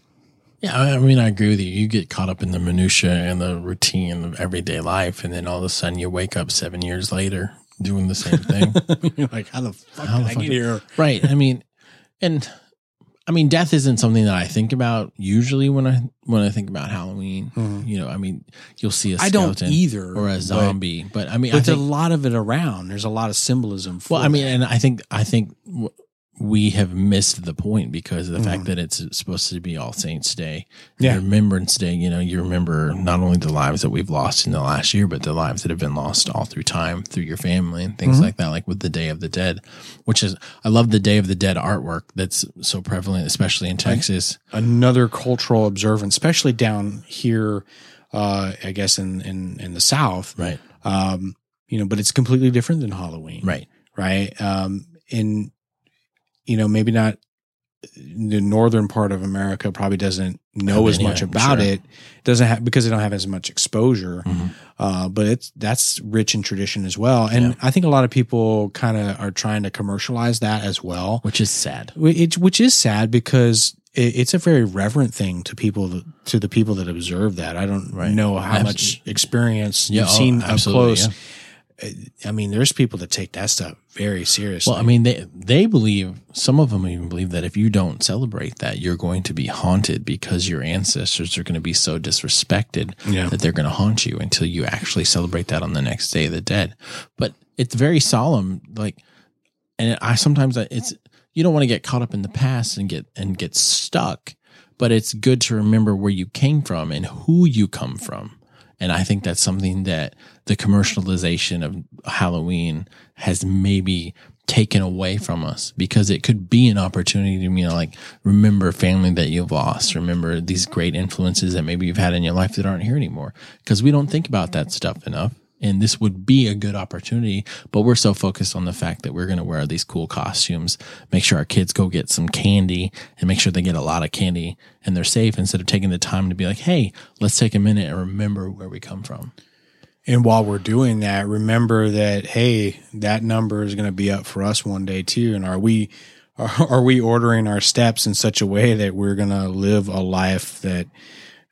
[SPEAKER 1] Yeah, I I mean, I agree with you. You get caught up in the minutia and the routine of everyday life, and then all of a sudden you wake up seven years later doing the same thing.
[SPEAKER 2] [LAUGHS] you're like, how the fuck
[SPEAKER 1] How
[SPEAKER 2] did
[SPEAKER 1] the
[SPEAKER 2] I
[SPEAKER 1] fuck-
[SPEAKER 2] get here?
[SPEAKER 1] [LAUGHS] right. I mean, and I mean, death isn't something that I think about usually when I when I think about Halloween. You know, I mean, you'll see a
[SPEAKER 2] I
[SPEAKER 1] Mm-hmm.
[SPEAKER 2] don't
[SPEAKER 1] skeleton
[SPEAKER 2] either.
[SPEAKER 1] or a
[SPEAKER 2] but-
[SPEAKER 1] zombie, but, I mean,
[SPEAKER 2] But
[SPEAKER 1] I think
[SPEAKER 2] there's a lot of it around. There's a lot of symbolism for
[SPEAKER 1] Well, I mean,
[SPEAKER 2] it.
[SPEAKER 1] and I think I think w- we have missed the point because of the fact that it's supposed to be All Saints Day, and
[SPEAKER 2] Yeah.
[SPEAKER 1] Remembrance Day. You know, you remember not only the lives that we've lost in the last year, but the lives that have been lost all through time, through your family and things
[SPEAKER 2] Mhm.
[SPEAKER 1] like that. Like with the Day of the Dead, which is I love the Day of the Dead artwork that's so prevalent, especially in Texas.
[SPEAKER 2] another cultural observance, especially down here, uh, I guess in, in, in the South.
[SPEAKER 1] Right,
[SPEAKER 2] Um, you know, but it's completely different than Halloween.
[SPEAKER 1] right,
[SPEAKER 2] Right. Um, in, you know, maybe not the northern part of America probably doesn't know
[SPEAKER 1] Have
[SPEAKER 2] as
[SPEAKER 1] any,
[SPEAKER 2] much
[SPEAKER 1] I'm
[SPEAKER 2] about
[SPEAKER 1] sure.
[SPEAKER 2] it. Doesn't have because they don't have as much exposure.
[SPEAKER 1] Mhm.
[SPEAKER 2] Uh, but it's that's rich in tradition as well. And
[SPEAKER 1] Yeah.
[SPEAKER 2] I think a lot of people kind of are trying to commercialize that as well.
[SPEAKER 1] which is sad.
[SPEAKER 2] Wh- it, which is sad because it, it's a very reverent thing to people th- to the people that observe that. I don't
[SPEAKER 1] Right.
[SPEAKER 2] know how
[SPEAKER 1] Abs-
[SPEAKER 2] much experience
[SPEAKER 1] Yeah,
[SPEAKER 2] you've
[SPEAKER 1] oh,
[SPEAKER 2] seen up
[SPEAKER 1] absolutely,
[SPEAKER 2] close.
[SPEAKER 1] yeah.
[SPEAKER 2] I mean, there's people that take that stuff very seriously.
[SPEAKER 1] Well, I mean, they they believe some of them even believe that if you don't celebrate that, you're going to be haunted because your ancestors are going to be so disrespected
[SPEAKER 2] yeah,
[SPEAKER 1] that they're going to haunt you until you actually celebrate that on the next day of the dead. But it's very solemn, like, and I sometimes I- it's you don't want to get caught up in the past and get and get stuck, but it's good to remember where you came from and who you come from. And I think that's something that the commercialization of Halloween has maybe taken away from us because it could be an opportunity to, you know, like remember family that you've lost, remember these great influences that maybe you've had in your life that aren't here anymore. Because we don't think about that stuff enough. And this would be a good opportunity, but we're so focused on the fact that we're going to wear these cool costumes, make sure our kids go get some candy and make sure they get a lot of candy and they're safe instead of taking the time to be like, Hey, let's take a minute and remember where we come from.
[SPEAKER 2] and while we're doing that, remember that hey, that number is going to be up for us one day too. And are we are, are we ordering our steps in such a way that we're going to live a life that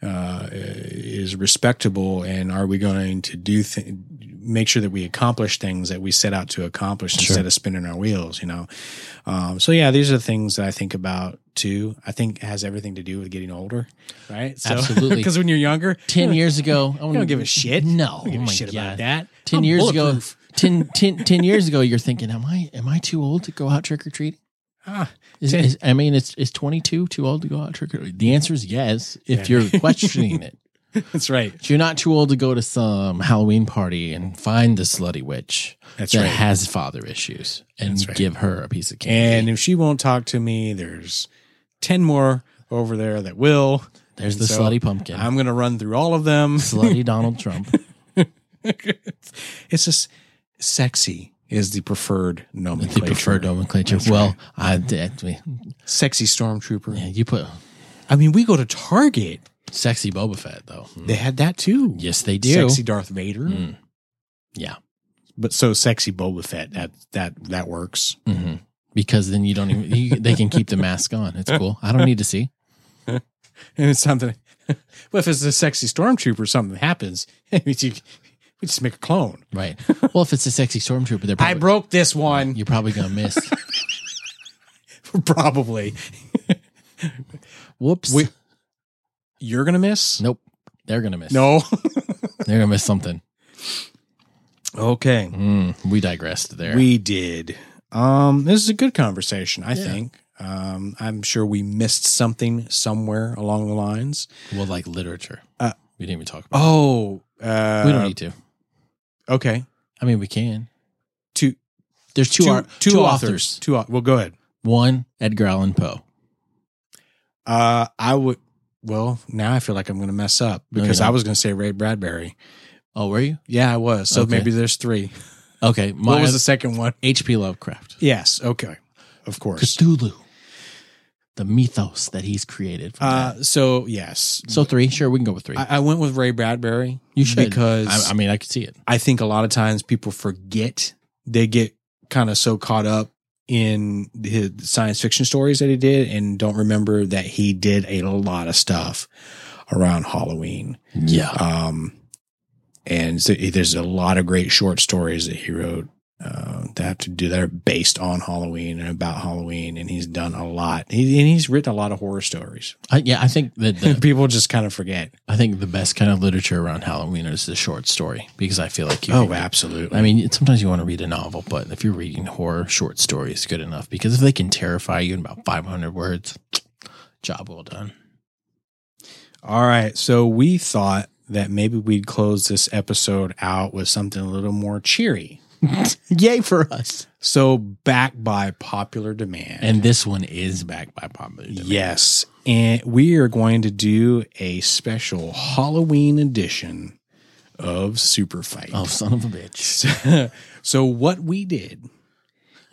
[SPEAKER 2] uh, is respectable and are we going to do th- make sure that we accomplish things that we set out to accomplish
[SPEAKER 1] Sure.
[SPEAKER 2] instead of spinning our wheels, you know? Um, so yeah, these are things that I think about too. I think it has everything to do with getting older, right? So, [LAUGHS]
[SPEAKER 1] Absolutely.
[SPEAKER 2] Because when you're younger,
[SPEAKER 1] 10 years ago, I
[SPEAKER 2] I
[SPEAKER 1] wouldn't-
[SPEAKER 2] don't give a shit.
[SPEAKER 1] No,
[SPEAKER 2] I don't give
[SPEAKER 1] oh
[SPEAKER 2] a
[SPEAKER 1] my
[SPEAKER 2] shit
[SPEAKER 1] God.
[SPEAKER 2] about that. Oh,
[SPEAKER 1] 10
[SPEAKER 2] I'm
[SPEAKER 1] years ago, [LAUGHS]
[SPEAKER 2] bulletproof.
[SPEAKER 1] 10, 10 10 years ago, you're thinking, am I am I too old to go out trick or treating?
[SPEAKER 2] Ah,
[SPEAKER 1] Is,
[SPEAKER 2] Ten-
[SPEAKER 1] is, I mean, is, is 22 too old to go out trick or treating? The answer is yes, if
[SPEAKER 2] Yeah. [LAUGHS]
[SPEAKER 1] you're questioning it.
[SPEAKER 2] that's right.
[SPEAKER 1] But you're not too old to go to some Halloween party and find the slutty witch
[SPEAKER 2] That's
[SPEAKER 1] that
[SPEAKER 2] right.
[SPEAKER 1] has father issues and
[SPEAKER 2] That's right.
[SPEAKER 1] give her a piece of candy.
[SPEAKER 2] and if she won't talk to me, there's 10 more over there that will.
[SPEAKER 1] There's the
[SPEAKER 2] so
[SPEAKER 1] slutty pumpkin,
[SPEAKER 2] I'm going to run through all of them.
[SPEAKER 1] slutty Donald Trump.
[SPEAKER 2] it's just sexy is the preferred
[SPEAKER 1] the
[SPEAKER 2] nomenclature.
[SPEAKER 1] preferred nomenclature.
[SPEAKER 2] That's
[SPEAKER 1] well,
[SPEAKER 2] right.
[SPEAKER 1] I, that- we-
[SPEAKER 2] sexy stormtrooper.
[SPEAKER 1] yeah, you put
[SPEAKER 2] I mean, we go to Target.
[SPEAKER 1] sexy Boba Fett though.
[SPEAKER 2] They had that too.
[SPEAKER 1] Hmm. Yes, they do.
[SPEAKER 2] Sexy Darth Vader.
[SPEAKER 1] Mm. Yeah.
[SPEAKER 2] But so sexy Boba Fett. That that that works.
[SPEAKER 1] hmm Because then you don't even you, they can keep the mask on. It's cool. I don't need to see.
[SPEAKER 2] And it's something. [LAUGHS] well, if it's a sexy stormtrooper, something happens. [LAUGHS] we just we just make a clone.
[SPEAKER 1] Right. Well, if it's a sexy stormtrooper, they're
[SPEAKER 2] I
[SPEAKER 1] probably
[SPEAKER 2] broke this one.
[SPEAKER 1] you're probably gonna miss.
[SPEAKER 2] [LAUGHS] Probably.
[SPEAKER 1] Whoops.
[SPEAKER 2] We- You're gonna miss.
[SPEAKER 1] nope. They're gonna miss.
[SPEAKER 2] No.
[SPEAKER 1] They're gonna miss something.
[SPEAKER 2] [LAUGHS] okay.
[SPEAKER 1] Mm, we digressed there.
[SPEAKER 2] We did. Um, this is a good conversation, I
[SPEAKER 1] Yeah.
[SPEAKER 2] think. Um, I'm sure we missed something somewhere along the lines.
[SPEAKER 1] well, like literature.
[SPEAKER 2] Uh,
[SPEAKER 1] we didn't even talk about.
[SPEAKER 2] Oh,
[SPEAKER 1] it.
[SPEAKER 2] uh,
[SPEAKER 1] we don't need to.
[SPEAKER 2] okay.
[SPEAKER 1] I mean, we can.
[SPEAKER 2] Two,
[SPEAKER 1] There's two
[SPEAKER 2] two-
[SPEAKER 1] ar-
[SPEAKER 2] two
[SPEAKER 1] two
[SPEAKER 2] authors.
[SPEAKER 1] authors.
[SPEAKER 2] Two. au- Well, go ahead.
[SPEAKER 1] One Edgar Allan Poe.
[SPEAKER 2] Uh, I would. Well, now I feel like I'm going to mess up
[SPEAKER 1] No, you're
[SPEAKER 2] because I
[SPEAKER 1] not.
[SPEAKER 2] was going to say Ray Bradbury.
[SPEAKER 1] Oh, were you?
[SPEAKER 2] Yeah, I was. So
[SPEAKER 1] Okay.
[SPEAKER 2] maybe there's three.
[SPEAKER 1] Okay. My,
[SPEAKER 2] what was the second one?
[SPEAKER 1] H.P. Lovecraft?
[SPEAKER 2] Yes. Okay. Of course.
[SPEAKER 1] Cthulhu. The mythos that he's created. From that.
[SPEAKER 2] Uh, so yes,
[SPEAKER 1] So three, sure, we can go with three.
[SPEAKER 2] I, I went with Ray Bradbury.
[SPEAKER 1] you should
[SPEAKER 2] because
[SPEAKER 1] I, I mean, I could see it.
[SPEAKER 2] I think a lot of times people forget they get kind of so caught up in his science fiction stories that he did and don't remember that he did a lot of stuff around Halloween.
[SPEAKER 1] Yeah,
[SPEAKER 2] Um, and so there's a lot of great short stories that he wrote uh, that have to do that are based on Halloween and about Halloween. And he's done a lot. He, and he's written a lot of horror stories.
[SPEAKER 1] I, yeah. I think that the,
[SPEAKER 2] [LAUGHS] people just kind of forget.
[SPEAKER 1] I think the best kind of literature around Halloween is the short story because I feel like you. can-
[SPEAKER 2] Oh, absolutely.
[SPEAKER 1] I mean, sometimes you want to read a novel, but if you're reading horror short stories, good enough because if they can terrify you in about 500 words, job well done.
[SPEAKER 2] All right. So we thought that maybe we'd close this episode out with something a little more cheery.
[SPEAKER 1] Yay for us!
[SPEAKER 2] So back by popular demand.
[SPEAKER 1] And this one is backed by popular demand.
[SPEAKER 2] yes. And we are going to do a special Halloween edition of Super Fight.
[SPEAKER 1] Oh, son of a bitch!
[SPEAKER 2] So, [LAUGHS] so what we did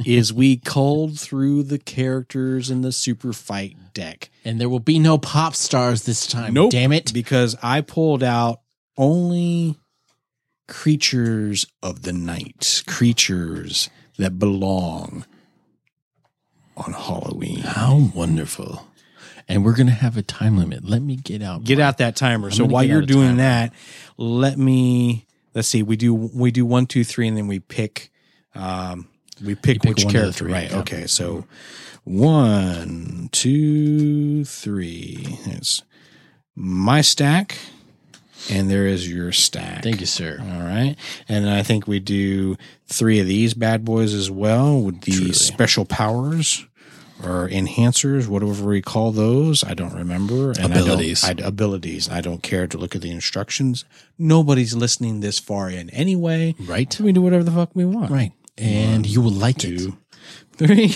[SPEAKER 2] is we culled through the characters in the Super Fight deck.
[SPEAKER 1] And there will be no pop stars this time.
[SPEAKER 2] Nope.
[SPEAKER 1] Damn it!
[SPEAKER 2] because I pulled out only creatures of the night, creatures that belong on Halloween.
[SPEAKER 1] How wonderful! And we're gonna have a time limit. Let me get out.
[SPEAKER 2] Get
[SPEAKER 1] my-
[SPEAKER 2] out that timer.
[SPEAKER 1] I'm
[SPEAKER 2] so
[SPEAKER 1] gonna
[SPEAKER 2] while
[SPEAKER 1] get
[SPEAKER 2] you're
[SPEAKER 1] out a
[SPEAKER 2] doing
[SPEAKER 1] timer.
[SPEAKER 2] that, let me let's see. We do we do one, two, three, and then we pick um we pick,
[SPEAKER 1] pick one
[SPEAKER 2] which
[SPEAKER 1] of the
[SPEAKER 2] character.
[SPEAKER 1] three,
[SPEAKER 2] right.
[SPEAKER 1] yeah.
[SPEAKER 2] Okay. So one, two, three. It's my stack. And there is your stack.
[SPEAKER 1] Thank you, sir.
[SPEAKER 2] All right. And then I think we do three of these bad boys as well with the
[SPEAKER 1] Truly.
[SPEAKER 2] special powers or enhancers, whatever we call those. I don't remember. And I don't-
[SPEAKER 1] Abilities.
[SPEAKER 2] I abilities. I don't care to look at the instructions. Nobody's listening this far in anyway.
[SPEAKER 1] Right?
[SPEAKER 2] So we do whatever the fuck we want.
[SPEAKER 1] Right. And you will like it.
[SPEAKER 2] Two, [LAUGHS] three.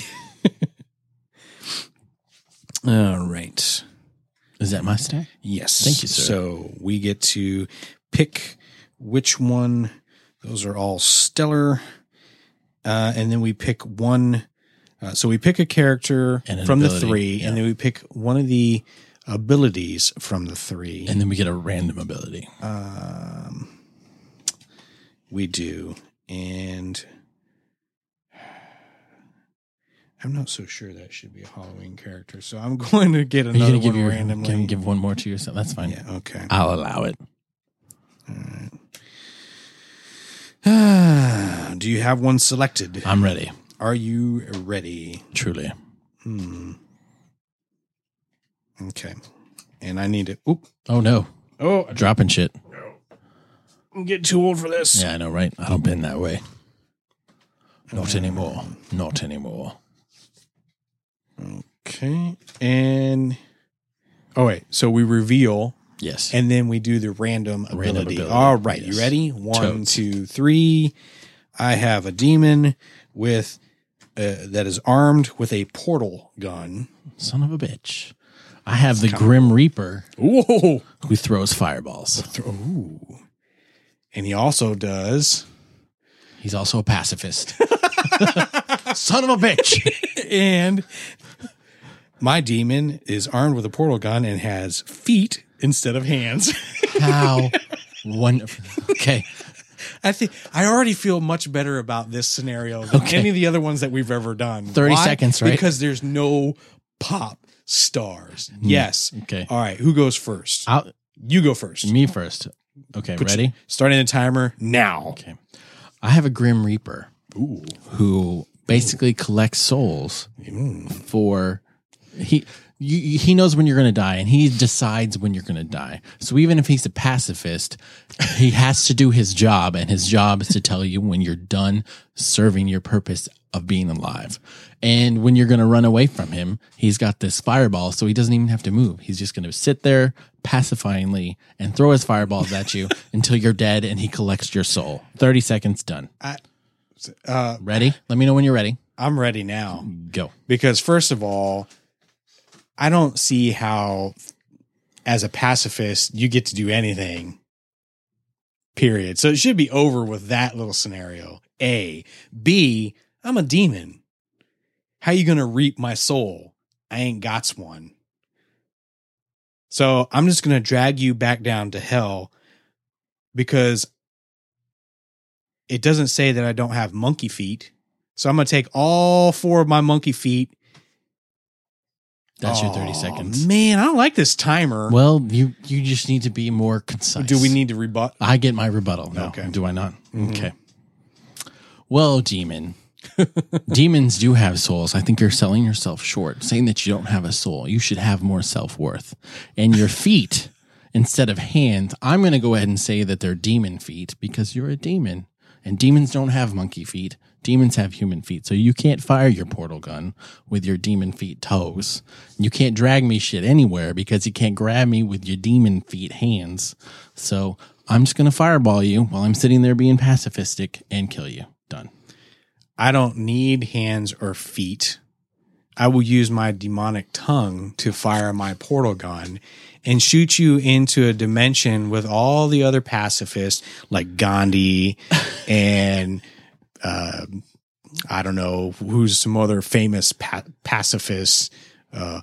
[SPEAKER 2] All right.
[SPEAKER 1] Is that my stack?
[SPEAKER 2] Yes.
[SPEAKER 1] Thank you, sir.
[SPEAKER 2] So we get to pick which one. Those are all stellar. Uh, and then we pick one. Uh, so we pick a character
[SPEAKER 1] And an
[SPEAKER 2] from the
[SPEAKER 1] ability,
[SPEAKER 2] three,
[SPEAKER 1] yeah.
[SPEAKER 2] and then we pick one of the abilities from the three.
[SPEAKER 1] And then we get a random ability.
[SPEAKER 2] um, we do. And I'm not so sure that should be a Halloween character. So I'm [LAUGHS] going to get
[SPEAKER 1] Are you
[SPEAKER 2] another
[SPEAKER 1] gonna give
[SPEAKER 2] one
[SPEAKER 1] your
[SPEAKER 2] randomly.
[SPEAKER 1] Can give one more to yourself? That's fine.
[SPEAKER 2] yeah, okay.
[SPEAKER 1] I'll allow it.
[SPEAKER 2] [SIGHS] All right. Do you have one selected?
[SPEAKER 1] I'm ready.
[SPEAKER 2] Are you ready?
[SPEAKER 1] Truly.
[SPEAKER 2] Hmm. Okay. And I need it. Oop.
[SPEAKER 1] Oh no.
[SPEAKER 2] Oh,
[SPEAKER 1] Dropping shit.
[SPEAKER 2] I'm getting too old for this.
[SPEAKER 1] Yeah, I know, right? I don't bend that way. Not anymore. Not anymore.
[SPEAKER 2] Okay. And oh wait, so we reveal
[SPEAKER 1] Yes.
[SPEAKER 2] and then we do the random ability.
[SPEAKER 1] Random ability,
[SPEAKER 2] All right,
[SPEAKER 1] yes.
[SPEAKER 2] you ready? One,
[SPEAKER 1] Totes.
[SPEAKER 2] two, three. I have a demon with uh, that is armed with a portal gun.
[SPEAKER 1] Son of a bitch. I have the Grim Reaper
[SPEAKER 2] Whoa!
[SPEAKER 1] who throws fireballs.
[SPEAKER 2] Ooh. And he also does.
[SPEAKER 1] He's also a pacifist. [LAUGHS] Son of a bitch.
[SPEAKER 2] and my demon is armed with a portal gun and has feet instead of hands. [LAUGHS]
[SPEAKER 1] How wonderful. Okay.
[SPEAKER 2] I think I already feel much better about this scenario than
[SPEAKER 1] Okay.
[SPEAKER 2] any of the other ones that we've ever done.
[SPEAKER 1] 30 seconds, right?
[SPEAKER 2] Because there's no pop stars. Yes.
[SPEAKER 1] Hmm. Okay.
[SPEAKER 2] All right. Who goes first?
[SPEAKER 1] I'll,
[SPEAKER 2] You go first.
[SPEAKER 1] me first. Okay,
[SPEAKER 2] Put
[SPEAKER 1] ready?
[SPEAKER 2] your- starting the timer now.
[SPEAKER 1] Okay. I have a Grim Reaper
[SPEAKER 2] Ooh.
[SPEAKER 1] who basically collects souls
[SPEAKER 2] Mm.
[SPEAKER 1] for he you, you- he knows when you're going to die and he decides when you're going to die. So even if he's a pacifist, he has to do his job and his job is to tell you when you're done serving your purpose of being alive. And when you're going to run away from him, he's got this fireball so he doesn't even have to move. He's just going to sit there pacifyingly and throw his fireballs at you [LAUGHS] until you're dead and he collects your soul. 30 seconds done.
[SPEAKER 2] Uh,
[SPEAKER 1] Ready? Let me know when you're ready.
[SPEAKER 2] I'm ready now.
[SPEAKER 1] Go.
[SPEAKER 2] because first of all i don't see how as a pacifist you get to do anything period so it should be over with that little scenario a b i'm a demon how you gonna reap my soul i ain't gots one so i'm just gonna drag you back down to hell because it doesn't say that i don't have monkey feet so I'm gonna take all four of my monkey feet.
[SPEAKER 1] That's your 30
[SPEAKER 2] Aw,
[SPEAKER 1] seconds.
[SPEAKER 2] Man, I don't like this timer.
[SPEAKER 1] Well, you you just need to be more concise.
[SPEAKER 2] Do we need to rebut?
[SPEAKER 1] I get my rebuttal. No,
[SPEAKER 2] Okay.
[SPEAKER 1] do I not?
[SPEAKER 2] Mhm.
[SPEAKER 1] Okay. Well, demon. Demons do have souls. I think you're selling yourself short, saying that you don't have a soul. You should have more self worth. And your feet, instead of hands, I'm going to go ahead and say that they're demon feet because you're a demon. And demons don't have monkey feet. Demons have human feet. So you can't fire your portal gun with your demon feet toes. You can't drag me shit anywhere because you can't grab me with your demon feet hands. So I'm just going to fireball you while I'm sitting there being pacifistic and kill you. Done. [LAUGHS]
[SPEAKER 2] I don't need hands or feet. I will use my demonic tongue to fire my portal gun and shoot you into a dimension with all the other pacifists
[SPEAKER 1] [LAUGHS]
[SPEAKER 2] like Gandhi and uh, I don't know who's some other famous pa- pacifists, uh,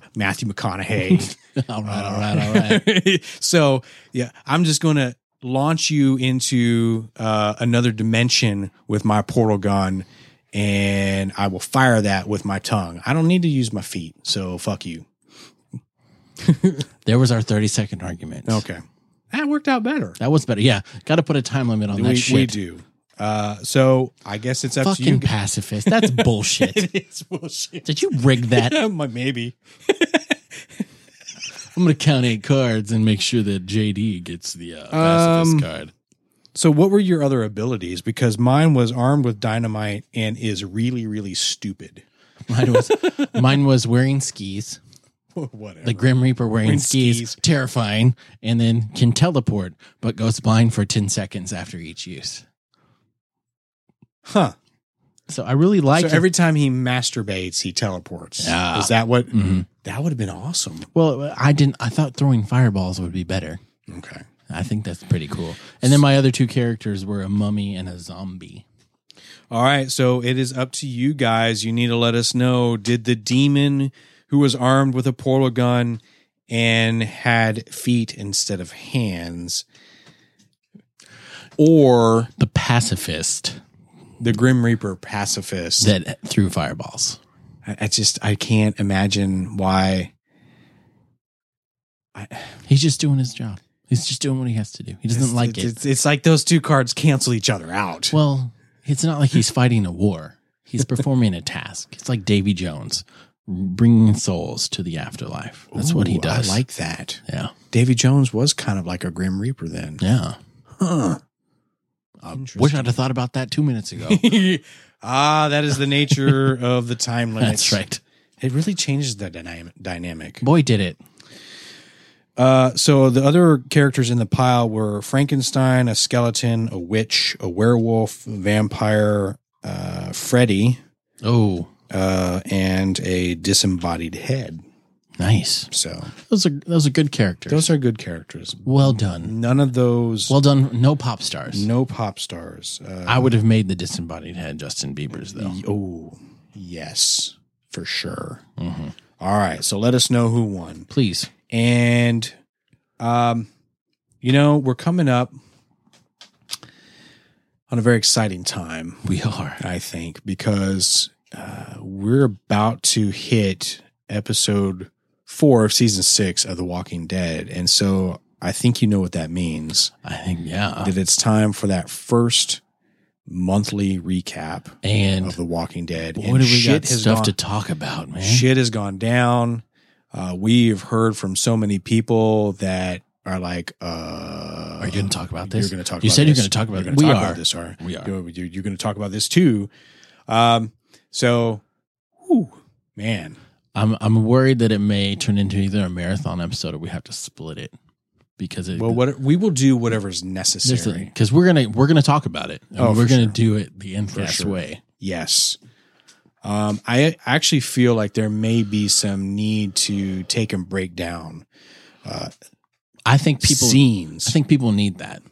[SPEAKER 1] [LAUGHS]
[SPEAKER 2] Matthew McConaughey.
[SPEAKER 1] all right, all right, all right.
[SPEAKER 2] [LAUGHS] so yeah, I'm just gonna launch you into uh, another dimension with my portal gun, and I will fire that with my tongue. I don't need to use my feet, so fuck you.
[SPEAKER 1] There was our 30 second argument.
[SPEAKER 2] Okay, that worked out better.
[SPEAKER 1] That was better. Yeah. Got to put a time limit on
[SPEAKER 2] We,
[SPEAKER 1] that
[SPEAKER 2] we
[SPEAKER 1] shit.
[SPEAKER 2] do. Uh, so I guess it's up to you.
[SPEAKER 1] Fucking pacifist.
[SPEAKER 2] [LAUGHS]
[SPEAKER 1] That's bullshit.
[SPEAKER 2] it's bullshit. [LAUGHS]
[SPEAKER 1] Did you rig that?
[SPEAKER 2] My- Maybe.
[SPEAKER 1] I'm going to count eight cards and make sure that JD gets the uh, pacifist
[SPEAKER 2] Um,
[SPEAKER 1] card.
[SPEAKER 2] So, what were your other abilities? Because mine was armed with dynamite and is really, really stupid. [LAUGHS]
[SPEAKER 1] Mine was, mine was wearing skis,
[SPEAKER 2] Whatever.
[SPEAKER 1] the Grim Reaper wearing
[SPEAKER 2] Wearing
[SPEAKER 1] skis,
[SPEAKER 2] skis.
[SPEAKER 1] terrifying, and then can teleport, but goes blind for 10 seconds after each use.
[SPEAKER 2] huh.
[SPEAKER 1] So I really like
[SPEAKER 2] so every time he masturbates, he teleports.
[SPEAKER 1] Yeah.
[SPEAKER 2] Is that what?
[SPEAKER 1] Mhm.
[SPEAKER 2] That would have been awesome.
[SPEAKER 1] Well, I didn't. I thought throwing fireballs would be better.
[SPEAKER 2] Okay.
[SPEAKER 1] I think that's pretty cool. And then my other two characters were a mummy and a zombie.
[SPEAKER 2] All right. So it is up to you guys. You need to let us know. Did the demon who was armed with a portal gun and had feet instead of hands, or
[SPEAKER 1] The pacifist
[SPEAKER 2] the Grim Reaper pacifist?
[SPEAKER 1] that threw fireballs.
[SPEAKER 2] I, I just I can't imagine why.
[SPEAKER 1] He's just doing his job. He's just doing what he has to do. He doesn't
[SPEAKER 2] It's-
[SPEAKER 1] like
[SPEAKER 2] it's,
[SPEAKER 1] it.
[SPEAKER 2] It's, it's like those two cards cancel each other out.
[SPEAKER 1] Well, it's not like
[SPEAKER 2] [LAUGHS]
[SPEAKER 1] he's fighting a war. He's performing a task. It's like Davy Jones bringing souls to the afterlife. That's what he
[SPEAKER 2] Ooh,
[SPEAKER 1] does.
[SPEAKER 2] I like that.
[SPEAKER 1] yeah.
[SPEAKER 2] Davy Jones was kind of like a Grim
[SPEAKER 1] [LAUGHS]
[SPEAKER 2] Reaper then.
[SPEAKER 1] Yeah.
[SPEAKER 2] Huh.
[SPEAKER 1] Wish I'd have thought about that two minutes
[SPEAKER 2] [LAUGHS]
[SPEAKER 1] ago.
[SPEAKER 2] ah, that is the nature of the time limits.
[SPEAKER 1] That's right.
[SPEAKER 2] It really changes the dynam- dynamic.
[SPEAKER 1] Boy, did it.
[SPEAKER 2] Uh, so the other characters in the pile were Frankenstein, a skeleton, a witch, a werewolf, a vampire, uh, Freddy,
[SPEAKER 1] Oh,
[SPEAKER 2] uh, and a disembodied head.
[SPEAKER 1] nice.
[SPEAKER 2] So
[SPEAKER 1] Those are those are good characters.
[SPEAKER 2] those Mm. are good characters.
[SPEAKER 1] well done.
[SPEAKER 2] None of those.
[SPEAKER 1] Well done. No pop stars.
[SPEAKER 2] no pop stars. Uh,
[SPEAKER 1] I would have made the disembodied head Justin Bieber's though.
[SPEAKER 2] y- Oh, yes, for sure.
[SPEAKER 1] hmm
[SPEAKER 2] All right. So let us know who won.
[SPEAKER 1] Please.
[SPEAKER 2] And, um, you know, we're coming up on a very exciting time.
[SPEAKER 1] We are.
[SPEAKER 2] I think, because uh, we're about to hit episode four of season six of The Walking Dead. And so I think you know what that means
[SPEAKER 1] I think yeah.
[SPEAKER 2] that it's time for that first monthly recap
[SPEAKER 1] And
[SPEAKER 2] of The Walking Dead.
[SPEAKER 1] what
[SPEAKER 2] And
[SPEAKER 1] do we got
[SPEAKER 2] has
[SPEAKER 1] stuff
[SPEAKER 2] gone-
[SPEAKER 1] to talk about, man?
[SPEAKER 2] Shit has gone down. Uh, we've heard from so many people that are like, uh,
[SPEAKER 1] Are you going to talk about this?
[SPEAKER 2] You're going to talk.
[SPEAKER 1] You
[SPEAKER 2] about
[SPEAKER 1] said you're
[SPEAKER 2] this.
[SPEAKER 1] gonna talk about
[SPEAKER 2] You're
[SPEAKER 1] it.
[SPEAKER 2] gonna
[SPEAKER 1] We
[SPEAKER 2] talk
[SPEAKER 1] are.
[SPEAKER 2] about this. Are
[SPEAKER 1] we are.
[SPEAKER 2] you're, you're, going to talk about this too. Um, so, whew, man,
[SPEAKER 1] I'm I'm worried that it may turn into either a marathon episode or we have to split it because it
[SPEAKER 2] well, what we will do whatever's necessary.
[SPEAKER 1] because we're gonna we're gonna talk about it. And
[SPEAKER 2] Oh,
[SPEAKER 1] we're
[SPEAKER 2] for
[SPEAKER 1] gonna
[SPEAKER 2] sure.
[SPEAKER 1] do it the Endcast
[SPEAKER 2] sure.
[SPEAKER 1] way.
[SPEAKER 2] Yes. Um, I actually feel like there may be some need to take and break down uh,
[SPEAKER 1] I think people
[SPEAKER 2] scenes.
[SPEAKER 1] I think people need that.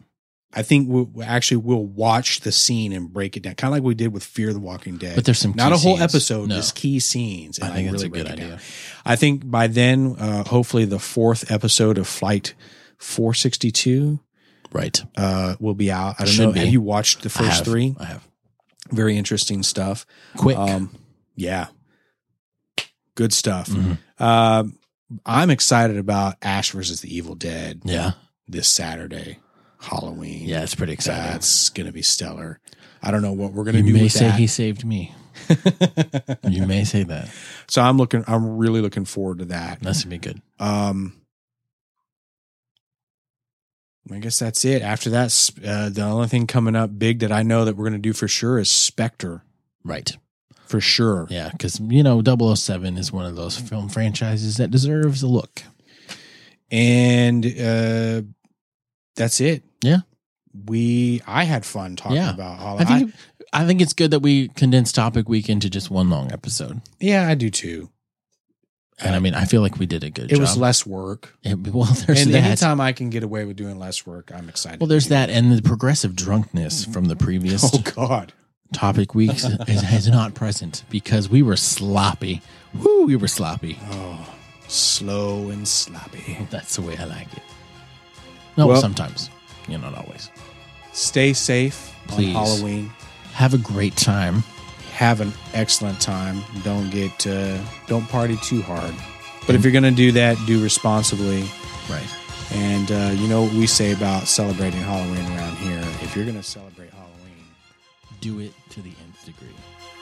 [SPEAKER 2] I think we'll, we actually we'll watch the scene and break it down, kind of like we did with Fear the Walking Dead.
[SPEAKER 1] But there's some
[SPEAKER 2] not
[SPEAKER 1] key
[SPEAKER 2] a whole
[SPEAKER 1] scenes.
[SPEAKER 2] episode,
[SPEAKER 1] No.
[SPEAKER 2] just key scenes.
[SPEAKER 1] I
[SPEAKER 2] and,
[SPEAKER 1] think
[SPEAKER 2] like,
[SPEAKER 1] that's
[SPEAKER 2] really
[SPEAKER 1] a good
[SPEAKER 2] break it down.
[SPEAKER 1] idea.
[SPEAKER 2] I think by then, uh, hopefully, the fourth episode of Flight 462
[SPEAKER 1] Right.
[SPEAKER 2] uh, will be out. I don't
[SPEAKER 1] Should
[SPEAKER 2] know.
[SPEAKER 1] be.
[SPEAKER 2] Have you watched the
[SPEAKER 1] I
[SPEAKER 2] first
[SPEAKER 1] have.
[SPEAKER 2] three?
[SPEAKER 1] I have.
[SPEAKER 2] Very interesting stuff.
[SPEAKER 1] Quick.
[SPEAKER 2] Um, yeah, good stuff.
[SPEAKER 1] Mhm.
[SPEAKER 2] Um, I'm excited about Ash versus the Evil Dead
[SPEAKER 1] Yeah.
[SPEAKER 2] this Saturday, Halloween.
[SPEAKER 1] Yeah, it's pretty exciting.
[SPEAKER 2] that's gonna be stellar. I don't know what we're gonna
[SPEAKER 1] You
[SPEAKER 2] do
[SPEAKER 1] may
[SPEAKER 2] with
[SPEAKER 1] say
[SPEAKER 2] that.
[SPEAKER 1] he saved
[SPEAKER 2] [LAUGHS]
[SPEAKER 1] me. You may say that.
[SPEAKER 2] so I'm looking. I'm really looking forward to that.
[SPEAKER 1] That's gonna be good.
[SPEAKER 2] Um, I guess that's it. After that, sp- uh, the only thing coming up big that I know that we're going to do for sure is Spectre,
[SPEAKER 1] Right.
[SPEAKER 2] for sure.
[SPEAKER 1] Yeah, because you know, 007 is one of those film franchises that deserves a look.
[SPEAKER 2] And uh, that's it.
[SPEAKER 1] Yeah.
[SPEAKER 2] We, I had fun talking
[SPEAKER 1] Yeah.
[SPEAKER 2] about all
[SPEAKER 1] I think I think it's good that we condense topic week into just one long episode.
[SPEAKER 2] yeah, I do too.
[SPEAKER 1] And I mean, I feel like we did a good
[SPEAKER 2] It
[SPEAKER 1] job.
[SPEAKER 2] was less work.
[SPEAKER 1] It- well, [LAUGHS] there's
[SPEAKER 2] and
[SPEAKER 1] that.
[SPEAKER 2] anytime I can get away with doing less work, I'm excited.
[SPEAKER 1] well, there's that, and the progressive drunkenness from the previous
[SPEAKER 2] [LAUGHS] Oh, God.
[SPEAKER 1] topic weeks is, is not present because we were sloppy. Woo, we were sloppy.
[SPEAKER 2] Oh, slow and sloppy.
[SPEAKER 1] That's the way I like it. No,
[SPEAKER 2] Well-
[SPEAKER 1] sometimes, you know, not always.
[SPEAKER 2] Stay safe
[SPEAKER 1] Please.
[SPEAKER 2] on Halloween.
[SPEAKER 1] Have a great time.
[SPEAKER 2] have an excellent time. Don't get uh, don't party too hard. But if you're gonna do that, do responsibly.
[SPEAKER 1] Right.
[SPEAKER 2] And uh, you know what we say about celebrating Halloween around here. If you're gonna celebrate Halloween,
[SPEAKER 1] Do it to the nth degree.